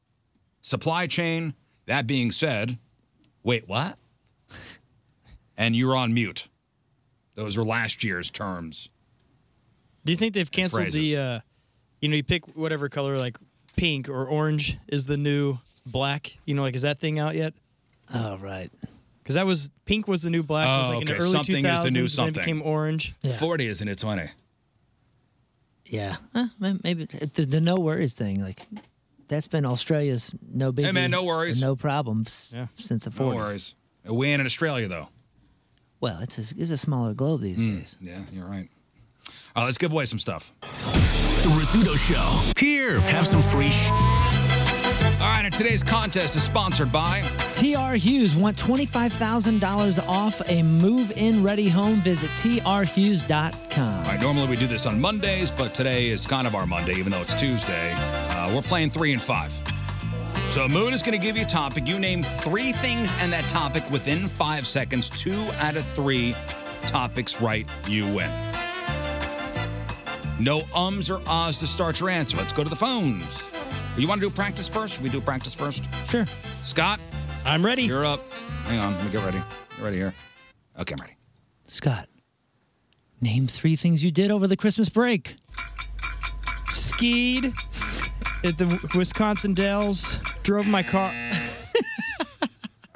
Supply chain. That being said, wait, what? and you're on mute. Those are last year's terms. Do you think they've canceled phrases. the? Uh, you know, you pick whatever color, like pink or orange, is the new black. You know, like is that thing out yet? Oh right. Because that was pink was the new black. it was Oh, like in okay. the early Something is 2000s, the new then something. It became orange. 40 isn't it 20? yeah. Huh, man, maybe the, the no worries thing like that's been Australia's no big Hey, man, no worries. no problems since the 40s. No worries. We ain't in Australia, though. Well, it's a, it's a smaller globe these Hmm. days. Yeah, you're right. All right, let's give away some stuff. The Rizzuto Show. Here, have some free sh- All right, and today's contest is sponsored by TR Hughes want $25,000 off a move in ready home. Visit trhughes.com. All right, normally we do this on Mondays, but today is kind of our Monday, even though it's Tuesday. Uh, we're playing three and five. So Moon is going to give you a topic. You name three things and that topic within five seconds. Two out of three topics right, you win. No ums or ahs to start your answer. Let's go to the phones. You want to do practice first? Should we do practice first? Sure. Scott? I'm ready. You're up. Hang on. Let me get ready. Get ready here. Okay, I'm ready. Scott, name three things you did over the Christmas break. Skied at the W- Wisconsin Dells. Drove my car.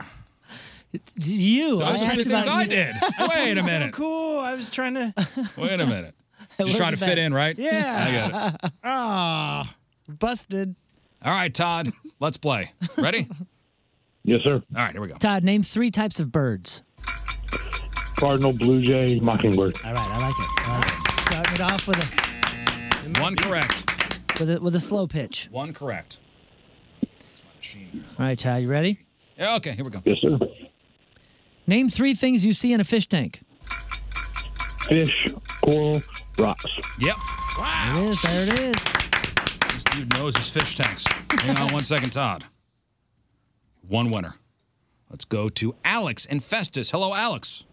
You. Those are the asked things about I you. did. That's Wait what a was minute. So cool. I was trying to. Wait a minute. Just trying to fit in, right? Yeah. I got it. Ah, busted. All right, Todd, let's play. Ready? yes, sir. All right, here we go. Todd, name three types of birds. Cardinal, blue jay, mockingbird. All right, I like it. I like it. Starting it off with a, One correct. with a with a slow pitch. One correct. All right, Todd, you ready? Yeah, okay, here we go. Yes, sir. Name three things you see in a fish tank. Fish, coral, rocks. Yep. Wow. There it is. There it is. This dude knows his fish tanks. Hang on one second, Todd. One winner. Let's go to Alex and Festus. Hello, Alex.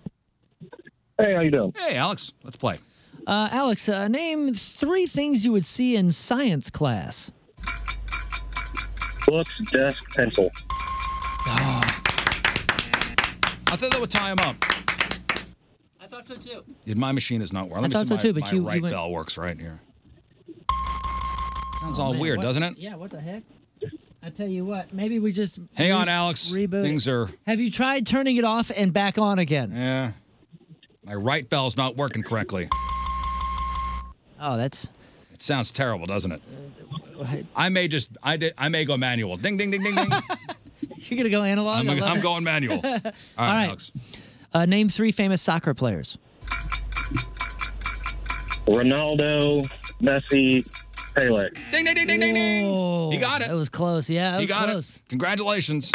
Hey, how you doing? Hey, Alex. Let's play. Uh, Alex, uh, name three things you would see in science class. Books, desk, pencil. Ah. I thought that would tie him up. I thought so too. Dude, my machine is not working. Let I me thought see so my, too, but my you- you right went- bell works right here. Sounds all weird, doesn't it? Yeah. Oh, What the heck? I tell you what. Maybe we just Hang on, re- Alex. Reboot. Things are. Have you tried turning it off and back on again? Yeah. My right bell's not working correctly. Oh, that's. It sounds terrible, doesn't it? I may just. I did. I may go manual. Ding, ding, ding, ding, ding. You're gonna go analog. I'm, I love I'm it. going manual. All right, All right. Alex. Uh, name three famous soccer players. Ronaldo, Messi, Pele. Ding, ding, ding, ding, ding, ding. He got it. That was close. Yeah, that He was got close. it. Congratulations.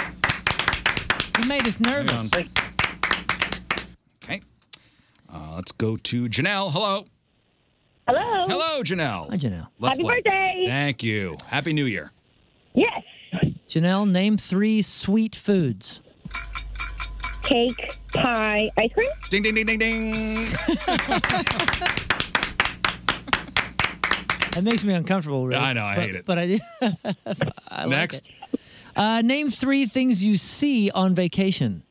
He made us nervous. Hang Okay. Uh, let's go to Janelle. Hello. Hello. Hello, Janelle. Hi, Janelle. Let's Happy play. birthday. Thank you. Happy New Year. Yes. Janelle, name three sweet foods. Cake, pie, ice cream. Ding, ding, ding, ding, ding. That makes me uncomfortable. Really. I know, I But- hate it. But I did. I like Next. it. Uh, name three things you see on vacation.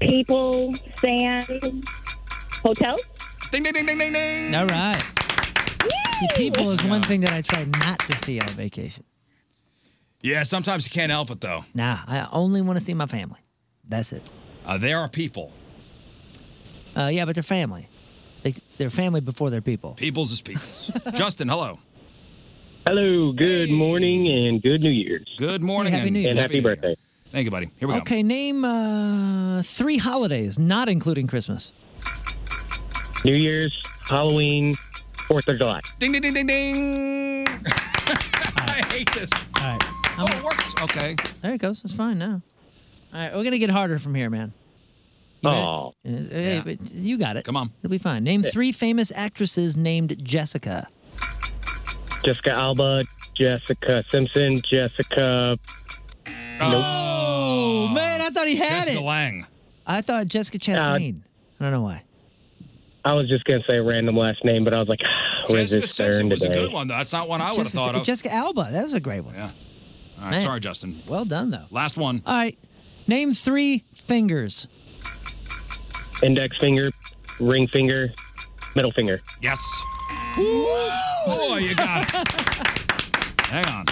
People, sand, hotel. Ding, ding, ding, ding, ding, ding. All right. See, people is one thing that I try not to see on vacation. Yeah, sometimes you can't help it, though. Nah, I only want to see my family. That's it. Uh, there are people. Uh, yeah, but they're family. They, they're family before they're people. Peoples is peoples. Justin, hello. Hello, good morning and good New Year's. Good morning Happy and, New Year. and happy, New Year. birthday. Thank you, buddy. Here we Okay, name uh, three holidays, not including Christmas. New Year's, Halloween, 4th of July. go. Ding, ding, ding, ding, ding. I hate this. All right. Oh, it works. Okay. There it goes. That's fine now. All right, we're going to get harder from here, man. You ready? Oh, Uh, hey, but you got it. Come on. It'll be fine. Name Yeah. three famous actresses named Jessica. Jessica Alba, Jessica Simpson, Jessica. Uh, Oh, man, I thought he had Jessica it. Lang. I thought Jessica Chastain. I don't know why. I was just going to say a random last name, but I was like, ah, where's Jessica this Simpson turn was a today? good one, though. That's not one I would have Jessica- thought of. Jessica Alba. That was a great one. Yeah. All right, Man. sorry, Justin. Well done, though. Last one. All right. Name three fingers. Index finger, ring finger, middle finger. Yes. Oh, you got it. Hang on.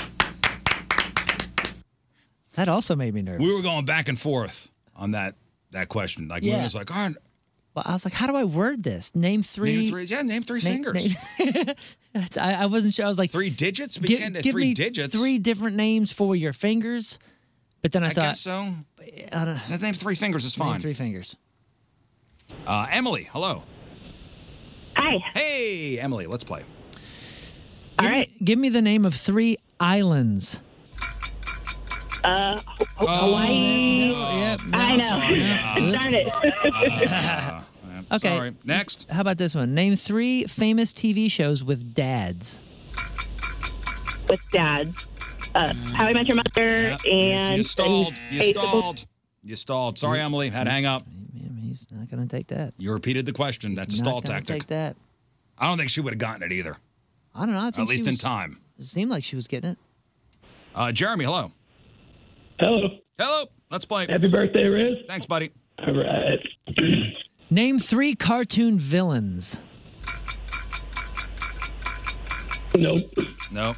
That also made me nervous. We were going back and forth on that that question. Like, Yeah. Moon was like, all right, well, I was like, how do I word this? Name three. name three. Yeah, name three na- fingers. na- That's- I, I wasn't sure. I was like, three digits? We gi- can't give, do three me digits. three different names for your fingers. But then I, I thought, guess so. I don't know. That name three fingers is Name fine. three fingers. Uh, Emily, hello. Hi. Hey, Emily, let's play. All right. Give me the name of three islands. Uh, Hawaii. Oh, Yep. I know. Darn it. Uh, Okay. Sorry. Next. How about this one? Name three famous TV shows with dads. With dads. Uh, How I Met Your Mother Yeah. and. you stalled. You and- stalled. You stalled. Mm-hmm. Sorry, Emily. Had to hang up. He's not going to take that. You repeated the question. That's a Not stall gonna tactic. Take that. I don't think she would have gotten it either. I don't know. I think At least she in was, time. It seemed like she was getting it. Uh, Jeremy, hello. Hello. Hello. Let's play. Happy birthday, Riz. Thanks, buddy. All right. Name three cartoon villains. Nope. No.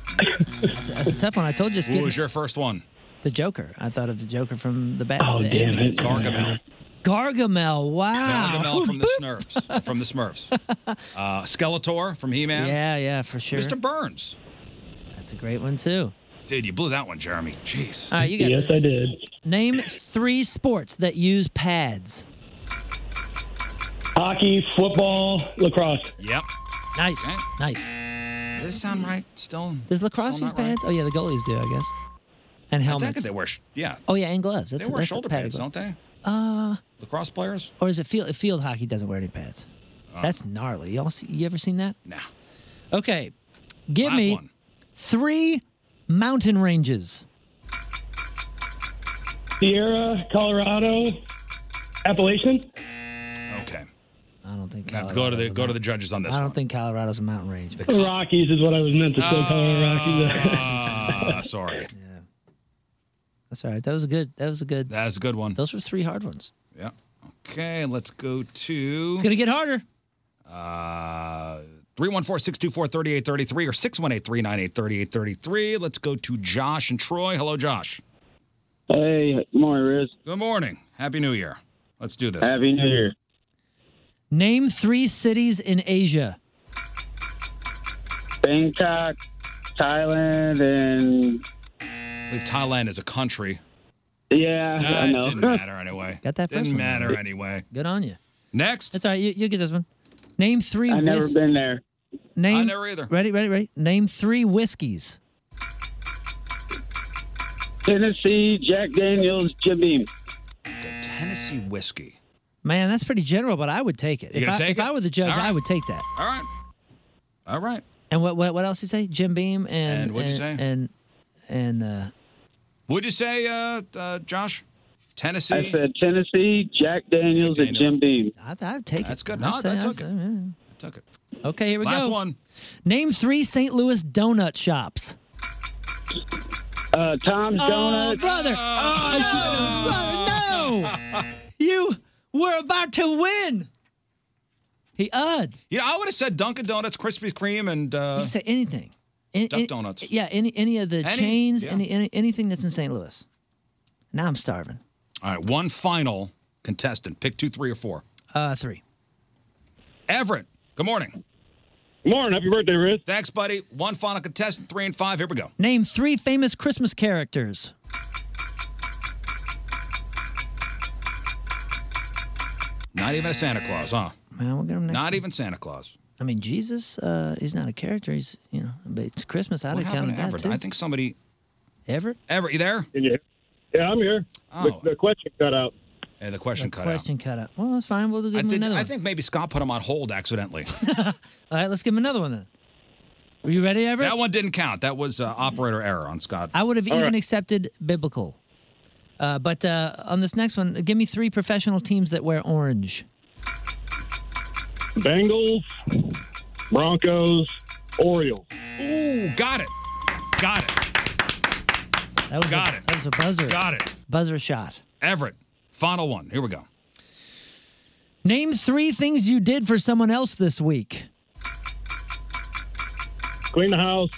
That's, that's a tough one. I told you. it's Who getting was your first one? the Joker. I thought of the Joker from the Batman. Oh, damn it. Gargamel. Gargamel. Wow. Gargamel from the Smurfs. From the Smurfs. Uh, Skeletor from He-Man. Yeah, yeah, for sure. Mr. Burns. That's a great one too. Dude, you blew that one, Jeremy. Jeez. All right, you got yes, this. I did. Name three sports that use pads. Hockey, football, lacrosse. Yep. Nice, nice. Does this sound right? Still. Does lacrosse still use not right? pads? Oh yeah, the goalies do, I guess. and I think helmets. they wear. sh- Yeah, Oh yeah, and gloves. That's they wear that's shoulder padded pads, glove. don't they? Uh, Lacrosse players. Uh. or is it field field hockey doesn't wear any pads? That's gnarly. Y'all see, you ever seen that? No. Okay, give me three mountain ranges. Sierra, Colorado, Appalachian. Okay. I don't think. I have to go to the go to the judges on this. I don't one. think Colorado's a mountain range. But Rockies is what I was meant to say. Colorado Ah, sorry. that's all right. That was a good. That was a good. That's a good one. Those were three hard ones. Yeah. Okay, let's go to. It's gonna get harder. Uh, 314-624-3833 or 618-398-3833. Let's go to Josh and Troy. Hello, Josh. Hey, good morning, Riz. Good morning. Happy New Year. Let's do this. Happy New Year. Name three cities in Asia. Bangkok, Thailand, and I believe Thailand is a country. yeah, Nah, I know. It didn't matter anyway. Got that first Didn't one. matter anyway. Good on you. Next. That's all right. You, you get this one. Name three. I've never whis- been there. Name. I never either. Ready, ready, ready. Name three whiskeys. Tennessee, Jack Daniels, Jim Beam. Tennessee whiskey. Man, that's pretty general, but I would take it. You if gonna I, take if it? I were the judge, All right. I would take that. All right. All right. And what what what else you say? Jim Beam and And what'd you and, And and uh, Would you say, uh, uh, Josh? Tennessee. I said Tennessee, Jack Daniels, and Jim Beam. I, I'd take That's it. good. I'd No, say- I I'd took say- it. yeah. I took it. Okay, here we Last go. one. Name three St. Louis donut shops. Uh, Tom's Oh, brother! Oh, no, brother, no! you were about to win. He odd. Yeah, I would have said Dunkin' Donuts, Krispy Kreme, and You uh, can say anything. Any- Duck any- Donuts. Yeah, any any of the Any- chains, yeah. any, any anything that's in St. Louis. Now I'm starving. All right, one final contestant. Pick two, three, or four. Uh, three. Everett, good morning. Morning. Happy birthday, Riz. Thanks, buddy. One final contestant, three and five. Here we go. Name three famous Christmas characters. Not even a Santa Claus, huh? Man, we'll get them next. Not even Santa Claus. I mean, Jesus, uh, he's not a character. He's you know, but it's Christmas. I'd What have happened to counted that Everett? too. I think somebody. Everett. Everett, you there? Yeah, yeah I'm here. Oh. The, question cut out. the question The cut question cut out. Well, that's fine. We'll give out. I, him did- another I one. think maybe Scott put him on hold accidentally. All right, let's give him another one then. Are you ready, Everett? that one didn't count. That was uh, operator error on Scott. I would have All even right. accepted biblical. Uh, but uh, on this next one, give me three professional teams that wear orange. Bengals, Broncos, Orioles. Ooh, got it. Got it. That was got a, it. That was a buzzer. Got it. Buzzer shot. Everett, final one. Here we go. Name three things you did for someone else this week. Clean the house.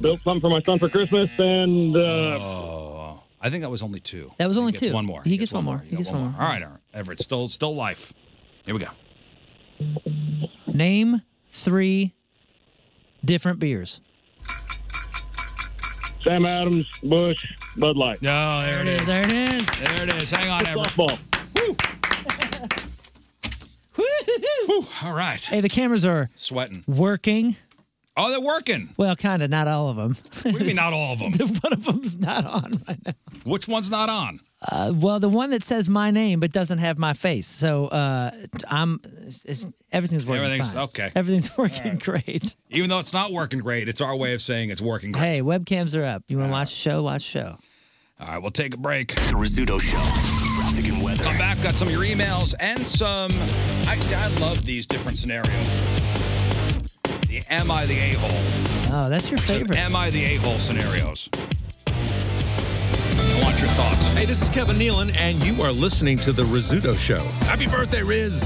Built something for my son for Christmas, and uh, Oh, I think that was only two. That was He only gets two. One more. He gets one more. He got gets one more. All right, all right. Everett, still, still life. Here we go. Name three different beers. Sam Adams, Bush, Bud Light. No, Oh, there, it is. There it is. There it is. Hang on, Everett. Whew, all right. Hey, the cameras are Sweating. working. Oh, they're working. Well, kind of. Not all of them. What do you mean not all of them? One of them's not on right now. Which one's not on? Uh, well, the one that says my name but doesn't have my face. So uh, I'm. It's, it's- everything's working. Everything's- fine. okay. Everything's working great. Even though it's not working great, it's our way of saying it's working great. Hey, webcams are up. You want to watch the show? Watch the show. All right, we'll take a break. The Rizzuto Show. Traffic and weather. Come back, got some of your emails and some. I see, I love these different scenarios. The am I the a hole? Oh, that's your favorite. Am I the a hole scenarios? I want your thoughts. Hey, this is Kevin Nealon, and you are listening to The Rizzuto Show. Happy birthday, Riz.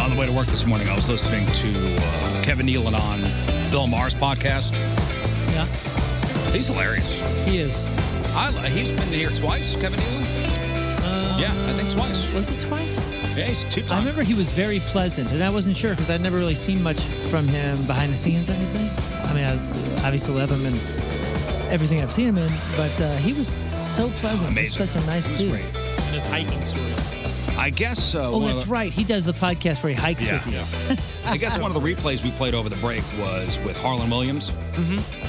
On the way to work this morning, I was listening to uh, Kevin Nealon on Bill Maher's podcast. Yeah. He's hilarious. He is. I, li- he's been here twice, Kevin Nealon. yeah, I think twice. Um, Was it twice? Yeah, he's two I times. remember he was very pleasant, and I wasn't sure because I'd never really seen much from him behind the scenes or anything. I mean, I obviously love him and everything I've seen him in, but uh, he was so pleasant. He's such a nice dude. And his hiking story. I guess. Uh, Oh, one of that's the- right. He does the podcast where he hikes Yeah. with you. I guess one of the replays we played over the break was with Harlan Williams. Mm-hmm.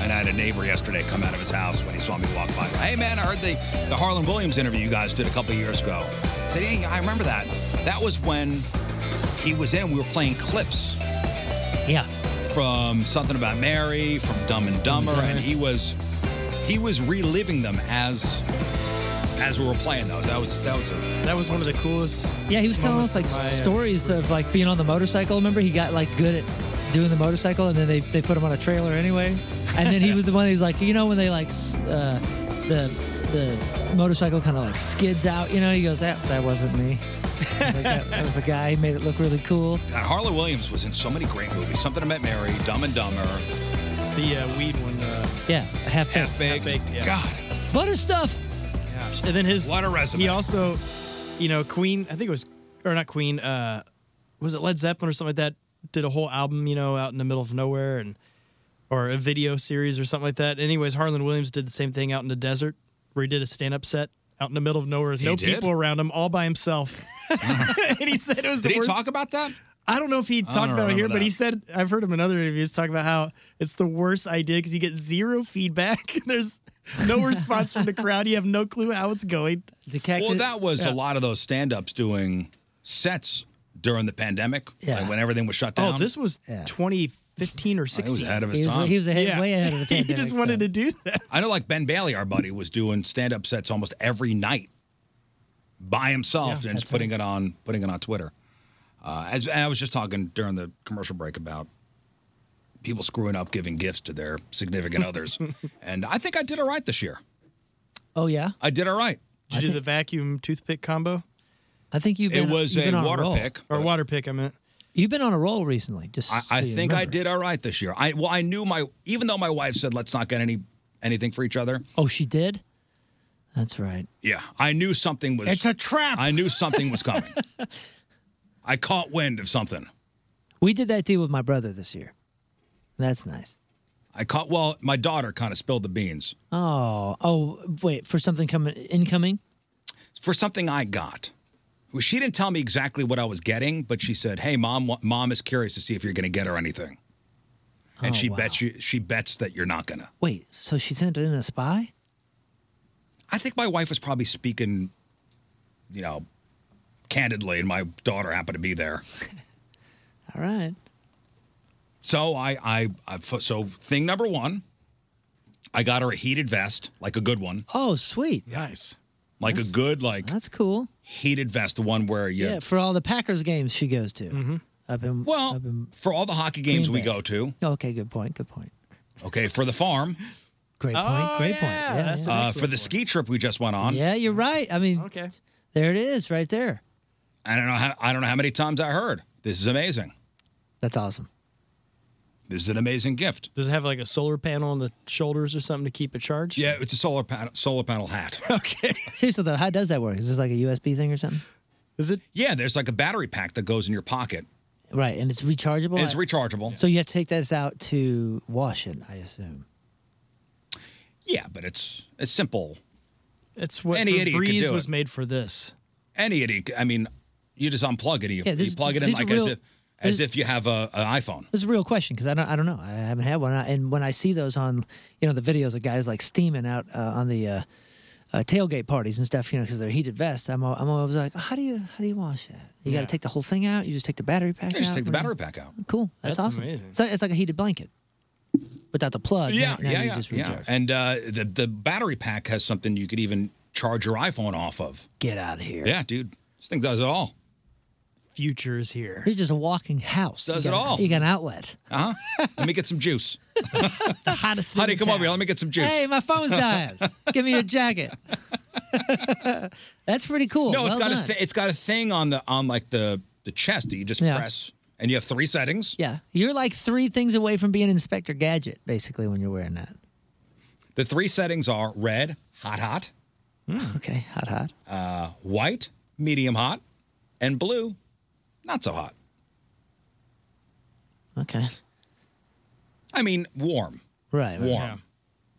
And I had a neighbor yesterday come out of his house when he saw me walk by. Hey, man, I heard the, the Harlan Williams interview you guys did a couple of years ago. I said, hey, I remember that. That was when he was in, we were playing clips. Yeah. From Something About Mary, from Dumb and Dumber, and he was he was reliving them as as we were playing those. That was that was a That was one of the coolest. Yeah, he was telling us moments like of my, uh, stories of like being on the motorcycle. Remember, he got like good at doing the motorcycle, and then they, they put him on a trailer anyway. And then he was the one who's like, you know, when they like s- uh, the the motorcycle kind of like skids out, you know, he goes, that that wasn't me. I was like, that, that was a guy. He made it look really cool. God, Harlan Williams was in so many great movies. Something About Mary, Dumb and Dumber, The uh, weed one. Uh, Yeah, half baked. Half Baked. yeah. God, butter stuff. Gosh, and then his What a resume. He also, you know, Queen. I think it was or not Queen. Uh, was it Led Zeppelin or something like that? Did a whole album, you know, out in the middle of nowhere and or a video series or something like that. Anyways, Harlan Williams did the same thing out in the desert where he did a stand up set out in the middle of nowhere with He no did? people around him, all by himself. and he said it was Did the he worst. talk about that? I don't know if he I talked don't about it here, remember but he that. said I've heard him in other interviews talk about how it's the worst idea because you get zero feedback. There's no response from the crowd. You have no clue how it's going. The Well, that was Yeah. a lot of those stand-ups doing sets during the pandemic, Yeah. like when everything was shut down. Oh, this was 2015 or 16. ahead of his He was- time. he was ahead- way ahead of the He just pandemic wanted to do that. I know, like Ben Bailey, our buddy, was doing stand-up sets almost every night by himself and just putting it on, putting it on Twitter. Uh, as and I was just talking during the commercial break about people screwing up giving gifts to their significant others, and I think I did all right this year. Oh yeah, I did all right. Did you do the vacuum toothpick combo? I think you've. It been- was you've been a on a water roll. pick, or water pick. I meant. You've been on a roll recently. Just I, I think I did all right this year. I well, I knew my even though my wife said let's not get any anything for each other. Oh, she did. That's right. Yeah, I knew something was. It's a trap. I knew something was coming. I caught wind of something. We did that deal with my brother this year. That's nice. I caught. Well, my daughter kind of spilled the beans Oh, oh, wait for something coming incoming. for something I got. Well, she didn't tell me exactly what I was getting, but she said, "Hey, mom, wa- mom is curious to see if you're going to get her anything." And Oh, she wow. bets you. She bets that you're not going to. Wait, so she sent in a spy? I think my wife was probably speaking, you know, candidly, and my daughter happened to be there. All right. So I, I, I so thing number one, I got her a heated vest, like a good one, Oh, sweet. Nice. like a good, like that's cool. Heated vest, the one where you Yeah. for all the Packers games she goes to. Mm-hmm. Up in well up in, for all the hockey games we Green Bay. go to. Okay, good point. Good point. Okay, for the farm, Great point. great point. Oh, Yeah, yeah. uh, for the ski trip we just went on. Yeah, you're right. I mean, there it is, right there. I don't know how I don't know how many times I heard this is amazing. That's awesome. This is an amazing gift. Does it have like a solar panel on the shoulders or something to keep it charged? Yeah, it's a solar panel solar panel hat. Seriously though, how does that work? Is this like a USB thing or something? Is it? Yeah, there's like a battery pack that goes in your pocket. Right, and it's rechargeable. it's rechargeable. so you have to take this out to wash it, I assume. Yeah, but it's it's simple. It's what Any Any idiot could Febreze do was it. made for this. Any idiot. I mean, you just unplug it. You, Yeah, this you is- plug it in these are like as real- if as if you have a, an iPhone. This is a real question because I don't, I don't know. I haven't had one. And when I see those on, you know, the videos of guys like steaming out uh, on the uh, uh, tailgate parties and stuff, you know, because they're heated vests, I'm, al- I'm always like, how do you how do you wash that? You got to take the whole thing out. You just take the battery pack Yeah, out. just take the whatever. battery pack out. Cool. That's, That's awesome. amazing. So it's like a heated blanket without the plug. yeah, Now- now yeah, you yeah, just yeah. recharge. And uh, the the battery pack has something you could even charge your iPhone off of. Get out of here. Yeah, dude, this thing does it all. Future is here. You're just a walking house. Does You it got- all. You got an outlet. Uh huh. Let me get some juice. The hottest thing Honey, in come town. over here. Let me get some juice. Hey, my phone's dying. Give me your jacket. That's pretty cool. No, it's Well got done. a th- it's got a thing on the on like the the chest that you just Yeah. press, and you have three settings. Yeah, you're like three things away from being Inspector Gadget, basically, when you're wearing that. The three settings are red, hot, hot. Hmm. Okay, hot, hot. Uh, white, medium hot, and blue, not so hot. Okay. I mean, warm, Right. warm,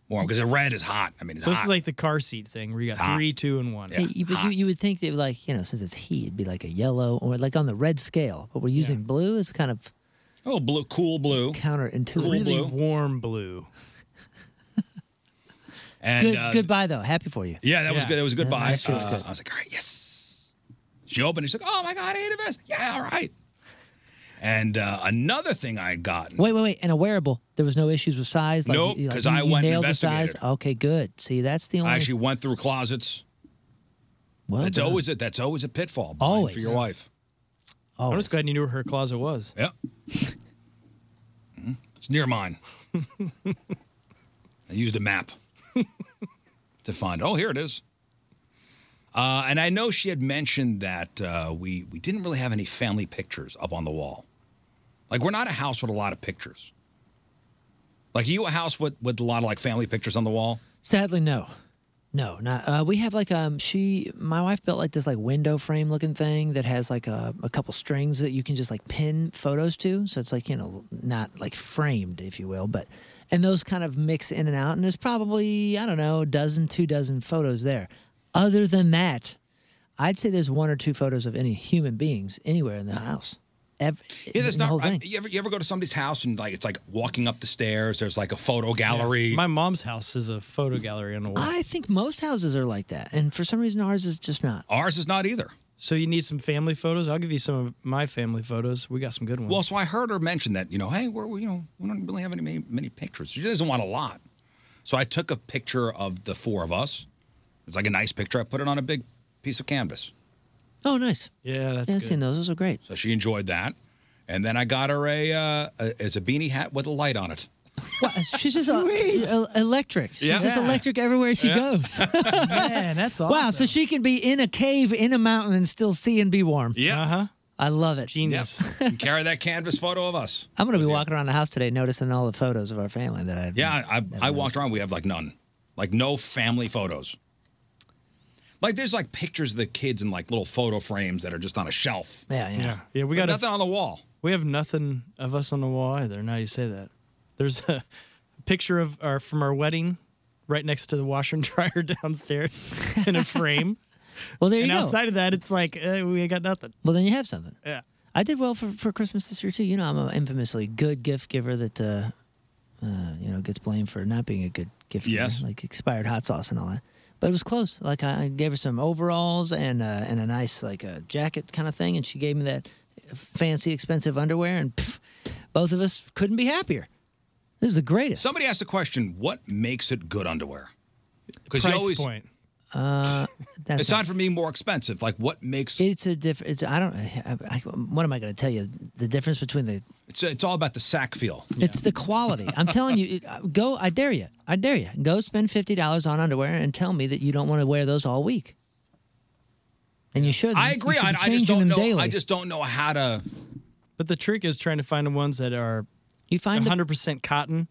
warm. Because the red is hot. I mean, it's So this hot. is like the car seat thing where you got Hot. three, two, and one. Hey, you, but you, you would think that, like, you know, since it's heat, it'd be like a yellow or like on the red scale, but we're using blue as kind of oh, blue, cool blue, counterintuitive. really warm blue. And good, uh, goodbye though. Happy for you. yeah, that was Yeah. good. That was a good Yeah, buy. that's true. It's Uh, good. I was like, all right, yes. She opened. it, She's like, oh my god, I ate a vest. Yeah, all right. And uh, another thing I had gotten. Wait, wait, wait. And a wearable. There was no issues with size. Like, Nope, you- like 'cause you- I you went and nailed the size. investigated. Okay, good. See, that's the only. I actually went through closets. Well that's done. always a that's always a pitfall. Brian, for Always. your wife. I'm just glad you knew where her closet was. Yep. Mm-hmm. It's near mine. I used a map to find. Oh, here it is. Uh, and I know she had mentioned that uh, we we didn't really have any family pictures up on the wall. Like we're not a house with a lot of pictures. Like are you a house with with a lot of like family pictures on the wall? Sadly, no, no, not. Uh, we have like um, she, my wife built like this like window frame looking thing that has like a, a couple strings that you can just like pin photos to. So it's like you know not like framed, if you will, but and those kind of mix in and out. And there's probably I don't know a dozen, two dozen photos there. Other than that, I'd say there's one or two photos of any human beings anywhere in the house. Ev- Yeah, that's in the not whole right. thing. You ever you ever go to somebody's house and like it's like walking up the stairs. There's like a photo gallery. My mom's house is a photo gallery on the wall. I think most houses are like that, and for some reason ours is just not. Ours is not either. So you need some family photos? I'll give you some of my family photos. We got some good ones. Well, so I heard her mention that you know, hey, we're you know we don't really have any many, many pictures. She doesn't want a lot, so I took a picture of the four of us. It was like a nice picture. I put it on a big piece of canvas, Oh, nice. Yeah, that's yeah, I've good. seen those. Those are great. so she enjoyed that. And then I got her a, uh, a it's a beanie hat with a light on it. Wow, she's just uh, el- electric. She's Yeah. just electric everywhere she Yeah. goes. Man, that's Wow, so she can be in a cave, in a mountain, and still see and be warm. Yeah. Uh-huh. I love it. Genius. And carry that canvas photo of us. I'm going to be walking around the house today noticing all the photos of our family that I've. Yeah, I, I, I walked around. We have like none, like no family photos. Like there's like pictures of the kids in like little photo frames that are just on a shelf. Yeah, yeah. Yeah, we got a- nothing on the wall. We have nothing of us on the wall either. Now you say that. There's a picture of our from our wedding right next to the washer and dryer downstairs in a frame. well, there you and go. outside of that, it's like eh, we got nothing. Well, then you have something. Yeah. I did well for, for Christmas this year, too. You know, I'm an infamously good gift giver that, uh, uh, you know, gets blamed for not being a good gift giver. Yes. Like expired hot sauce and all that. But it was close. Like I I gave her some overalls and uh, and a nice like a jacket kind of thing, and she gave me that fancy expensive underwear, and pff, both of us couldn't be happier. This is the greatest. Somebody asked the question, what makes it good underwear? Price point. Uh, that's aside from being more expensive, like what makes it's a different. It's I don't. I, I, what am I going to tell you? The difference between the it's it's all about the sack feel. It's the quality. I'm telling you, it- uh, go. I dare you. I dare you. Go spend fifty dollars on underwear and tell me that you don't want to wear those all week. And you should. I agree. You should I, be I just changing don't them know. Daily. I just don't know how to. But the trick is trying to find the ones that are you find 100% cotton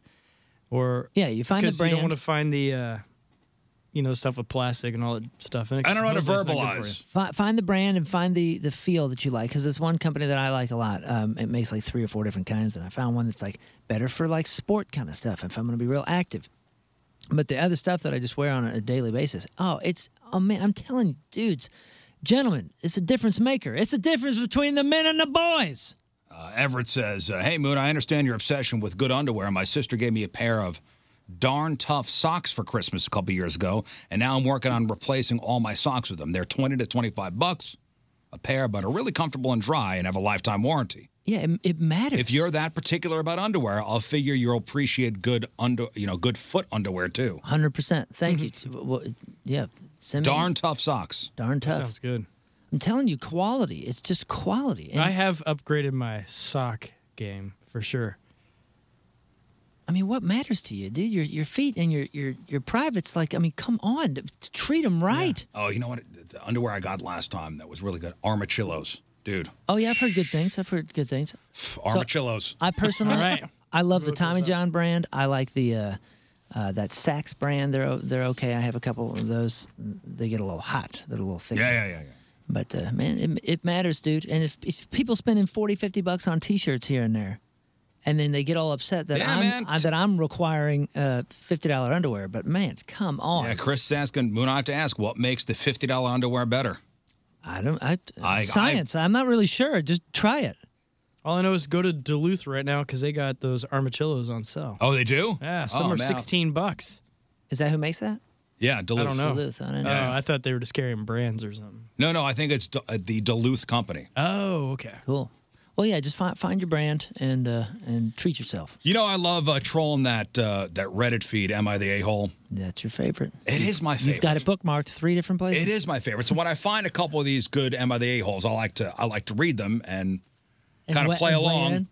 or yeah, you find the You don't brand. want to find the uh, you know stuff with plastic and all that stuff. And I don't know how to mostly it's not good for verbalize. you. Fi- Find the brand and find the the feel that you like. Because there's one company that I like a lot. Um, it makes like three or four different kinds, and I found one that's like better for like sport kind of stuff. If I'm going to be real active, but the other stuff that I just wear on a daily basis, oh, it's oh man, I'm telling you, dudes, gentlemen, it's a difference maker. It's a difference between the men and the boys. Uh, Everett says, uh, "Hey Moon, I understand your obsession with good underwear. My sister gave me a pair of darn tough socks for Christmas a couple years ago, and now I'm working on replacing all my socks with them. They're twenty to twenty-five bucks a pair, but are really comfortable and dry and have a lifetime warranty. Yeah, it, it matters. If you're that particular about underwear, I'll figure you'll appreciate good under, you know, good foot underwear too. Hundred percent. Thank you. To, well, yeah, send me- Darn tough socks. darn tough. Sounds good. I'm telling you, quality. It's just quality. And- I have upgraded my sock game for sure. I mean, what matters to you, dude? Your your feet and your your your privates. Like, I mean, come on, t- t- treat them right. Oh, you know what? The- The underwear I got last time that was really good. Armachillos, dude. Oh yeah, I've heard good things. I've heard good things. Armachillos. I personally, All right. I love the Tommy John brand. I like the uh, uh, that Saks brand. They're o- they're okay. I have a couple of those. They get a little hot. They're a little thick. Yeah, yeah, yeah, yeah. But uh, man, it, it matters, dude. And if, if people spending 40, 50 bucks on T-shirts here and there, and then they get all upset that Yeah, man. I'm I, that I'm requiring uh, fifty dollar underwear. But man, come on. Yeah, Chris is asking Moon. I have to ask, what makes the fifty dollar underwear better? I don't. I, I Science. I, am not really sure. Just try it. All I know is go to Duluth right now because they got those armachillos on sale. Oh, they do. Yeah, some Oh, are man. sixteen bucks. Is that who makes that? Yeah, Duluth. I don't know. Duluth, I don't know. Yeah. Oh, I thought they were just carrying brands or something. No, no, I think it's D- uh, the Duluth company. Oh, okay. Cool. Well, yeah, just find find your brand and uh, and treat yourself. You know, I love uh, trolling that uh, that Reddit feed. Am I the a hole? That's your favorite. It is my favorite. You've got it bookmarked three different places. It is my favorite. So when I find a couple of these good "Am I the a holes," I like to I like to read them and, And kind of wet- play and weigh along, in.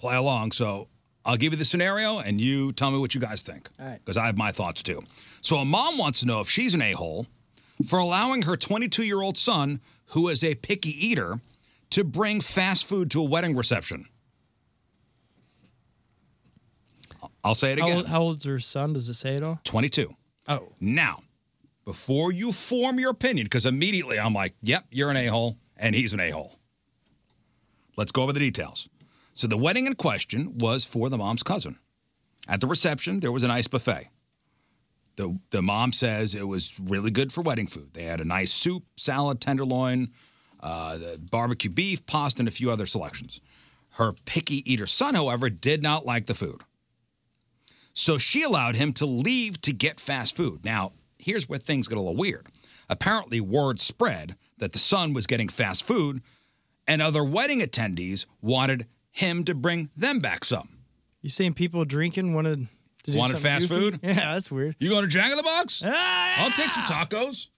play along. So I'll give you the scenario and you tell me what you guys think. All right. Because I have my thoughts too. So a mom wants to know if she's an a hole for allowing her 22 year old son, who is a picky eater, to bring fast food to a wedding reception. I'll say it How again. old- how old's her son? Does it say it all? 22. Oh. Now, before you form your opinion, because immediately I'm like, yep, you're an a hole, and he's an a hole. Let's go over the details. So, the wedding in question was for the mom's cousin. At the reception, there was a nice buffet. The, the mom says it was really good for wedding food. They had a nice soup, salad, tenderloin, uh, the barbecue beef, pasta, and a few other selections. Her picky eater son, however, did not like the food. So she allowed him to leave to get fast food. Now, here's where things get a little weird. Apparently, word spread that the son was getting fast food, and other wedding attendees wanted him to bring them back some. You saying people drinking wanted to do Wanted something fast goofy? food? Yeah, that's weird. Ah, You going to Jack in the Box? I'll take some tacos.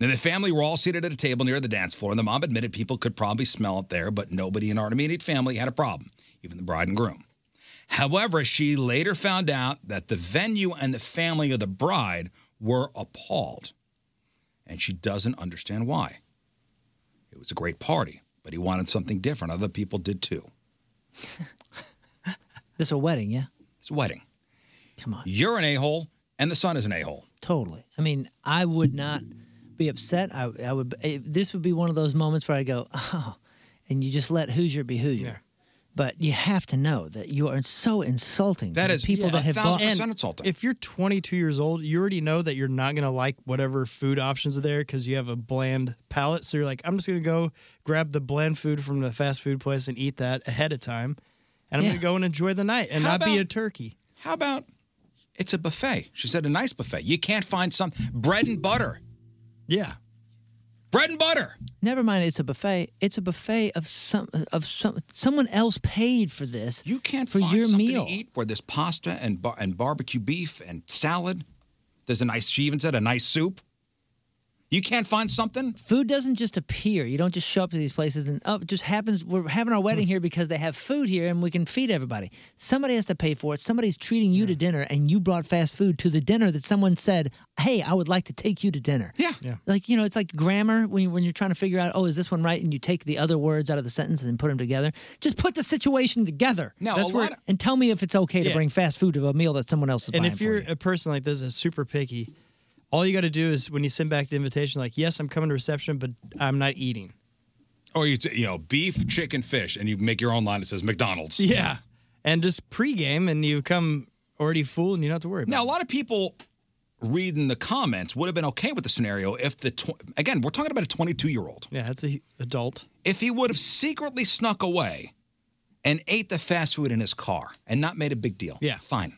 Now, the family were all seated at a table near the dance floor, and the mom admitted people could probably smell it there, but nobody in our immediate family had a problem, even the bride and groom. However, she later found out that the venue and the family of the bride were appalled, and she doesn't understand why. It was a great party, but he wanted something different. Other people did too. This is a wedding, yeah. It's a wedding. Come on. You're an a hole, and the son is an a hole. Totally. I mean, I would not be upset. I, I would. It, this would be one of those moments where I go, oh, and you just let Hoosier be Hoosier. But you have to know that you are so insulting to the people that have bought. And If you're 22 years old, you already know that you're not going to like whatever food options are there because you have a bland palate. So you're like, I'm just going to go grab the bland food from the fast food place and eat that ahead of time. And I'm Yeah. going to go and enjoy the night and How not be about- a turkey. How about it's a buffet? She said a nice buffet. You can't find some bread and butter. Yeah. Bread and butter. Never mind, it's a buffet. It's a buffet of some of some someone else paid for this. You can't for find your something meal. to eat where there's pasta and bar- and barbecue beef and salad. There's a nice. She even said a nice soup. You can't find something. Food doesn't just appear. You don't just show up to these places and oh, it just happens. We're having our wedding Hmm. here because they have food here and we can feed everybody. Somebody has to pay for it. Somebody's treating you to dinner and you brought fast food to the dinner that someone said, "Hey, I would like to take you to dinner." Yeah, yeah. Like you know, it's like grammar when you, when you're trying to figure out, oh, is this one right? And you take the other words out of the sentence and then put them together. Just put the situation together. No, that's a where lot of- and tell me if it's okay to Yeah. bring fast food to a meal that someone else is and buying if for you're you. a person like this that's super picky, all you got to do is when you send back the invitation, like, yes, I'm coming to reception, but I'm not eating. Or you t- you know beef, chicken, fish, and you make your own line that says McDonald's. Yeah. And just pregame and you come already full and you don't have to worry about Now a lot of people reading the comments would have been okay with the scenario if the tw- again we're talking about a 22 year old. it. Yeah, that's a adult. if he would have secretly snuck away and ate the fast food in his car and not made a big deal. Yeah. Fine.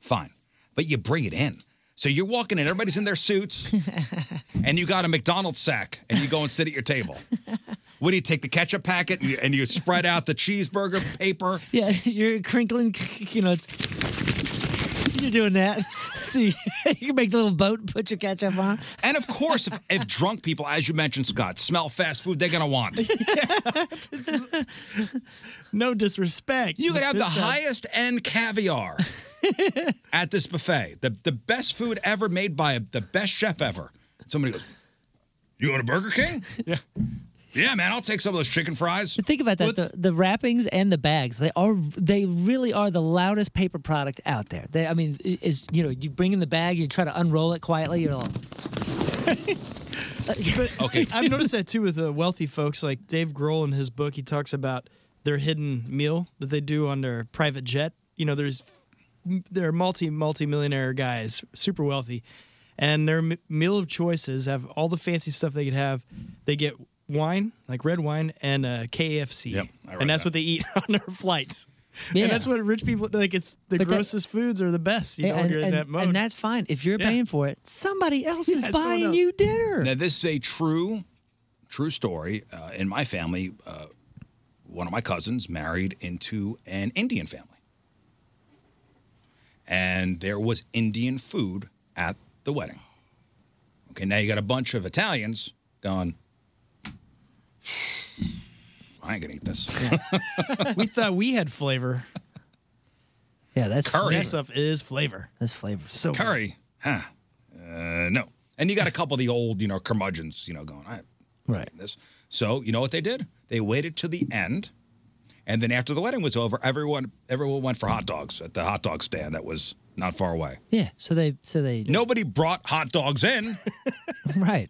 Fine. But you bring it in. So you're walking in, everybody's in their suits, and you got a McDonald's sack, and you go and sit at your table. What do you take the ketchup packet and you, and you spread out the cheeseburger paper? Yeah, you're crinkling. You know, it's you're doing that. so you, you can make the little boat and put your ketchup on. And of course, if, if drunk people, as you mentioned, Scott, smell fast food, they're gonna want. No disrespect. You could but have the this sounds- highest end caviar at this buffet. The the best food ever made by a, the best chef ever. Somebody goes, "You want a Burger King?" yeah. Yeah, man, I'll take some of those chicken fries. Think about that. The, the wrappings and the bags, they are they really are the loudest paper product out there. They, I mean, i- is you know, you bring in the bag, you try to unroll it quietly, you're like, okay. I've noticed that too with uh, wealthy folks. Like Dave Grohl in his book, he talks about their hidden meal that they do on their private jet. You know, there's they're multi multi millionaire guys, super wealthy, and their m- meal of choices have all the fancy stuff they could have. They get wine, like red wine, and uh, KFC, Yep, I read and that's that. what they eat on their flights. And that's what rich people like. It's the But that- grossest foods are the best. You know, when and, you're in and- that mode. and that's fine. If you're Yeah. paying for it, somebody else Yeah, is someone buying else. you dinner. Now, this is a true, true story. Uh, in my family, uh, one of my cousins married into an Indian family. And there was Indian food at the wedding. Okay, now you got a bunch of Italians going, I ain't gonna eat this. we thought we had flavor. Yeah, that's Curry. That stuff is flavor. That's flavor. So good. Curry, huh? Uh, no. And you got a couple of the old, you know, curmudgeons, you know, going, I right this. So you know what they did? They waited to the end, and then after the wedding was over, everyone everyone went for hot dogs at the hot dog stand that was not far away. Yeah. So they so they Nobody brought hot dogs in. right.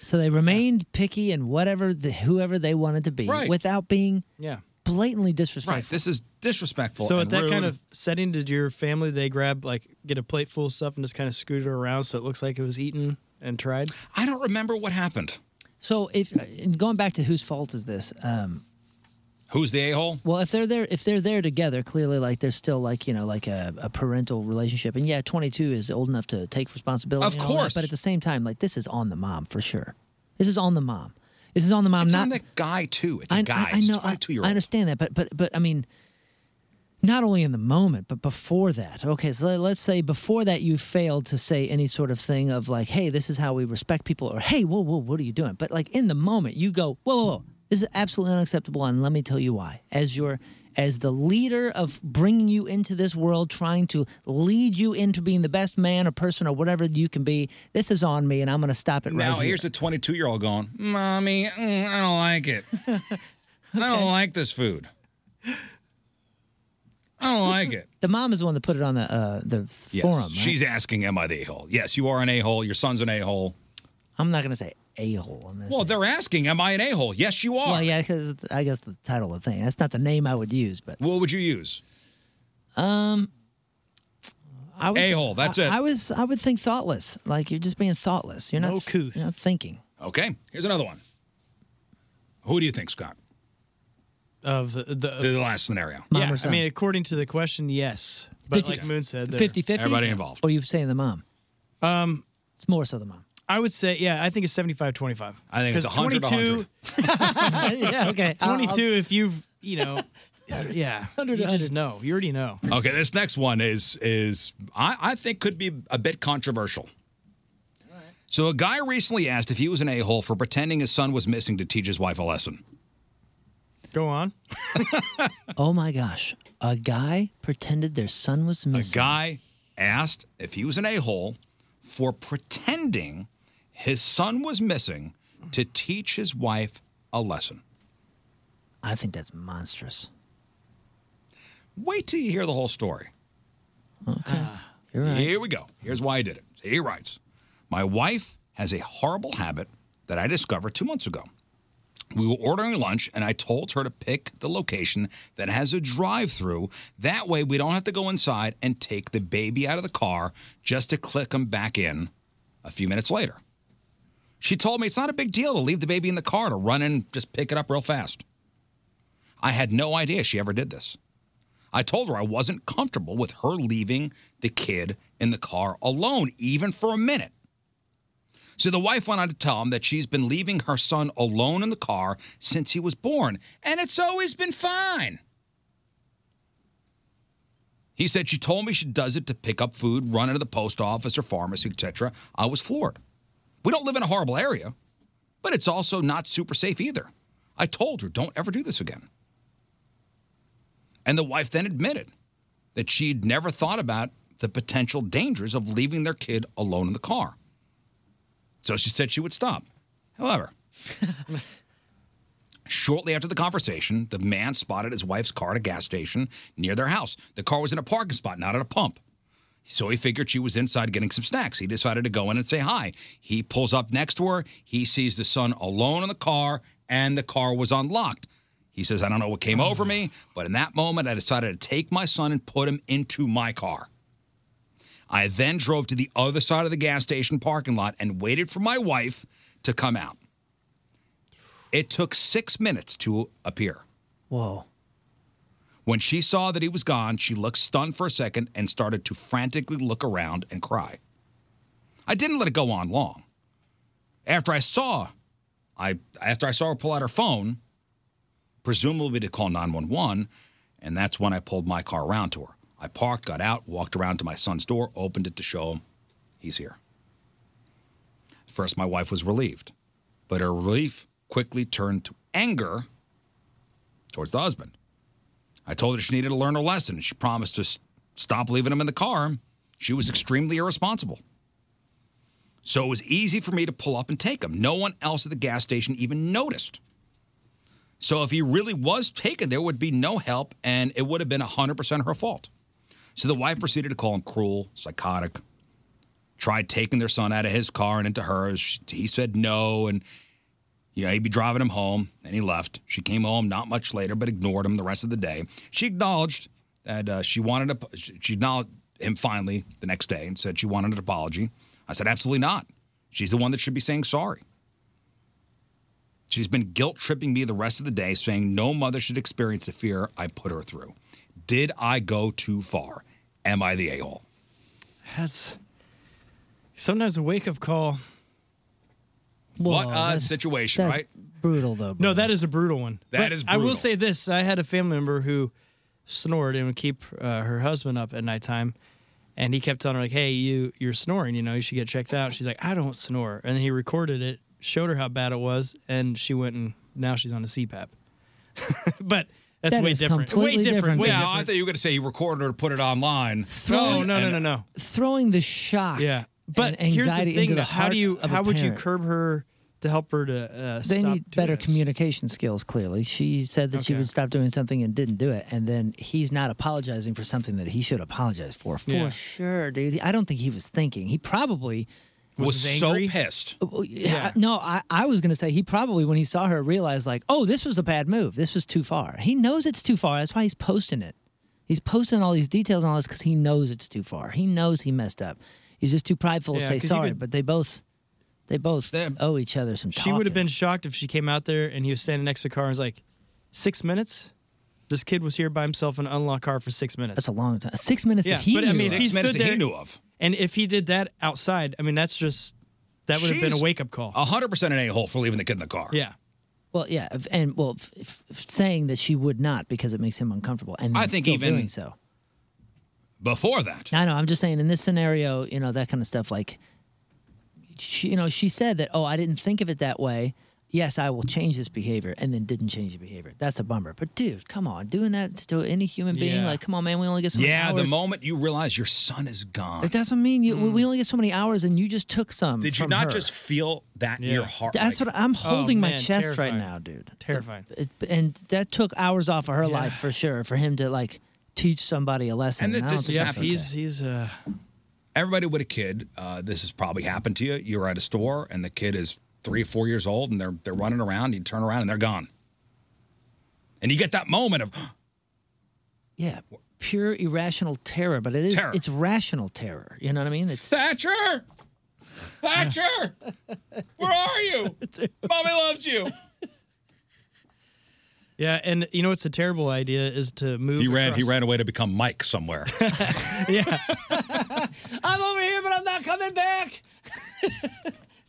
So they remained picky and whatever the, whoever they wanted to be Right. without being Yeah. blatantly disrespectful. right. This is disrespectful. So at and that rude. kind of setting, did your family they grab like get a plate full of stuff and just kind of scoot it around so it looks like it was eaten and tried? I don't remember what happened. So if and going back to whose fault is this? Um, Who's the a hole? well, if they're there, if they're there together, clearly like there's still like you know like a, a parental relationship, and yeah, 22 is old enough to take responsibility. Of and all that, course. but at the same time, like this is on the mom for sure. This is on the mom. This is on the mom. It's not on the guy too. It's a I- I- guy. I, It's know. I, 22-year-old. I understand that, but but but I mean, not only in the moment, but before that. Okay, so let- let's say before that you failed to say any sort of thing of like, "Hey, this is how we respect people," or "Hey, whoa, whoa, what are you doing?" But like in the moment, you go, "Whoa, whoa, whoa this is absolutely unacceptable," and let me tell you why. As your as the leader of bringing you into this world, trying to lead you into being the best man or person or whatever you can be, this is on me, and I'm going to stop it now right here. here's a 22 year old going, mommy, mm, I don't like it. I don't like this food. I don't like it. The mom is the one that put it on the uh, the Yes, forum. right? she's asking, "Am I the a hole?" Yes, you are an a hole. Your son's an a hole. I'm not going to say a hole. Well, they're asking, "Am I an a hole?" Yes, you are. Well, yeah, because I guess the title of the thing. That's not the name I would use, but What would you use? um, I would, A-hole, that's I- it. I was, I would think thoughtless. Like you're just being thoughtless. You're not, No couth. you're not thinking. Okay, here's another one. Who do you think, Scott? Of the the, the last scenario. yeah, I mean, according to the question, yes. But like Moon said, they're- 50 50? Or Oh, you saying the mom? Um, it's more so the mom. I would say, yeah, I think it's 75 25. I think it's 100 to 22. yeah, okay. I'll- 22, if you've, you know, yeah. 100 you just 100. know. You already know. Okay, this next one is is I, I think could be a bit controversial. So a guy recently asked if he was an a hole for pretending his son was missing to teach his wife a lesson. Go on. oh my gosh, a guy pretended their son was A missing. guy asked if he was an a hole for pretending his son was missing to teach his wife a lesson. I think that's monstrous. Wait till you hear the whole story. Okay. Here we go. Here's why I did it. He writes My wife has a horrible habit that I discovered two months ago. We were ordering lunch, and I told her to pick the location that has a drive through. That way, we don't have to go inside and take the baby out of the car just to click him back in a few minutes later. She told me it's not a big deal to leave the baby in the car to run and just pick it up real fast. I had no idea she ever did this. I told her I wasn't comfortable with her leaving the kid in the car alone, even for a minute. So the wife went on to tell him that she's been leaving her son alone in the car since he was born, and it's always been fine. He said she told me she does it to pick up food, run into the post office or pharmacy, etc. I was floored. We don't live in a horrible area, but it's also not super safe either. I told her, don't ever do this again. And the wife then admitted that she'd never thought about the potential dangers of leaving their kid alone in the car. So she said she would stop. However, shortly after the conversation, the man spotted his wife's car at a gas station near their house. The car was in a parking spot, not at a pump. So he figured she was inside getting some snacks. He decided to go in and say hi. He pulls up next to her. He sees the son alone in the car, and the car was unlocked. He says, I don't know what came over me, but in that moment, I decided to take my son and put him into my car. I then drove to the other side of the gas station parking lot and waited for my wife to come out. It took six minutes to appear. Whoa. When she saw that he was gone, she looked stunned for a second and started to frantically look around and cry. I didn't let it go on long. After I saw, I after I saw her pull out her phone, presumably to call 911, and that's when I pulled my car around to her. I parked, got out, walked around to my son's door, opened it to show him he's here. First, my wife was relieved, but her relief quickly turned to anger towards the husband. I told her she needed to learn her lesson. and She promised to s- stop leaving him in the car. She was extremely irresponsible. So it was easy for me to pull up and take him. No one else at the gas station even noticed. So if he really was taken, there would be no help and it would have been 100% her fault. So the wife proceeded to call him cruel, psychotic, tried taking their son out of his car and into hers. She- He said no, and you know, he'd be driving him home, and he left. She came home not much later, but ignored him the rest of the day. She acknowledged that uh, she wanted to, she acknowledged him finally the next day and said she wanted an apology. I said, absolutely not. She's the one that should be saying sorry. She's been guilt tripping me the rest of the day, saying no mother should experience the fear I put her through. Did I go too far? Am I the a hole? That's sometimes a wake up call. What a situation, that's right? Brutal though. No, that is a brutal one. That That is. is I will brutal. say this: I had a family member who snored and would keep uh, her husband up at nighttime, and he kept telling her like, "Hey, you you're snoring. You know, you should get checked out." She's like, "I don't snore," and then he recorded it, showed her how bad it was, and she went and now she's on a CPAP. but that's That way is different. Way completely different. different. Way yeah, different. I thought you were going to say he recorded or put it online. No, no, no, no, no. Throwing the shock. Yeah, but and here's anxiety the thing: into the though, how heart do you? of a How would you parent. curb her to help her to uh, they stop need better communication skills clearly she said that she Okay. would stop doing something and didn't do it and then he's not apologizing for something that he should apologize for for Yeah. sure dude i don't think he was thinking he probably Was, so Oh, pissed. yeah. no I, I was going to say he probably when he saw her realized like oh this was a bad move this was too far he knows it's too far that's why he's posting it he's posting all these details on all this because he knows it's too far he knows he messed up he's just too prideful Yeah, to say 'cause you sorry could- but they both they both owe each other some She talking. would have been shocked if she came out there and he was standing next to the car and was like, six minutes? This kid was here by himself in an unlocked car for six minutes. That's a long time. Six minutes that he but, I knew mean, of. if he Six minutes stood that he there- knew of. And if he did that outside, I mean, that's just, that would have been a She's wake up call. 100% an a hole for leaving the kid in the car. Yeah. Well, yeah, if- and well, if, if, if saying that she would not because it makes him uncomfortable, and I then think still even- doing so. Before that, I know. I'm just saying in this scenario, you know, that kind of stuff. Like, she, you know, she said that, oh, I didn't think of it that way. Yes, I will change this behavior, and then didn't change the behavior. That's a bummer. But dude, come on, doing that to any human being, Yeah. like, come on, man, we only get so many yeah, the hours. moment you realize your son is gone. It doesn't mean you, we only get so many hours, and you just took um, some. Did you from not her. just feel that in your heart? That's like- what I'm holding my chest right now, dude. Oh, Terrifying. It, and that took hours off of her life for sure for him to like teach somebody a lesson. And that I this don't think has that's happened. He's, he's, uh, Everybody with a kid, uh, this has probably happened to you. You're at a store and the kid is three or four years old and they're they're running around. You turn around and they're gone. And you get that moment of Yeah, pure irrational terror, but it is Terror. it's rational terror. You know what I mean? It's Thatcher. Thatcher, where are you? Mommy loves you. yeah, and you know what's a terrible idea is to move. he ran he across- ran away to become Mike somewhere. I'm over here, but I'm not coming back.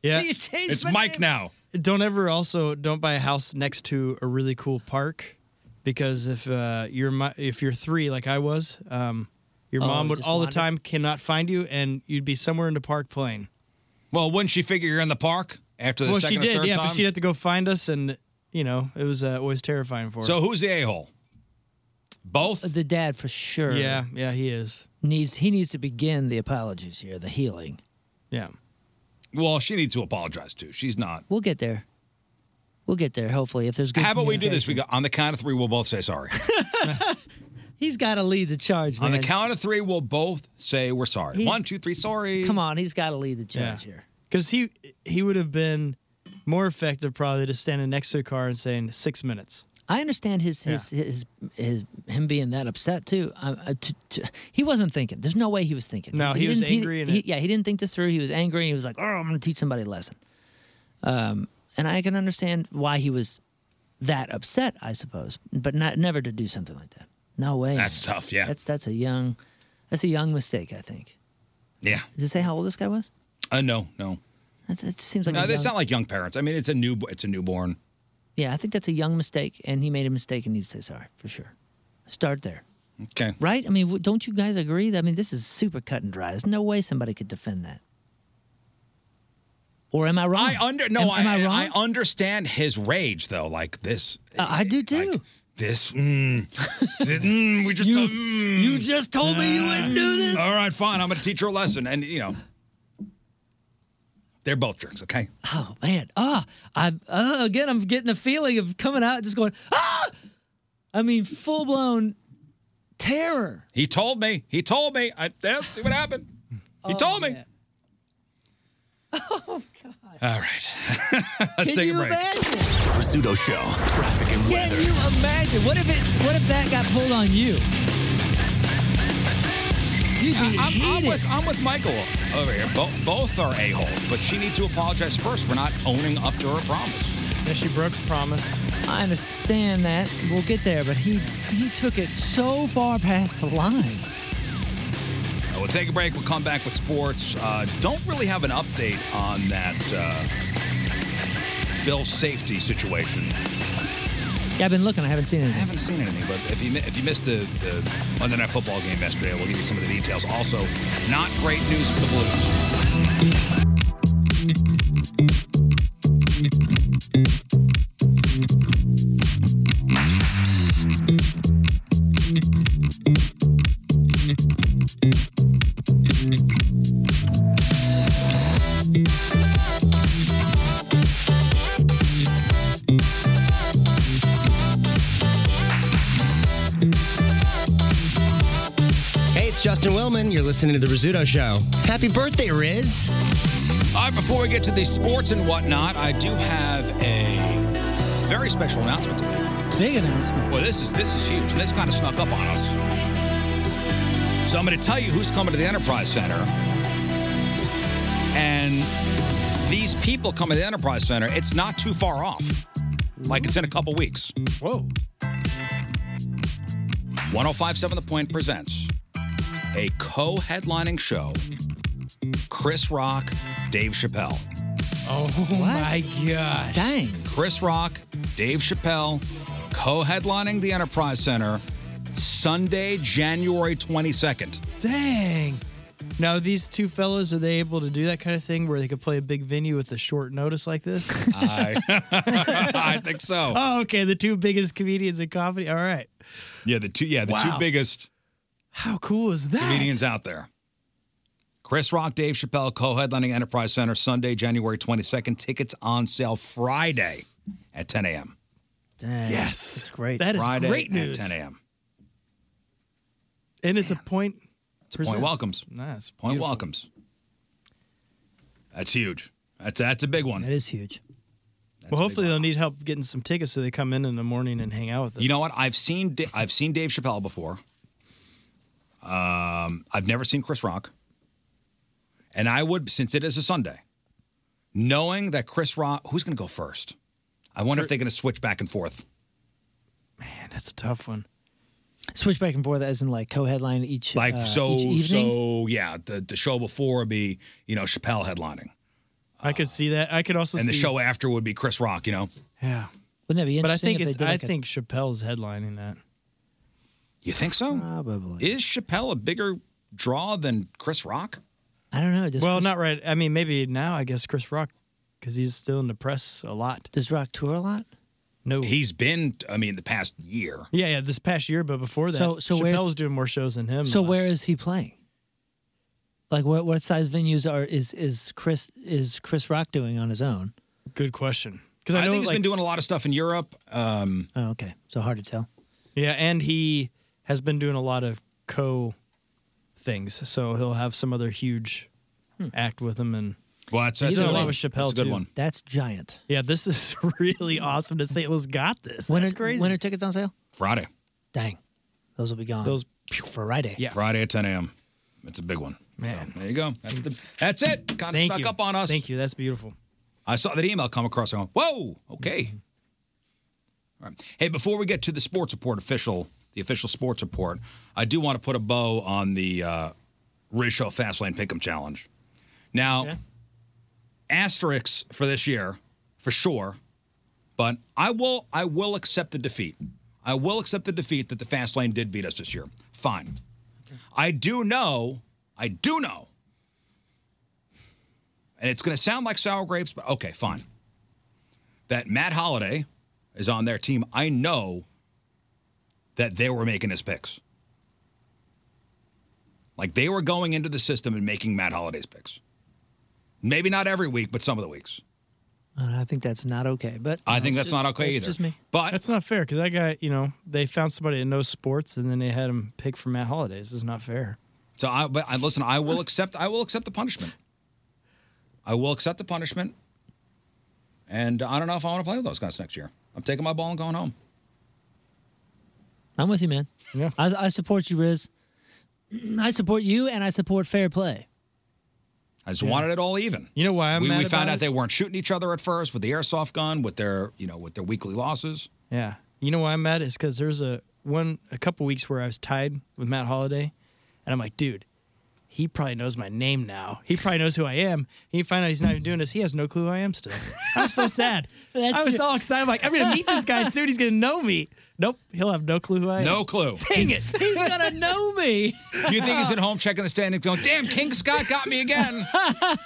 Yeah. You changed It's my Mike name. now. Don't ever also don't buy a house next to a really cool park because if uh, you're mi- if you're 3 like I was, um, your Oh, mom you would just all the wander- time cannot find you and you'd be somewhere in the park playing. well, wouldn't she figure you're in the park after the well, she second did. or third yeah, time? but she'd have to go find us and you know, it was uh, always terrifying for her. so who's the a hole? Both the dad for sure. Yeah, yeah, he is. needs he needs to begin the apologies here, the healing. Yeah. Well, she needs to apologize too. She's not. We'll get there. We'll get there. Hopefully, if there's good. How about we do this? We communication. go on the count of three. We'll both say sorry. He's got to lead the charge, man. on the count of three, we'll both say we're sorry. He- One, two, three. Sorry. Come on, he's got to lead the charge here. Cuz he he would have been more effective probably just standing next to a car and saying 6 minutes. I understand his his, his his him being that upset too. I, I, t- t- he wasn't thinking. There's no way he was thinking. No, he was didn't- angry and he- it- yeah, he didn't think this through. He was angry and he was like, "Oh, I'm going to teach somebody a lesson." Um, and I can understand why he was that upset, I suppose, but not never to do something like that. No way. That's tough. Yeah. That's that's a young, that's a young mistake. I think. Yeah. Did it say how old this guy was? Uh, no, no. That's, that seems like no, a they young- sound like young parents. I mean, it's a new, it's a newborn. Yeah, I think that's a young mistake, and he made a mistake and needs to say sorry for sure. Start there. Okay. Right? I mean, w- don't you guys agree? I mean, this is super cut and dry. There's no way somebody could defend that. Or am I wrong? I under no, Am- I, am I wrong? I understand his rage though. Like this, Uh, I do too. this, mm, this mm, we just you, you just told me you wouldn't do this. All right, fine. I'm gonna teach her a lesson, and you know, they're both jerks. Okay. oh man, ah, I uh, again, I'm getting the feeling of coming out, just going ah. I mean, full blown terror. He told me. He told me. I yeah, see what happened. He Oh, told me. man. All right. Let's Can take you a break. imagine? Rizzuto Show, traffic and Can weather. you imagine? What if it? What if that got pulled on you? You'd be I'm, I'm with, I'm with Michael over here. Bo- both are a-holes, but she needs to apologize first for not owning up to her promise. Yeah, she broke the promise. I understand that. We'll get there, but he he took it so far past the line. Uh, We'll take a break. We'll come back with sports. Uh, don't really have an update on that uh, Bill safety situation. Yeah, I've been looking. I haven't seen I anything. haven't seen anything, but if you mi- if you missed the, the Monday Night Football game yesterday, we'll give you some of the details. Also, not great news for the Blues. Hey, it's Justin Willman. You're listening to The Rizzuto Show. Happy birthday, Riz. All right, before we get to the sports and whatnot, I do have a very special announcement to make. Big announcement. Well, this is this is huge. This kind of snuck up on us. So I'm going to tell you who's coming to the Enterprise Center. And these people coming to the Enterprise Center, it's not too far off. Like it's in a couple weeks. Whoa. 1057 The Point presents a co headlining show Chris Rock, Dave Chappelle. Oh my gosh. Dang. Chris Rock, Dave Chappelle, co headlining the Enterprise Center Sunday, January 22nd. Dang. Now these two fellas are they able to do that kind of thing where they could play a big venue with a short notice like this? I, I think so. oh, okay. The two biggest comedians in comedy. All right. Yeah, the two yeah, the Wow. two biggest How cool is that? comedians out there. Chris Rock, Dave Chappelle, co-headlining Enterprise Center Sunday, January 22nd. Tickets on sale Friday at 10 a.m. Dang, Yes. that's great. That is Friday great news. at 10 a.m. And it's a point. Point presents. welcomes. Nice. Point Beautiful. welcomes. That's huge. That's that's a big one. That is huge. well, hopefully they'll need help getting some tickets so they come in in the morning and hang out with us. You know what? I've seen Da- I've seen Dave Chappelle before. Um, I've never seen Chris Rock, and I would since it is a Sunday, knowing that Chris Rock who's going to go first. I wonder if they're going to switch back and forth. Man, that's a tough one. Switch back and forth as in like co-headline each Like uh, so, each evening. so yeah. The the show before would be you know Chappelle headlining, I could see that. I could also Ah. and see the show after would be Chris Rock. You know, Yeah. Wouldn't that be But I interesting think if they it's. did I like a- think Chappelle's headlining that. you think so? Probably is Chappelle a bigger draw than Chris Rock? I don't know. Does well, Chris- not right. I mean, maybe now. I guess Chris Rock, because he's still in the press a lot. Does Rock tour a lot? No, he's been. um, I mean, the past year. Yeah, yeah. This past year, but before that, So- so where's- Chappelle's doing more shows than him. So where is he playing? Like what what size venues are is is Chris is Chris Rock doing on his own? Good question. Because I, know, think he's like- been doing a lot of stuff in Europe. Um, Oh, okay. So hard to tell. Yeah, and he has been doing a lot of co things, so he'll have some other huge Hmm. act with him, and well, that's, he's done a lot with Chappelle too. That's giant. Yeah, this is really awesome that St. Louis got this. When That's are, crazy. When are tickets on sale? Friday. Dang, those will be gone. Those- Friday. Friday at 10 a.m. It's a big one. Man. there you go. That's, the, that's it. Kind of Thank stuck you. up on us. Thank you. That's beautiful. I saw that email come across. I went, whoa, okay. All right. Hey, before we get to the sports report official the official sports report. I do want to put a bow on the uh, Riz Show Fastlane Pick'em Challenge. Now, asterisks for this year, for sure. But I will, I will accept the defeat. I will accept the defeat that the Fastlane did beat us this year. Fine. I do know, I do know, and it's going to sound like sour grapes, but okay, fine. That Matt Holiday is on their team. I know that they were making his picks. Like they were going into the system and making Matt Holiday's picks. Maybe not every week, but some of the weeks. And I think that's not okay. But I you know, think it's that's not okay it's either. Just me. But that's not fair because that guy, you know, they found somebody that knows sports and then they had him pick for Matt Holiday. This is not fair. So I but I listen, I will accept I will accept the punishment. I will accept the punishment. And I don't know if I want to play with those guys next year. I'm taking my ball and going home. I'm with you, man. Yeah. I, I support you, Riz. I support you, and I support fair play. I just Yeah. wanted it all even. You know why I'm we, mad we found about out it? they weren't shooting each other at first with the airsoft gun, with their you know, with their weekly losses. Yeah. You know why I'm mad is because there's a one a couple weeks where I was tied with Matt Holiday, and I'm like, dude, he probably knows my name now. He probably knows who I am. And you find out he's not even doing this. He has no clue who I am still. I'm so sad. I was all excited. I'm like, I'm gonna meet this guy soon. He's gonna know me. Nope, he'll have no clue who I am. No clue. Dang it. He's gonna know me. You think he's at home checking the standings going, damn, King Scott got me again.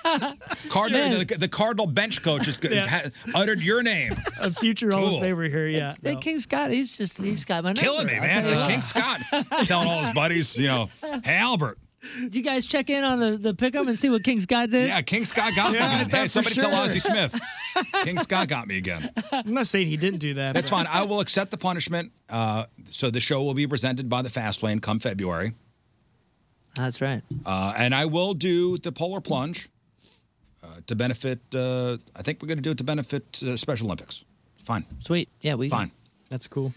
Cardinal, Sure. the, the Cardinal bench coach has Yeah. ha- uttered your name. a future Hall Cool. of Famer here? Yeah. Hey, King Scott, he's just he's got my Killing number, me, I'll man. tell you Like what. King Scott telling all his buddies, you know, hey, Albert. Did you guys check in on the, the pickup and see what King Scott did? Yeah, King Scott got Yeah, I me again. thought Hey, for somebody tell sure. Ozzie Smith. King Scott got me again. I'm not saying he didn't do that. That's but- fine. I will accept the punishment. Uh, so the show will be presented by the Fast Lane come February. That's right. Uh, and I will do the polar plunge uh, to benefit, uh, I think we're going to do it to benefit uh, Special Olympics. Fine. Sweet. Yeah, we Fine. That's cool.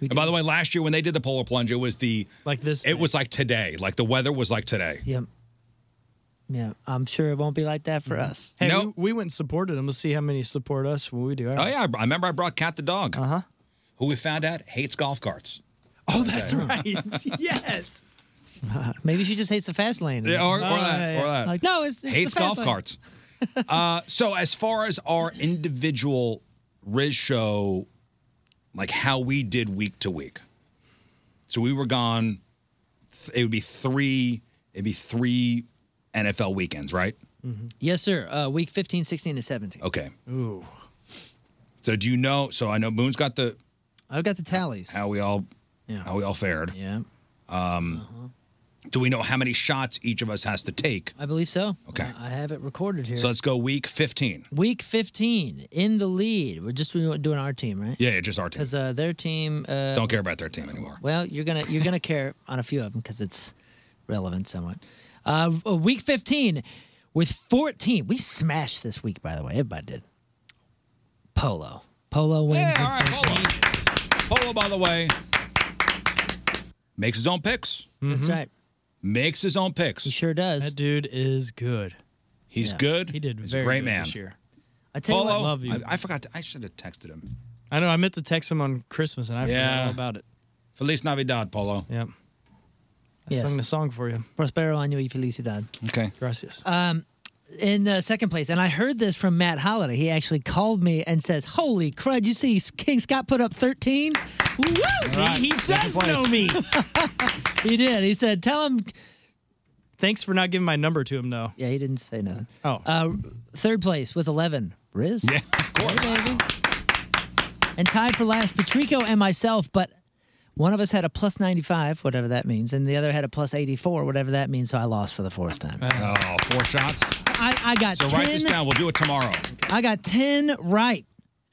And by the way, last year when they did the polar plunge, it was the like this. It was like today. Like the weather was like today. Yep. Yeah, I'm sure it won't be like that for us. Hey, we, we went and supported him. Let's see how many support us when we do. Oh yeah, I I remember I brought Cat the dog. Uh huh. Who we found out hates golf carts. Uh-huh. Oh, that's right. yes. Uh, Maybe she just hates the fast lane. Yeah, Oh, or, or that, or that. Oh, Like, no, it's, it's hates the fast golf lane. carts. uh, so as far as our individual Riz show, like how we did week to week, so we were gone. th- It would be three. It'd be three NFL weekends, right? Mm-hmm. Yes, sir. Uh, week 15, 16, and 17. Okay. Ooh. So do you know? So I know Moon's got the I've got the tallies. how we all Yeah. how we all fared. Yeah. Uh-huh. Um, Do we know how many shots each of us has to take? I believe so. Uh, Okay. I have it recorded here. So let's go week 15. Week 15 in the lead. We're just doing our team, right? Yeah, yeah just our team. Because uh, their team. Uh, Don't care about their team anymore. Well, you're gonna you're gonna care on a few of them because it's relevant somewhat. Uh, uh, week 15 with 14. We smashed this week, by the way. Everybody did. Polo. Polo wins. with Polo, by the way, makes his own picks. That's right. Mm-hmm. Makes his own picks. He sure does. That dude is good. He's Yeah. good. He did He's very a great good man. this year. I tell you Polo, what- Love you. I, I forgot. To, I should have texted him. I know. I meant to text him on Christmas and I forgot all about it. Feliz Navidad, Polo. Yep. I Yes. sung the song for you. Prospero año y felicidad. Okay. Gracias. Um, in uh, second place, and I heard this from Matt Holliday. He actually called me and says, "Holy crud! You see, King Scott put up 13. Woo! See, Right. he Second does place. know me. he did. He said, "Tell him." Thanks for not giving my number to him, though. Yeah, he didn't say nothing. Oh. Uh, third place with 11, Riz. Yeah, of course. And tied for last, Patrico and myself, but one of us had a plus 95, whatever that means, and the other had a plus 84, whatever that means, so I lost for the fourth time. Oh, four shots. I, I got So 10. write this down. We'll do it tomorrow. I got 10 right,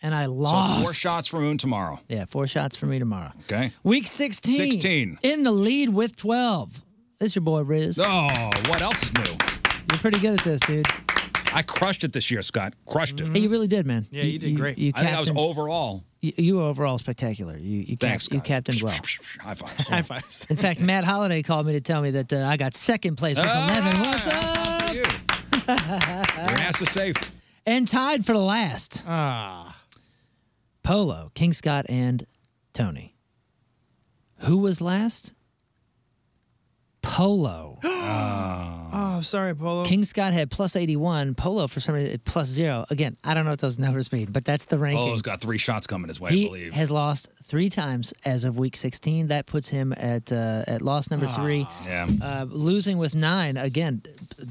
and I lost. So four shots for Moon tomorrow. Yeah, four shots for me tomorrow. Okay. Week 16. 16. In the lead with 12. This your boy, Riz. Oh, what else is new? You're pretty good at this, dude. I crushed it this year, Scott. Crushed it. Hey, Mm-hmm. you really did, man. You, I think I was captained- overall. You, you were overall spectacular. You you, cap, Thanks, you guys. captained well. High fives. High fives. In fact, Matt Holiday called me to tell me that uh, I got second place with Oh, 11. What's up? Your ass is safe. and tied for the last. Ah. Polo, King Scott, and Tony. Who was last? Polo. Oh, sorry, Polo. King Scott had plus 81. Polo, for some reason, plus zero. Again, I don't know what those numbers mean, but that's the ranking. Polo's got three shots coming his way, he I believe. has lost three times as of week 16. That puts him at uh, at loss number three. Yeah. Uh, losing with nine. Again,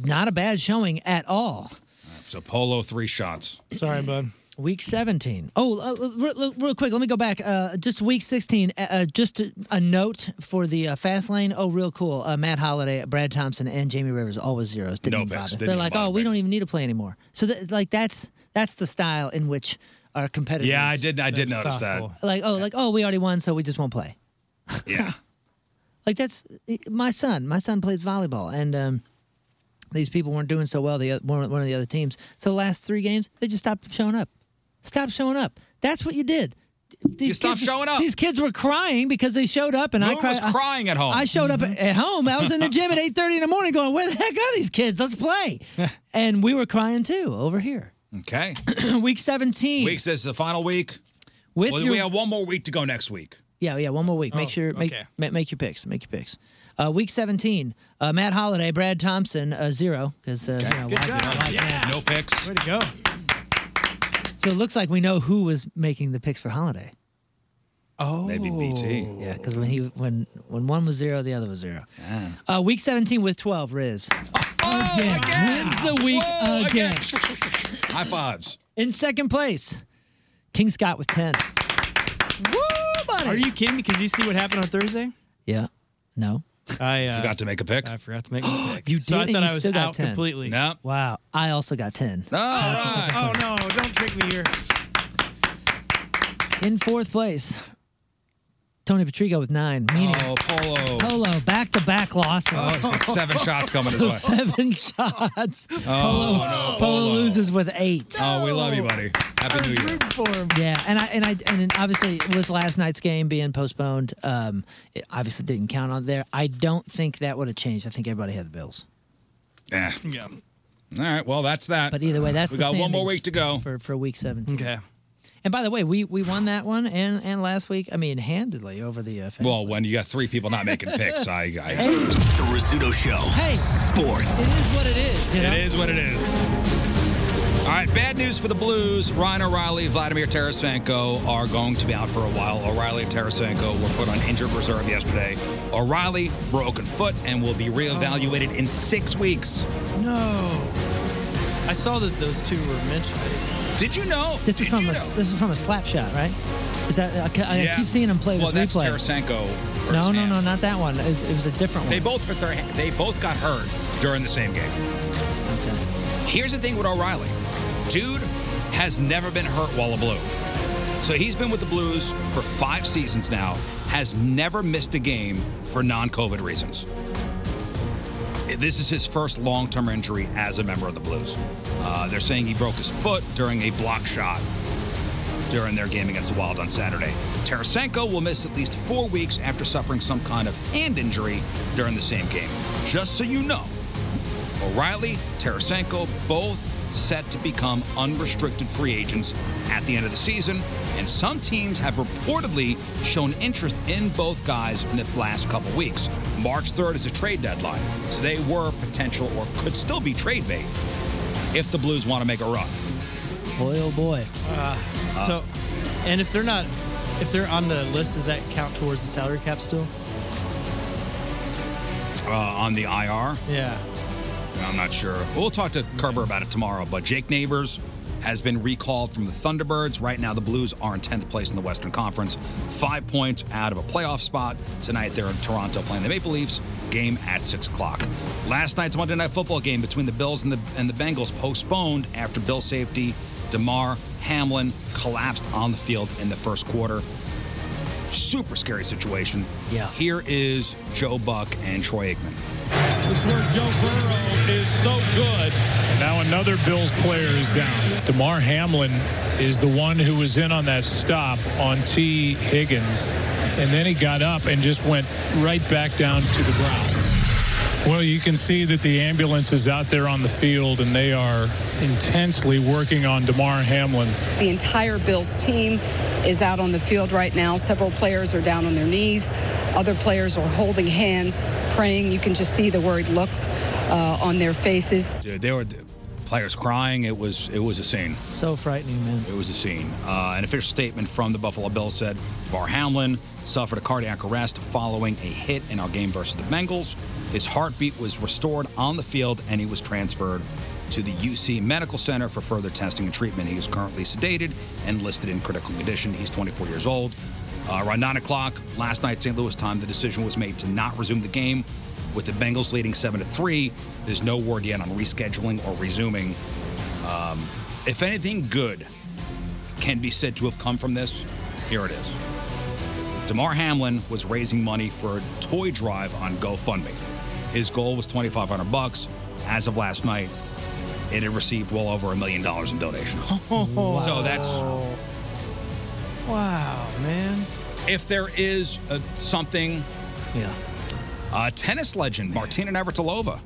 not a bad showing at all. So Polo, three shots. Sorry, bud. Week 17. Oh, uh, re- re- real quick, let me go back. Uh, just week 16. Uh, Uh, just a, a note for the uh, fast lane. Oh, real cool. Uh, Matt Holiday, Brad Thompson, and Jamie Rivers always zeros. Didn't No even picks. bother. Didn't They're even like, bother oh, we don't even need to play anymore. So, that, like, that's that's the style in which our competitors. Yeah, I did. I did notice that. Like, oh, like oh, we already won, so we just won't play. Yeah. like that's eh, my son. My son plays volleyball, and um, these people weren't doing so well. The oth- one one of the other teams. So the last three games, they just stopped showing up. Stop showing up. That's what you did. These You stopped kids- showing up. These kids were crying because they showed up, and I Moon cried. was crying at home. Mm-hmm. I showed up at- at home. I was in the gym at eight thirty in the morning, going, "Where the heck are these kids? Let's play." and we were crying too over here. Okay. Week seventeen. Weeks this is the final week. With Well, your- we have one more week to go next week. Yeah, yeah. One more week. Make Oh, sure make okay. ma- make your picks. Make your picks. Uh, week 17, uh, Matt Holiday, Brad Thompson, uh, zero. Because uh, you know, why- No picks. Way to go. so it looks like we know who was making the picks for Holiday. Oh, maybe BT. Yeah, because when he when when one was zero, the other was zero. Uh, week 17 with 12, Riz. Oh, again, wins the week again. High fives. In second place, King Scott with 10. Woo, buddy. Are you kidding me? Because you see what happened on Thursday? Yeah. No. I uh, Forgot to make a pick. I forgot to make a pick. You so did, I and thought you I was still got out 10. completely. Wow. I also got 10. Oh, no. Don't trick me here. In fourth place, Tony Patrico with nine. Meaning oh, Polo. Polo back to back losses. Oh, he's got seven shots coming his So way. Seven shots. Oh, Polo, no, Polo, Polo. loses with eight. Oh, we love you, buddy. Happy New Year. Yeah, and I and I and then obviously with last night's game being postponed, um, it obviously didn't count on there. I don't think that would have changed. I think everybody had the Bills. Yeah. Yeah. All right. Well, that's that. But either way, that's we the got one more standings week to go. for for week seventeen. Okay. And by the way, we we won that one and and last week. I mean, handedly over the. Uh, Fed- Well, when you got three people not making picks, I. I The Rizzuto Show. Hey. Sports. It is what it is. you know? It is what it is. All right, bad news for the Blues. Ryan O'Reilly, Vladimir Tarasenko are going to be out for a while. O'Reilly and Tarasenko were put on injured reserve yesterday. O'Reilly, broken foot, and will be reevaluated in six weeks. No. I saw that those two were mentioned. Did you know? This is from a this is from a slap shot, right? Is that I, ca- I Yeah. keep seeing him play Well, this that's replay? Tarasenko. versus no, no, Hamm. no, not that one. It, it was a different They one. both hurt their. They both got hurt during the same game. Here's the thing with O'Reilly, dude has never been hurt while a blue. So he's been with the Blues for five seasons now, has never missed a game for non-COVID reasons. This is his first long-term injury as a member of the Blues. Uh, they're saying he broke his foot during a block shot during their game against the Wild on Saturday. Tarasenko will miss at least four weeks after suffering some kind of hand injury during the same game. Just so you know, O'Reilly, Tarasenko, both set to become unrestricted free agents at the end of the season, and some teams have reportedly shown interest in both guys in the last couple weeks. March 3rd is a trade deadline, so they were potential or could still be trade bait if the Blues want to make a run. Boy, oh boy. Uh, so, Ah. and if they're not, if they're on the list, does that count towards the salary cap still? Uh, on the IR, Yeah. I'm not sure. We'll talk to Kerber about it tomorrow, but Jake Neighbors has been recalled from the Thunderbirds. Right now, the Blues are in 10th place in the Western Conference, five points out of a playoff spot. Tonight, they're in Toronto playing the Maple Leafs, game at 6 o'clock. Last night's Monday Night Football game between the Bills and the, and the Bengals postponed after Bill safety DeMar Hamlin collapsed on the field in the first quarter. Super scary situation. Yeah. Here is Joe Buck and Troy Aikman. where Joe Burrow is so good. Now another Bills player is down. DeMar Hamlin is the one who was in on that stop on T. Higgins. And then he got up and just went right back down to the ground. Well, you can see that the ambulance is out there on the field, and they are intensely working on Damar Hamlin. The entire Bills team is out on the field right now. Several players are down on their knees. Other players are holding hands, praying. You can just see the worried looks uh, on their faces. Dude, uh, there were players crying. It was it was a scene. So frightening, man. It was a scene. Uh, an official statement from the Buffalo Bills said Bar Hamlin suffered a cardiac arrest following a hit in our game versus the Bengals. His heartbeat was restored on the field, and he was transferred to the UC Medical Center for further testing and treatment. He is currently sedated and listed in critical condition. He's 24 years old. Uh, around 9 o'clock last night, St. Louis time, the decision was made to not resume the game with the Bengals leading seven to three. There's no word yet on rescheduling or resuming. Um, if anything good can be said to have come from this, here it is. Damar Hamlin was raising money for a toy drive on GoFundMe. His goal was 2,500 bucks. As of last night, it had received well over a million dollars in donations. So that's Wow, man. if there is a, something Yeah. Uh, tennis legend Martina Navratilova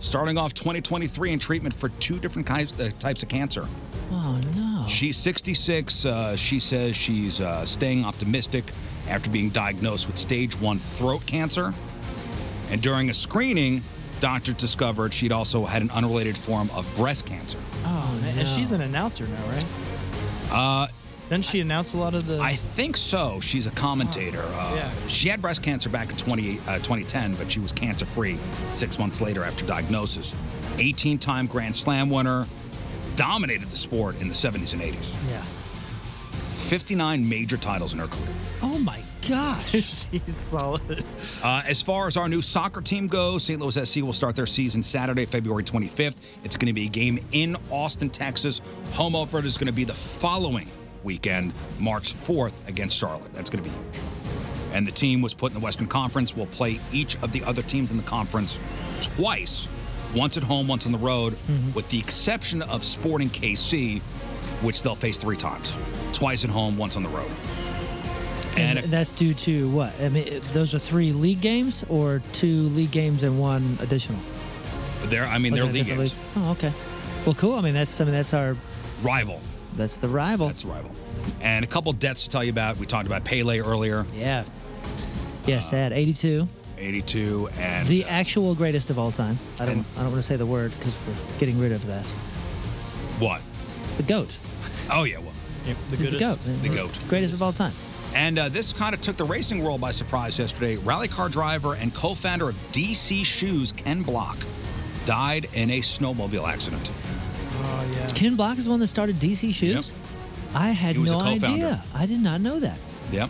starting off 2023 in treatment for two different kinds, uh, types of cancer. Oh, no. She's 66. Uh, she says she's uh, staying optimistic after being diagnosed with stage one throat cancer. And during a screening, doctors discovered she'd also had an unrelated form of breast cancer. Oh, man. And she's an announcer now, right? Uh, Then she announced a lot of the. I think so. She's a commentator. Uh, She had breast cancer back in 20, uh, 2010, but she was cancer free six months later after diagnosis. 18 time Grand Slam winner, dominated the sport in the 70s and 80s. Yeah. 59 major titles in her career. Oh my gosh. She's solid. Uh, as far as our new soccer team goes, St. Louis SC will start their season Saturday, February 25th. It's going to be a game in Austin, Texas. Home opener is going to be the following weekend, March 4th, against Charlotte. That's going to be huge. And the team was put in the Western Conference. will play each of the other teams in the conference twice, once at home, once on the road, Mm-hmm. with the exception of Sporting KC, which they'll face three times twice at home, once on the road. And, that's due to what? I mean, those are three league games or two league games and one additional? They're, I mean, Okay, they're league different games. Oh, okay. Well, cool. I mean, that's I mean, that's our Rival. That's the rival. That's the rival. And a couple deaths to tell you about. We talked about Pele earlier, yeah. Yeah, sad. 82. 82, Uh, and uh, the actual greatest of all time. I don't and- I don't want to say the word cuz we're getting rid of that. what? The goat. Oh, yeah, well. He's The goat. The goat. Greatest of all time. And uh, this kind of took the racing world by surprise yesterday. Rally car driver and co founder of DC Shoes, Ken Block, died in a snowmobile accident. Oh, yeah. Ken Block is the one that started DC Shoes? I had He was a no co-founder. idea. I did not know that. Yep.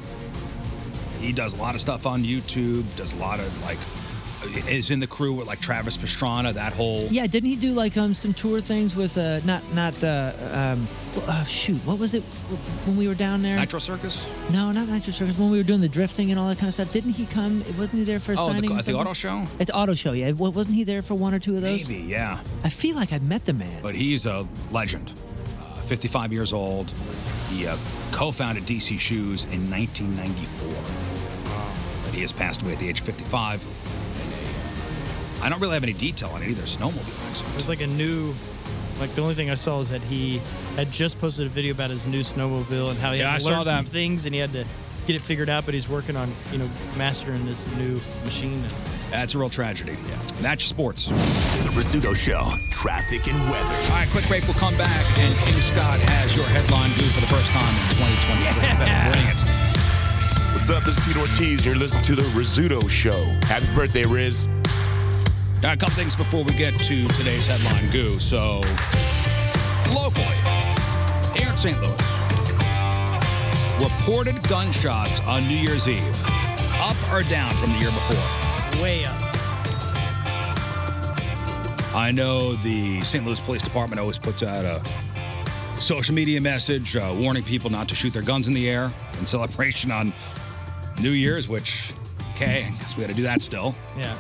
He does a lot of stuff on YouTube, does a lot of like, is in the crew with like Travis Pastrana, that whole. Yeah, didn't he do like um some tour things with uh not not uh um uh, shoot what was it when we were down there? Nitro Circus? No, not Nitro Circus. When we were doing the drifting and all that kind of stuff, didn't he come? Wasn't he there for a Oh, the- signing? and at the something? auto show? At the auto show, yeah. Wa- Wasn't he there for one or two of those? Maybe, yeah. I feel like I met the man. But he's a legend. Uh, 55 years old. He uh, co founded DC Shoes in 1994. But he has passed away at the age of 55. And uh, I don't really have any detail on it either. Snowmobile accident. There's like a new, like the only thing I saw is that he had just posted a video about his new snowmobile and how he Yeah, had to I saw learn some that. things and he had to get it figured out. But he's working on you know mastering this new machine. That's a real tragedy. Yeah. Match sports. The Rizzuto Show, traffic and weather. All right, quick break. We'll come back, and King Scott has your headline due for the first time in 2023. Bring it. What's up? This is Tito Ortiz. You're listening to The Rizzuto Show. Happy birthday, Riz. All right, a couple things before we get to today's headline goo. So, locally, here in St. Louis, reported gunshots on New Year's Eve, up or down from the year before. Way up. I know the St. Louis Police Department always puts out a social media message uh, warning people not to shoot their guns in the air in celebration on New Year's, which, okay, I guess we got to do that still. Yeah.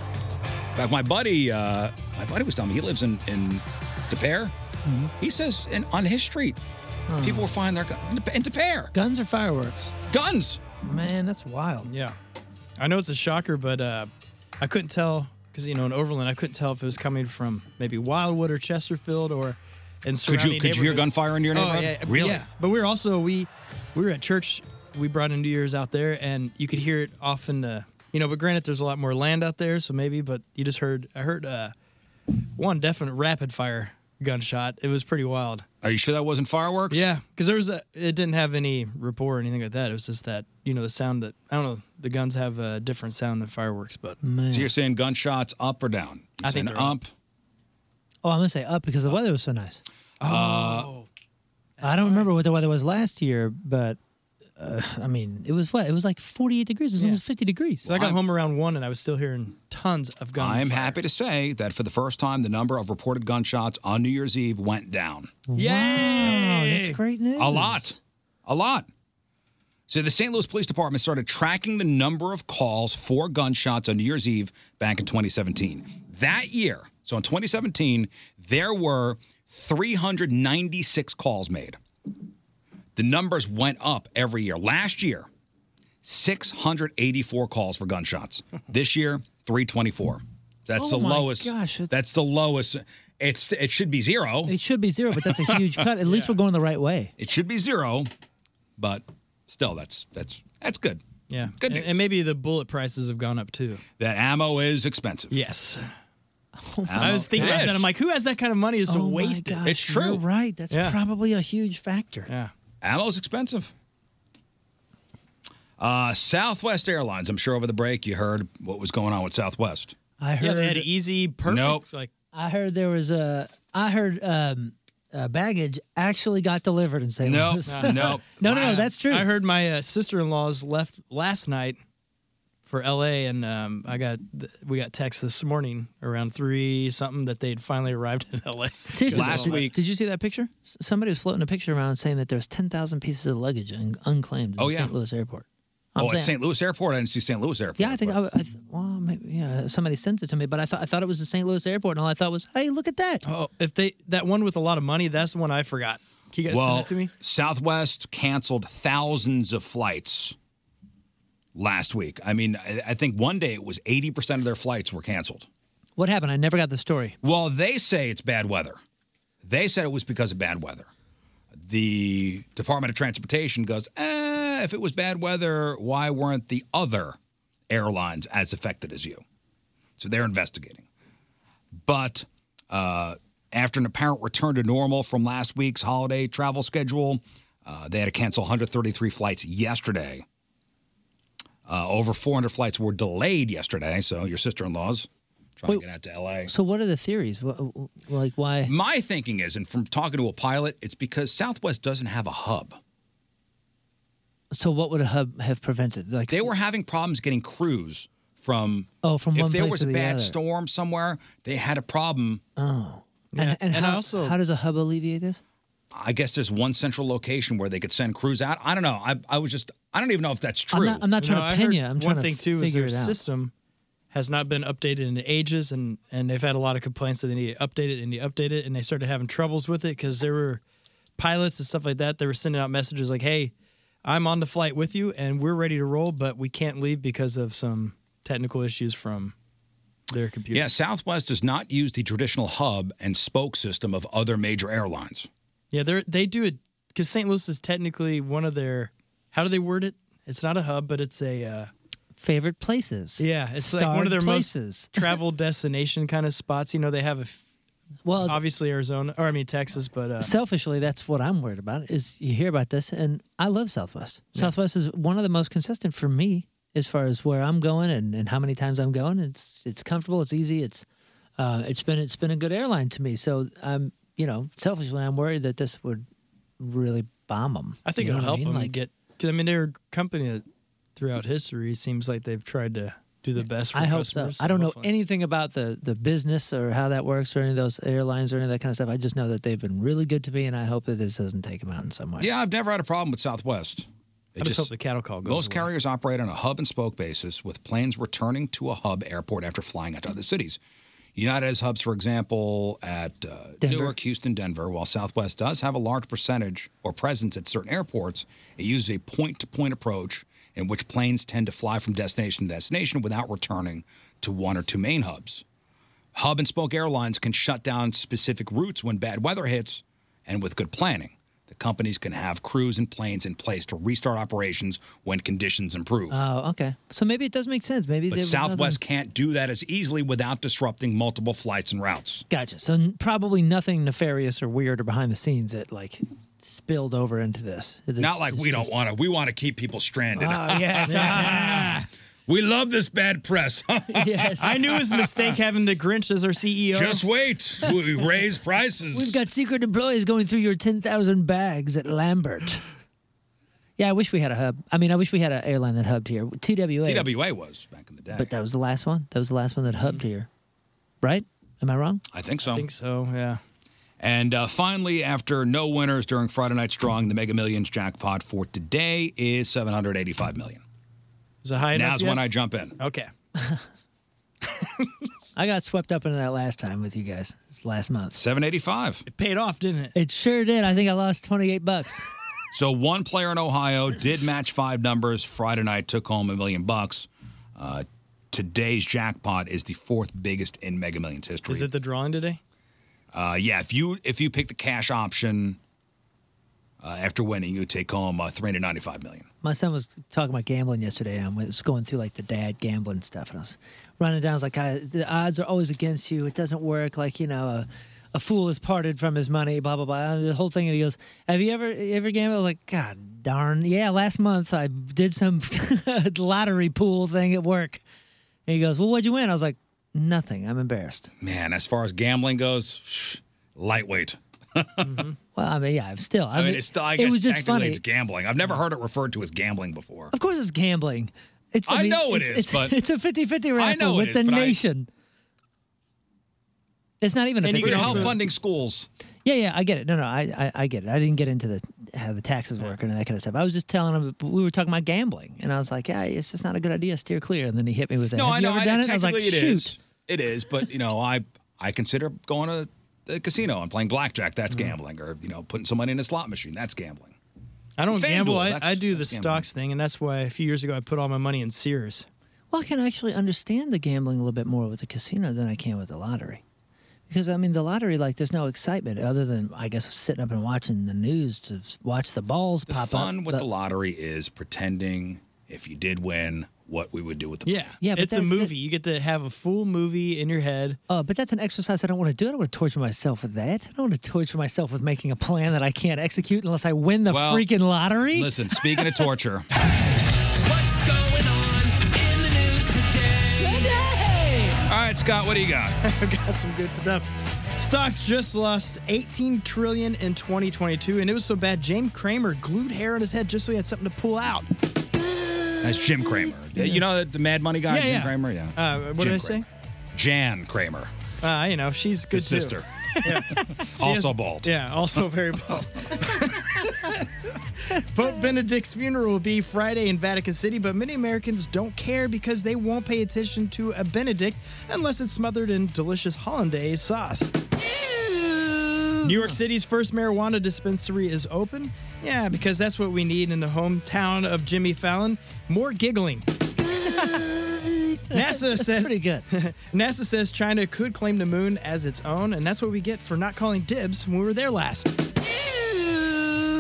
In fact, my buddy, uh, my buddy was telling me he lives in in Depere. Mm-hmm. He says in, on his street, Hmm. people were finding their guns in Depere. Guns or fireworks? Guns. Man, that's wild. Yeah. I know it's a shocker, but uh, I couldn't tell because you know in Overland I couldn't tell if it was coming from maybe Wildwood or Chesterfield or and Could you could you hear gunfire in your neighborhood? Oh, yeah, really? yeah. But we were also we we were at church. We brought in New Year's out there, and you could hear it often. Uh, you know, but granted, there's a lot more land out there, so maybe. But you just heard I heard uh, one definite rapid fire gunshot. It was pretty wild. Are you sure that wasn't fireworks? Yeah, because there was a, it didn't have any rapport or anything like that. It was just that you know the sound that I don't know the guns have a different sound than fireworks, but So you're saying gunshots up or down? You're I think saying they're up. Oh, I'm gonna say up because the weather was so nice. Oh, I don't remember what the weather was last year, but uh, I mean, it was what? It was like 48 degrees. It was almost 50 degrees. So I got home around one, and I was still hearing tons of guns. I'm happy to say that for the first time, the number of reported gunshots on New Year's Eve went down. Wow, that's great news. A lot. A lot. So the St. Louis Police Department started tracking the number of calls for gunshots on New Year's Eve back in 2017. That year, so in 2017, there were 396 calls made. The numbers went up every year. Last year, 684 calls for gunshots. This year, 324. That's the Oh my lowest. gosh, it's- that's the lowest. It's it should be zero. It should be zero, but that's a huge cut. At least we're going the right way. It should be zero, but still, that's that's that's good. Yeah, good and, and maybe the bullet prices have gone up too. That ammo is expensive. Yes. I was thinking about that. I'm like, who has that kind of money? It's Oh my wasted. gosh, You're right. That's Yeah. probably a huge factor. Yeah. Ammo's expensive. Uh, Southwest Airlines. I'm sure over the break you heard what was going on with Southwest. I heard. Yeah, they had an easy, perfect. Nope. Like I heard there was a. I heard um, uh, baggage actually got delivered in St. Nope, Louis. nope. no, no, no. That's true. I heard my uh, sister-in-law's left last night for L.A. and um, I got th- we got text this morning around three something that they'd finally arrived in L.A. Seriously, did, Did you see that picture? S- Somebody was floating a picture around saying that there's 10,000 pieces of luggage un- unclaimed in Oh, the yeah. St. Louis airport. I'm Oh, at saying- St. Louis Airport. I didn't see St. Louis Airport. Yeah, I think I, I th- well, maybe, yeah, somebody sent it to me, but I thought I thought it was the St. Louis airport, and all I thought was, "Hey, look at that!" Oh, if they that one with a lot of money, that's the one I forgot. Can you guys well, send it to me? Southwest canceled thousands of flights last week. I mean, I, I think one day it was 80% of their flights were canceled. What happened? I never got the story. Well, they say it's bad weather. They said it was because of bad weather. The Department of Transportation goes, eh, if it was bad weather, why weren't the other airlines as affected as you? So they're investigating. But uh, after an apparent return to normal from last week's holiday travel schedule, uh, they had to cancel 133 flights yesterday. Uh, over 400 flights were delayed yesterday. So your sister in law's trying Wait, to get out to LA. So, what are the theories? Wha- wha- Like, why? My thinking is, and from talking to a pilot, it's because Southwest doesn't have a hub. So, what would a hub have prevented? Like, They were having problems getting crews from. oh, from if one there place was to a the bad other. storm somewhere, they had a problem. Oh, Yeah, and, and, and how, also- how does a hub alleviate this? I guess there's one central location where they could send crews out. I don't know. I, I was just, I don't even know if that's true. I'm not- I'm not trying to I pin heard you. I'm one trying to thing too is figure their it out. system has not been updated in ages, and and they've had a lot of complaints that they need to update it, they need to update it, and they started having troubles with it because there were pilots and stuff like that. They were sending out messages like, "Hey, I'm on the flight with you, and we're ready to roll, but we can't leave because of some technical issues from their computer." Yeah, Southwest does not use the traditional hub and spoke system of other major airlines. Yeah, they they do it because St. Louis is technically one of their. How do they word it? It's not a hub, but it's a. Uh, Favorite places. Yeah, it's like one Starred of their places. most travel destination kind of spots. You know, they have a f- well, obviously Arizona or I mean Texas, but uh, selfishly that's what i'm worried about is you hear about this and i love southwest southwest is one of the most consistent for me as far as where i'm going and, and how many times i'm going it's it's comfortable it's easy it's uh, it's been it's been a good airline to me so i'm you know selfishly i'm worried that this would really bomb them I think you know it'll help what I mean? them like get. Cause I mean, they're a company that throughout history seems like they've tried to do the best. for I hope so. customers, I don't know hopefully- anything about the the business or how that works or any of those airlines or any of that kind of stuff. I just know that they've been really good to me, and I hope that this doesn't take them out in some way. Yeah, I've never had a problem with Southwest. It I just hope the cattle call goes Most carriers operate on a hub and spoke basis, with planes returning to a hub airport after flying out to other cities. United has hubs, for example, at uh, Newark, Houston, Denver. While Southwest does have a large percentage or presence at certain airports, it uses a point-to-point approach in which planes tend to fly from destination to destination without returning to one or two main hubs. Hub and spoke airlines can shut down specific routes when bad weather hits, and with good planning, the companies can have crews and planes in place to restart operations when conditions improve. Oh, okay. So maybe it does make sense. Maybe But there was Southwest nothing- can't do that as easily without disrupting multiple flights and routes. Gotcha. So n- probably nothing nefarious or weird or behind the scenes that like spilled over into this. This- Not like this we just- don't want to. We want to keep people stranded. Oh, yes. Yeah. we love this bad press. Yes. I knew it was a mistake having the Grinch as our E CEO. Just wait. We raise prices. We've got secret employees going through your ten thousand bags at Lambert. Yeah, I wish we had a hub. I mean, I wish we had an airline that hubbed here. TWA. TWA was back in the day. But that was the last one. That was the last one that hubbed Mm-hmm. here, right? Am I wrong? I think so. so, yeah. And uh, finally, after no winners during Friday Night Strong, the Mega Millions jackpot for today is 785 million. Is it high enough Now's yet? when I jump in. Okay. I got swept up into that last time with you guys. It's last month. 785. It paid off, didn't it? It sure did. I think I lost twenty eight bucks. So one player in Ohio did match five numbers Friday night, took home a million bucks. Uh, today's jackpot is the fourth biggest in Mega Millions history. Is it the drawing today? Uh, yeah, if you if you pick the cash option uh, after winning, you take home uh, 395 million. My son was talking about gambling yesterday, and I was going through like the dad gambling stuff, and I was running down. I was like, I, the odds are always against you. It doesn't work. Like you know, a, a fool is parted from his money. Blah blah blah. The whole thing. And he goes, Have you ever you ever gambled? I was like, God darn, yeah. Last month I did some lottery pool thing at work. And he goes, Well, what'd you win? I was like, Nothing. I'm embarrassed. Man, as far as gambling goes, psh, lightweight. Well, I mean, yeah, I'm still. I, mean, it's still, I it guess was just technically funny. it's gambling. I've never heard it referred to as gambling before. Of course, it's gambling. It's, I know it it's, is, it's, but- it's a 50 50 raffle know it with is, the but I- nation. It's not even a And you 50 can help funding schools. Yeah, yeah, I get it. No, no, I, I, I get it. I didn't get into the how the taxes work and that kind of stuff. I was just telling him we were talking about gambling, and I was like, yeah, it's just not a good idea. Steer clear. And then he hit me with that. No, Have I you know. ever I, done it? I was technically like, it shoot. is. It is, but you know, I I consider going to the casino and playing blackjack. That's Mm. gambling, or you know, putting some money in a slot machine. That's gambling. I don't FanDuel, gamble. I, that's- I do the that's gambling. stocks thing, and that's why a few years ago I put all my money in Sears. Well, I can actually understand the gambling a little bit more with the casino than I can with the lottery. Because, I mean, the lottery, like, there's no excitement other than, I guess, sitting up and watching the news to s- watch the balls The pop fun up. with But- the lottery is pretending if you did win, what we would do with the money. Yeah, it's a movie. you get to have a full movie in your head. Oh, but that's an exercise I don't want to do. I don't want to torture myself with that. I don't want to torture myself with making a plan that I can't execute unless I win the Well, freaking lottery. Listen, speaking of torture, all right, Scott, what do you got? I've got some good stuff. Stocks just lost 18 trillion in 2022, and it was so bad. James Kramer glued hair on his head just so he had something to pull out. That's Jim Kramer. You know the Mad Money guy, Yeah, Jim yeah. Kramer. Yeah. Uh, what Jim did I say? Jan Kramer, Uh, you know, she's good his too. sister, She also has- bald. Yeah, also very bald. Pope Benedict's funeral will be Friday in Vatican City, but many Americans don't care because they won't pay attention to a Benedict unless it's smothered in delicious hollandaise sauce. New York City's first marijuana dispensary is open. Yeah, because that's what we need in the hometown of Jimmy Fallon. More giggling. NASA says pretty good. NASA says China could claim the moon as its own, and that's what we get for not calling dibs when we were there last.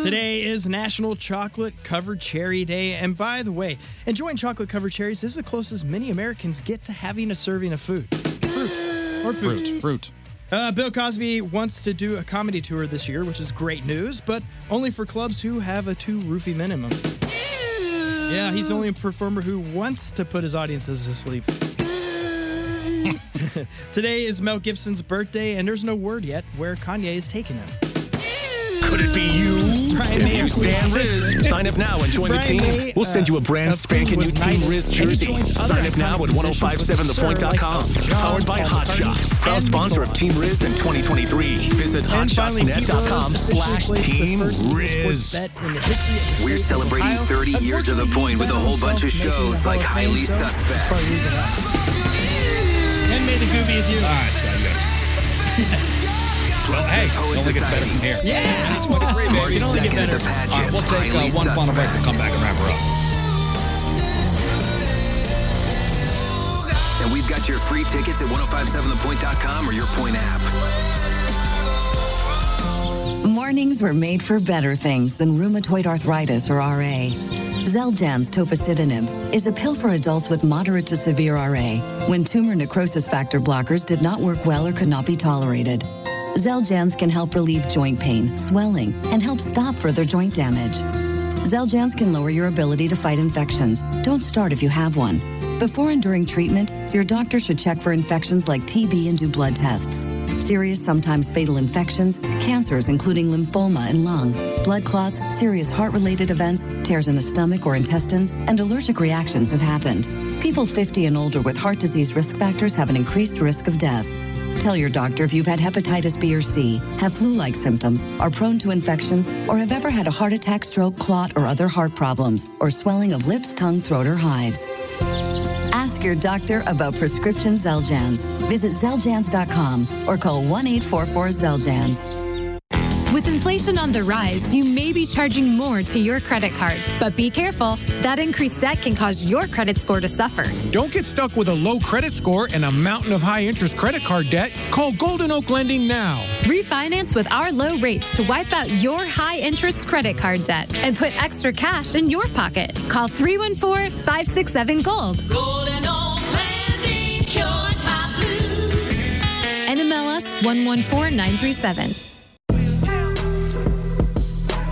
Today is National Chocolate Covered Cherry Day, and by the way, enjoying chocolate covered cherries is the closest many Americans get to having a serving of food, fruit, or food. Fruit, fruit. Uh, Bill Cosby wants to do a comedy tour this year, which is great news, but only for clubs who have a two roofie minimum. Yeah, he's the only a performer who wants to put his audiences to sleep. Today is Mel Gibson's birthday, and there's no word yet where Kanye is taking him. Could it be you? Brian if May you stand Riz, sign up now and join the Brian team. May, we'll send you a brand uh, spanking new was Team knighted, Riz and he jersey. joins other Sign up now at oh iconic musicians with Sir, like com. Elton John, Powered by Paul Hot McCartney, Shots. Proud and sponsor Mick of Team Riz in 2023. Visit And finally, hotshotsnet.com Heroes officially slash placed the Team first esports Riz. bet in the history of the state We're of celebrating Ohio. 30 years of the Unfortunately, point with a whole he bunch of found himself shows making like the Hall of Highly Fame, so he's Suspect. probably losing out. And may the goo be with you. All right, Scott, you got Well, hey, it only gets better from here. Yeah, 23, baby. It only gets better. All right, we'll take uh, one final break. We'll come back and wrap her up. and we've got your free tickets at 1057thepoint.com or your point app. Mornings were made for better things than rheumatoid arthritis or RA. Zeljan's tofacitinib is a pill for adults with moderate to severe RA when tumor necrosis factor blockers did not work well or could not be tolerated. Zeljans can help relieve joint pain, swelling, and help stop further joint damage. Zeljans can lower your ability to fight infections. Don't start if you have one. Before and during treatment, your doctor should check for infections like TB and do blood tests. Serious, sometimes fatal infections, cancers including lymphoma and lung, blood clots, serious heart related events, tears in the stomach or intestines, and allergic reactions have happened. People 50 and older with heart disease risk factors have an increased risk of death. Tell your doctor if you've had hepatitis B or C, have flu like symptoms, are prone to infections, or have ever had a heart attack, stroke, clot, or other heart problems, or swelling of lips, tongue, throat, or hives. Ask your doctor about prescription Zeljans. Visit Zeljans.com or call 1 844 Zeljans. With inflation on the rise, you may be charging more to your credit card. But be careful, that increased debt can cause your credit score to suffer. Don't get stuck with a low credit score and a mountain of high interest credit card debt. Call Golden Oak Lending now. Refinance with our low rates to wipe out your high interest credit card debt and put extra cash in your pocket. Call 314 567 Gold. Golden Oak Landing cured my blues. NMLS 114937.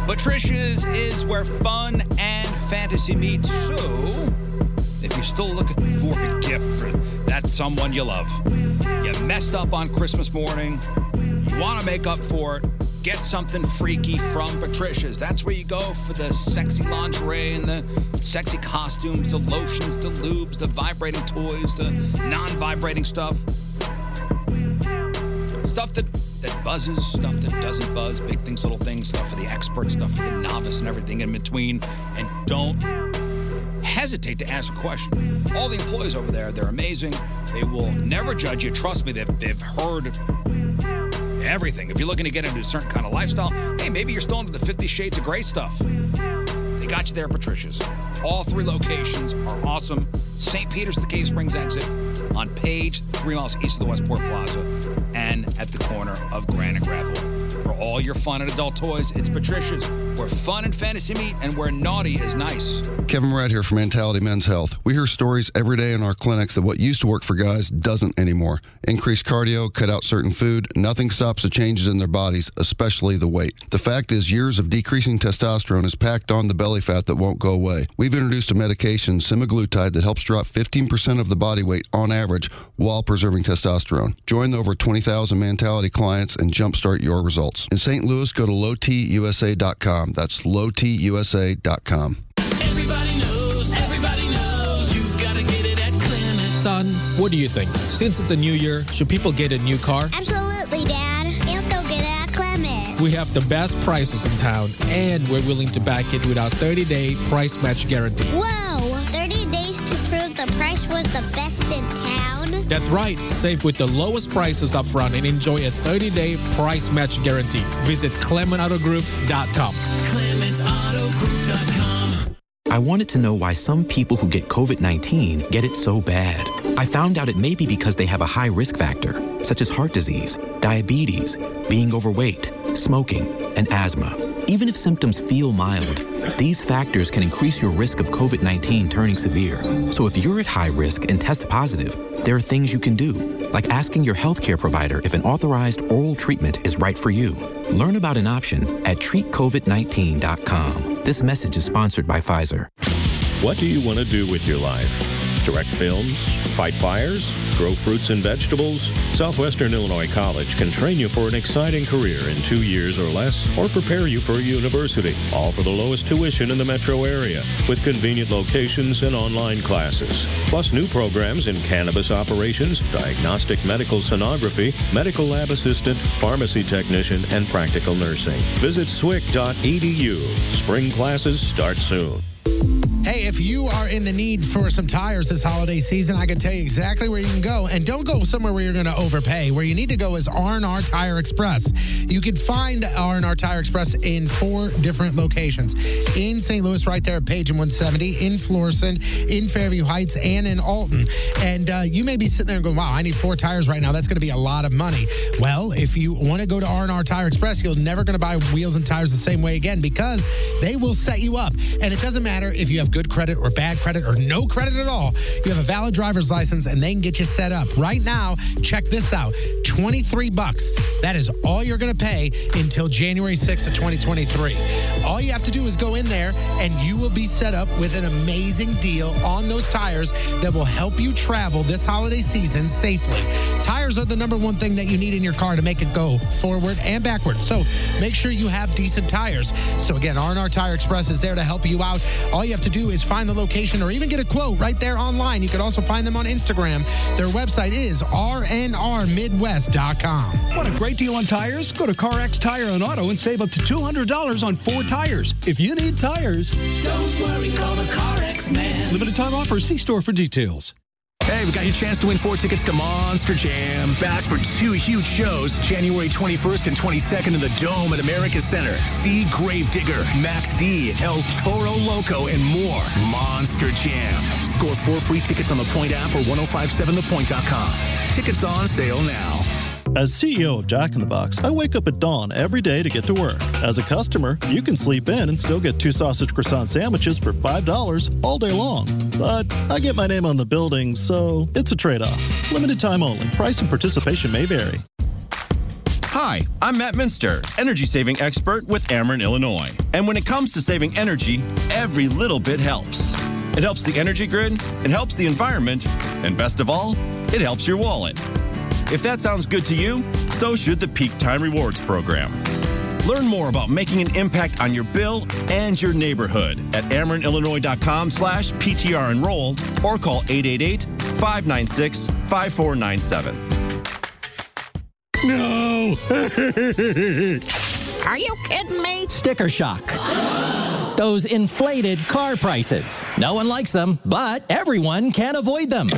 Patricia's is where fun and fantasy meet. So, if you're still looking for a gift for that someone you love, you messed up on Christmas morning, you want to make up for it, get something freaky from Patricia's. That's where you go for the sexy lingerie and the sexy costumes, the lotions, the lubes, the vibrating toys, the non vibrating stuff. Stuff that, that buzzes, stuff that doesn't buzz, big things, little things, stuff for the expert, stuff for the novice, and everything in between. And don't hesitate to ask a question. All the employees over there, they're amazing. They will never judge you. Trust me, they've, they've heard everything. If you're looking to get into a certain kind of lifestyle, hey, maybe you're still into the 50 Shades of Grey stuff. They got you there, Patricia's. All three locations are awesome. St. Peter's, the Cave Springs exit, on Page, three miles east of the Westport Plaza, and at the corner of Granite Gravel. For all your fun and adult toys, it's Patricia's, where fun and fantasy meet and where naughty is nice. Kevin Red here from Mentality Men's Health. We hear stories every day in our clinics that what used to work for guys doesn't anymore. Increased cardio, cut out certain food, nothing stops the changes in their bodies, especially the weight. The fact is, years of decreasing testosterone is packed on the belly fat that won't go away. We've introduced a medication, semaglutide, that helps drop 15% of the body weight on average while preserving testosterone. Join the over 20,000 Mentality clients and jumpstart your results. In St. Louis, go to lowtusa.com. That's lowtusa.com. Everybody knows, everybody knows you've got to get it at Clement. Son, what do you think? Since it's a new year, should people get a new car? Absolutely, Dad. And go get it at Clement. We have the best prices in town, and we're willing to back it with our 30-day price match guarantee. Whoa! 30 days to prove the price was the best in town. That's right. Save with the lowest prices up front and enjoy a 30-day price match guarantee. Visit ClementAutoGroup.com. ClementAutoGroup.com. I wanted to know why some people who get COVID 19 get it so bad. I found out it may be because they have a high risk factor, such as heart disease, diabetes, being overweight, smoking, and asthma. Even if symptoms feel mild, these factors can increase your risk of COVID 19 turning severe. So if you're at high risk and test positive, there are things you can do, like asking your healthcare provider if an authorized oral treatment is right for you. Learn about an option at treatcovid19.com. This message is sponsored by Pfizer. What do you want to do with your life? Direct films? Fight fires? Grow fruits and vegetables? Southwestern Illinois College can train you for an exciting career in two years or less or prepare you for university, all for the lowest tuition in the metro area with convenient locations and online classes. Plus new programs in cannabis operations, diagnostic medical sonography, medical lab assistant, pharmacy technician, and practical E nursing. Visit swick.edu. Spring classes start soon. Hey, Hey, if you are in the need for some tires this holiday season, I can tell you exactly where you can go. And don't go somewhere where you're going to overpay. Where you need to go is R&R Tire Express. You can find R&R Tire Express in four different locations. In St. Louis, right there at Page and 170, in Florissant, in Fairview Heights, and in Alton. And uh, you may be sitting there and going, wow, I need four tires right now. That's going to be a lot of money. Well, if you want to go to R&R Tire Express, you're never going to buy wheels and tires the same way again because they will set you up. And it doesn't matter if you have good credit or bad credit or no credit at all. You have a valid driver's license and they can get you set up. Right now, check this out. 23 bucks. That is all you're going to pay until January 6th of 2023. All you have to do is go in there and you will be set up with an amazing deal on those tires that will help you travel this holiday season safely. Tires are the number one thing that you need in your car to make it go forward and backward. So make sure you have decent tires. So again, R&R Tire Express is there to help you out. All you have to do is find the location or even get a quote right there online. You can also find them on Instagram. Their website is rnrmidwest.com. Want a great deal on tires? Go to CarX Tire and Auto and save up to $200 on four tires. If you need tires, Don't worry, call the CarX man. limited time offer, see store for details. Hey, we got your chance to win four tickets to Monster Jam. Back for two huge shows, January 21st and 22nd in the Dome at America Center. See Gravedigger, Max D, El Toro Loco, and more. Monster Jam. Score four free tickets on the Point app or 1057thepoint.com. Tickets on sale now. As CEO of Jack in the Box, I wake up at dawn every day to get to work. As a customer, you can sleep in and still get two sausage croissant sandwiches for $5 all day long. But I get my name on the building, so it's a trade off. Limited time only. Price and participation may vary. Hi, I'm Matt Minster, energy saving expert with Ameren, Illinois. And when it comes to saving energy, every little bit helps. It helps the energy grid, it helps the environment, and best of all, it helps your wallet. If that sounds good to you, so should the Peak Time Rewards program. Learn more about making an impact on your bill and your neighborhood at amerenillinois.com slash PTR enroll or call 888-596-5497. No! Are you kidding me? Sticker shock. Those inflated car prices. No one likes them, but everyone can avoid them.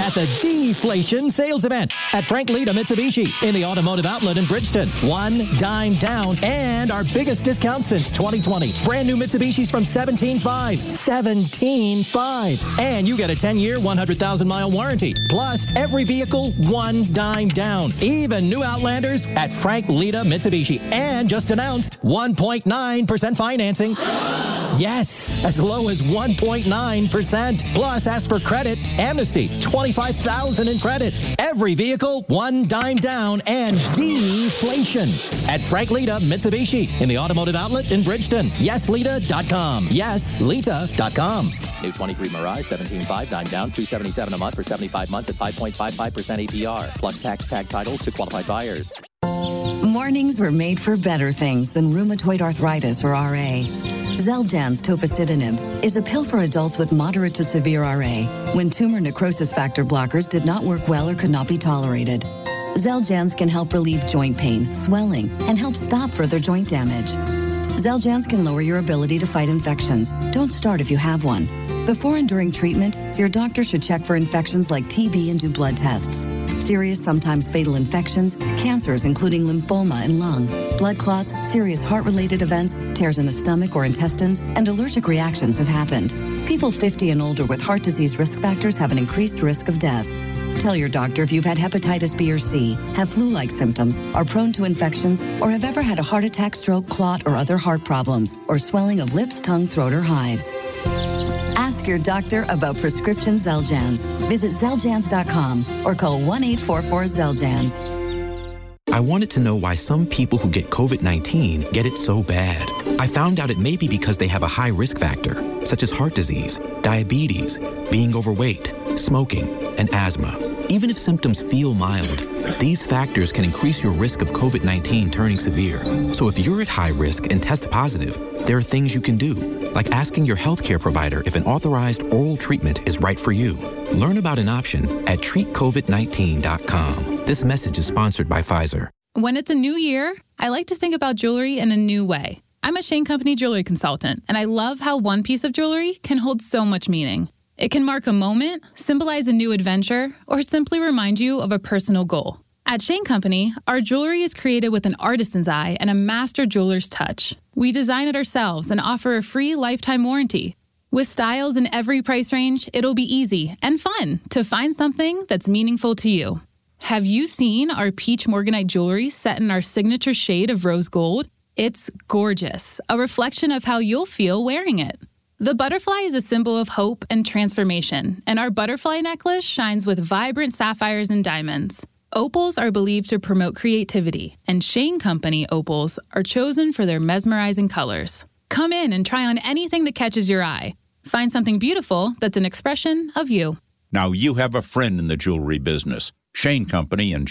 At the Deflation Sales Event at Frank Lita Mitsubishi in the Automotive Outlet in Bridgeton. One dime down and our biggest discount since 2020. Brand new Mitsubishis from 17.5. 17.5. And you get a 10 year, 100,000 mile warranty. Plus, every vehicle one dime down. Even new Outlanders at Frank Lita Mitsubishi. And just announced 1.9% financing. Yes, as low as 1.9%. Plus, ask for credit, amnesty, 25,000 in credit. Every vehicle, one dime down, and deflation. At Frank Lita Mitsubishi in the automotive outlet in Bridgeton. YesLita.com. YesLita.com. New 23 Mirage, 17.5, 9 down, 277 a month for 75 months at 5.55% APR. Plus tax, tag title to qualified buyers. Mornings were made for better things than rheumatoid arthritis or RA. Zeljans tofacitinib is a pill for adults with moderate to severe RA when tumor necrosis factor blockers did not work well or could not be tolerated. Zeljans can help relieve joint pain, swelling, and help stop further joint damage. Zeljans can lower your ability to fight infections. Don't start if you have one. Before and during treatment, your doctor should check for infections like TB and do blood tests. Serious, sometimes fatal infections, cancers including lymphoma and lung, blood clots, serious heart related events, tears in the stomach or intestines, and allergic reactions have happened. People 50 and older with heart disease risk factors have an increased risk of death. Tell your doctor if you've had hepatitis B or C, have flu like symptoms, are prone to infections, or have ever had a heart attack, stroke, clot, or other heart problems, or swelling of lips, tongue, throat, or hives. Ask your doctor about prescription Zeljans. Visit Zeljans.com or call 1 844 Zeljans. I wanted to know why some people who get COVID 19 get it so bad. I found out it may be because they have a high risk factor, such as heart disease, diabetes, being overweight, smoking, and asthma. Even if symptoms feel mild, these factors can increase your risk of COVID 19 turning severe. So if you're at high risk and test positive, there are things you can do, like asking your healthcare provider if an authorized oral treatment is right for you. Learn about an option at treatcovid19.com. This message is sponsored by Pfizer. When it's a new year, I like to think about jewelry in a new way. I'm a Shane Company jewelry consultant, and I love how one piece of jewelry can hold so much meaning. It can mark a moment, symbolize a new adventure, or simply remind you of a personal goal. At Shane Company, our jewelry is created with an artisan's eye and a master jeweler's touch. We design it ourselves and offer a free lifetime warranty. With styles in every price range, it'll be easy and fun to find something that's meaningful to you. Have you seen our peach morganite jewelry set in our signature shade of rose gold? It's gorgeous, a reflection of how you'll feel wearing it. The butterfly is a symbol of hope and transformation, and our butterfly necklace shines with vibrant sapphires and diamonds. Opals are believed to promote creativity, and Shane Company opals are chosen for their mesmerizing colors. Come in and try on anything that catches your eye. Find something beautiful that's an expression of you. Now you have a friend in the jewelry business. Shane Company and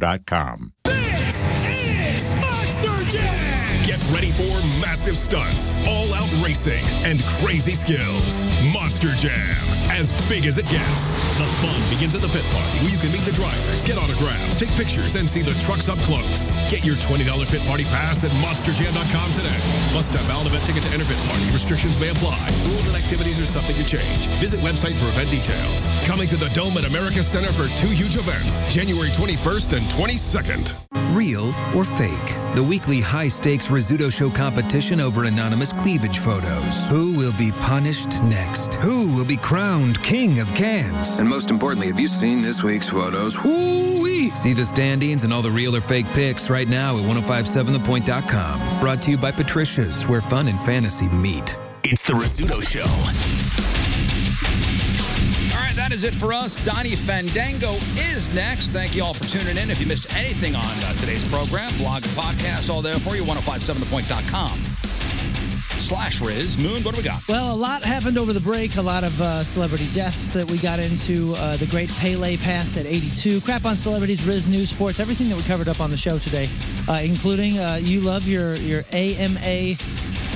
ShaneCo.com. This is Monster Jam! Get ready for massive stunts, all out racing, and crazy skills. Monster Jam, as big as it gets. The fun begins at the pit party where you can meet the drivers, get autographs, take pictures, and see the trucks up close. Get your $20 pit party pass at monsterjam.com today. Must have out event ticket to enter pit party. Restrictions may apply. Rules and activities are subject to change. Visit website for event details. Coming to the Dome at America Center for two huge events, January 21st and 22nd. Real or fake? The weekly high stakes Rizzuto Show competition over anonymous cleavage photos. Who will be punished next? Who will be crowned king of cans? And most importantly, have you seen this week's photos? Woo-wee! See the standings and all the real or fake picks right now at 1057thepoint.com. Brought to you by Patricia's, where fun and fantasy meet. It's the Rizzuto Show. All right, that is it for us. Donnie Fandango is next. Thank you all for tuning in. If you missed anything on uh, today's program, blog and podcast, all there for you, 1057thepoint.com. Slash Riz. Moon, what do we got? Well, a lot happened over the break. A lot of uh, celebrity deaths that we got into. Uh, the great Pele passed at 82. Crap on celebrities, Riz News, sports, everything that we covered up on the show today, uh, including uh, you love your your AMA.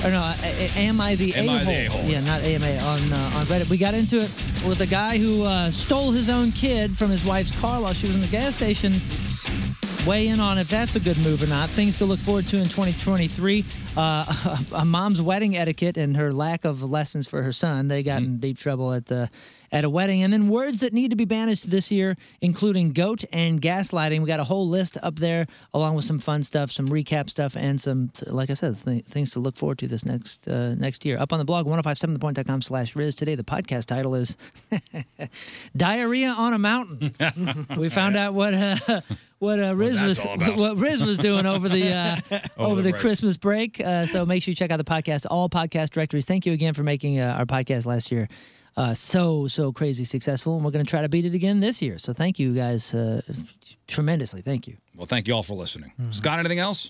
Or no, uh, am I the Am I the a-hole? a-hole? Yeah, not AMA on uh, on Reddit. We got into it with a guy who uh, stole his own kid from his wife's car while she was in the gas station weigh in on if that's a good move or not. Things to look forward to in 2023. Uh, a mom's wedding etiquette and her lack of lessons for her son. They Hmm. got in deep trouble at the at a wedding. And then words that need to be banished this year, including goat and gaslighting. We got a whole list up there, along with some fun stuff, some recap stuff, and some, like I said, th- things to look forward to this next uh, next year. Up on the blog, 1057thepoint.com slash Riz. Today, the podcast title is Diarrhea on a Mountain. we found out what uh, what uh, Riz that's was all about. what Riz was doing over the uh, Over over, the the, break. Christmas break. Uh, so make sure you check out the podcast, all podcast directories. Thank you again for making uh, our podcast last year uh, so so crazy successful, and we're going to try to beat it again this year. So thank you guys uh, tremendously. Thank you. Well, thank you all for listening. Scott, anything else?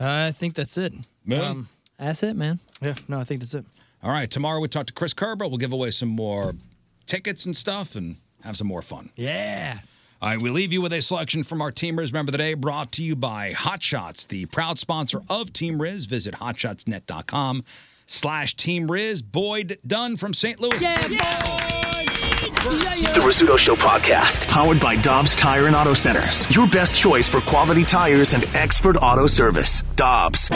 Mm-hmm. Uh, I think that's it. Um, Moon? Um, that's it, man. Yeah, no, I think that's it. All right, tomorrow we talk to Chris Kerber. We'll give away some more tickets and stuff and have some more fun. Yeah. All right, we leave you with a selection from our Team Riz member of the day, brought to you by Hot Shots, the proud sponsor of Team Riz. Visit hotshotsnet.com slash Team Riz. Boyd Dunn from St. Louis. The Rizzuto Show podcast, powered by Dobbs Tire and Auto Centers. Your best choice for quality tires and expert auto service. Dobbs.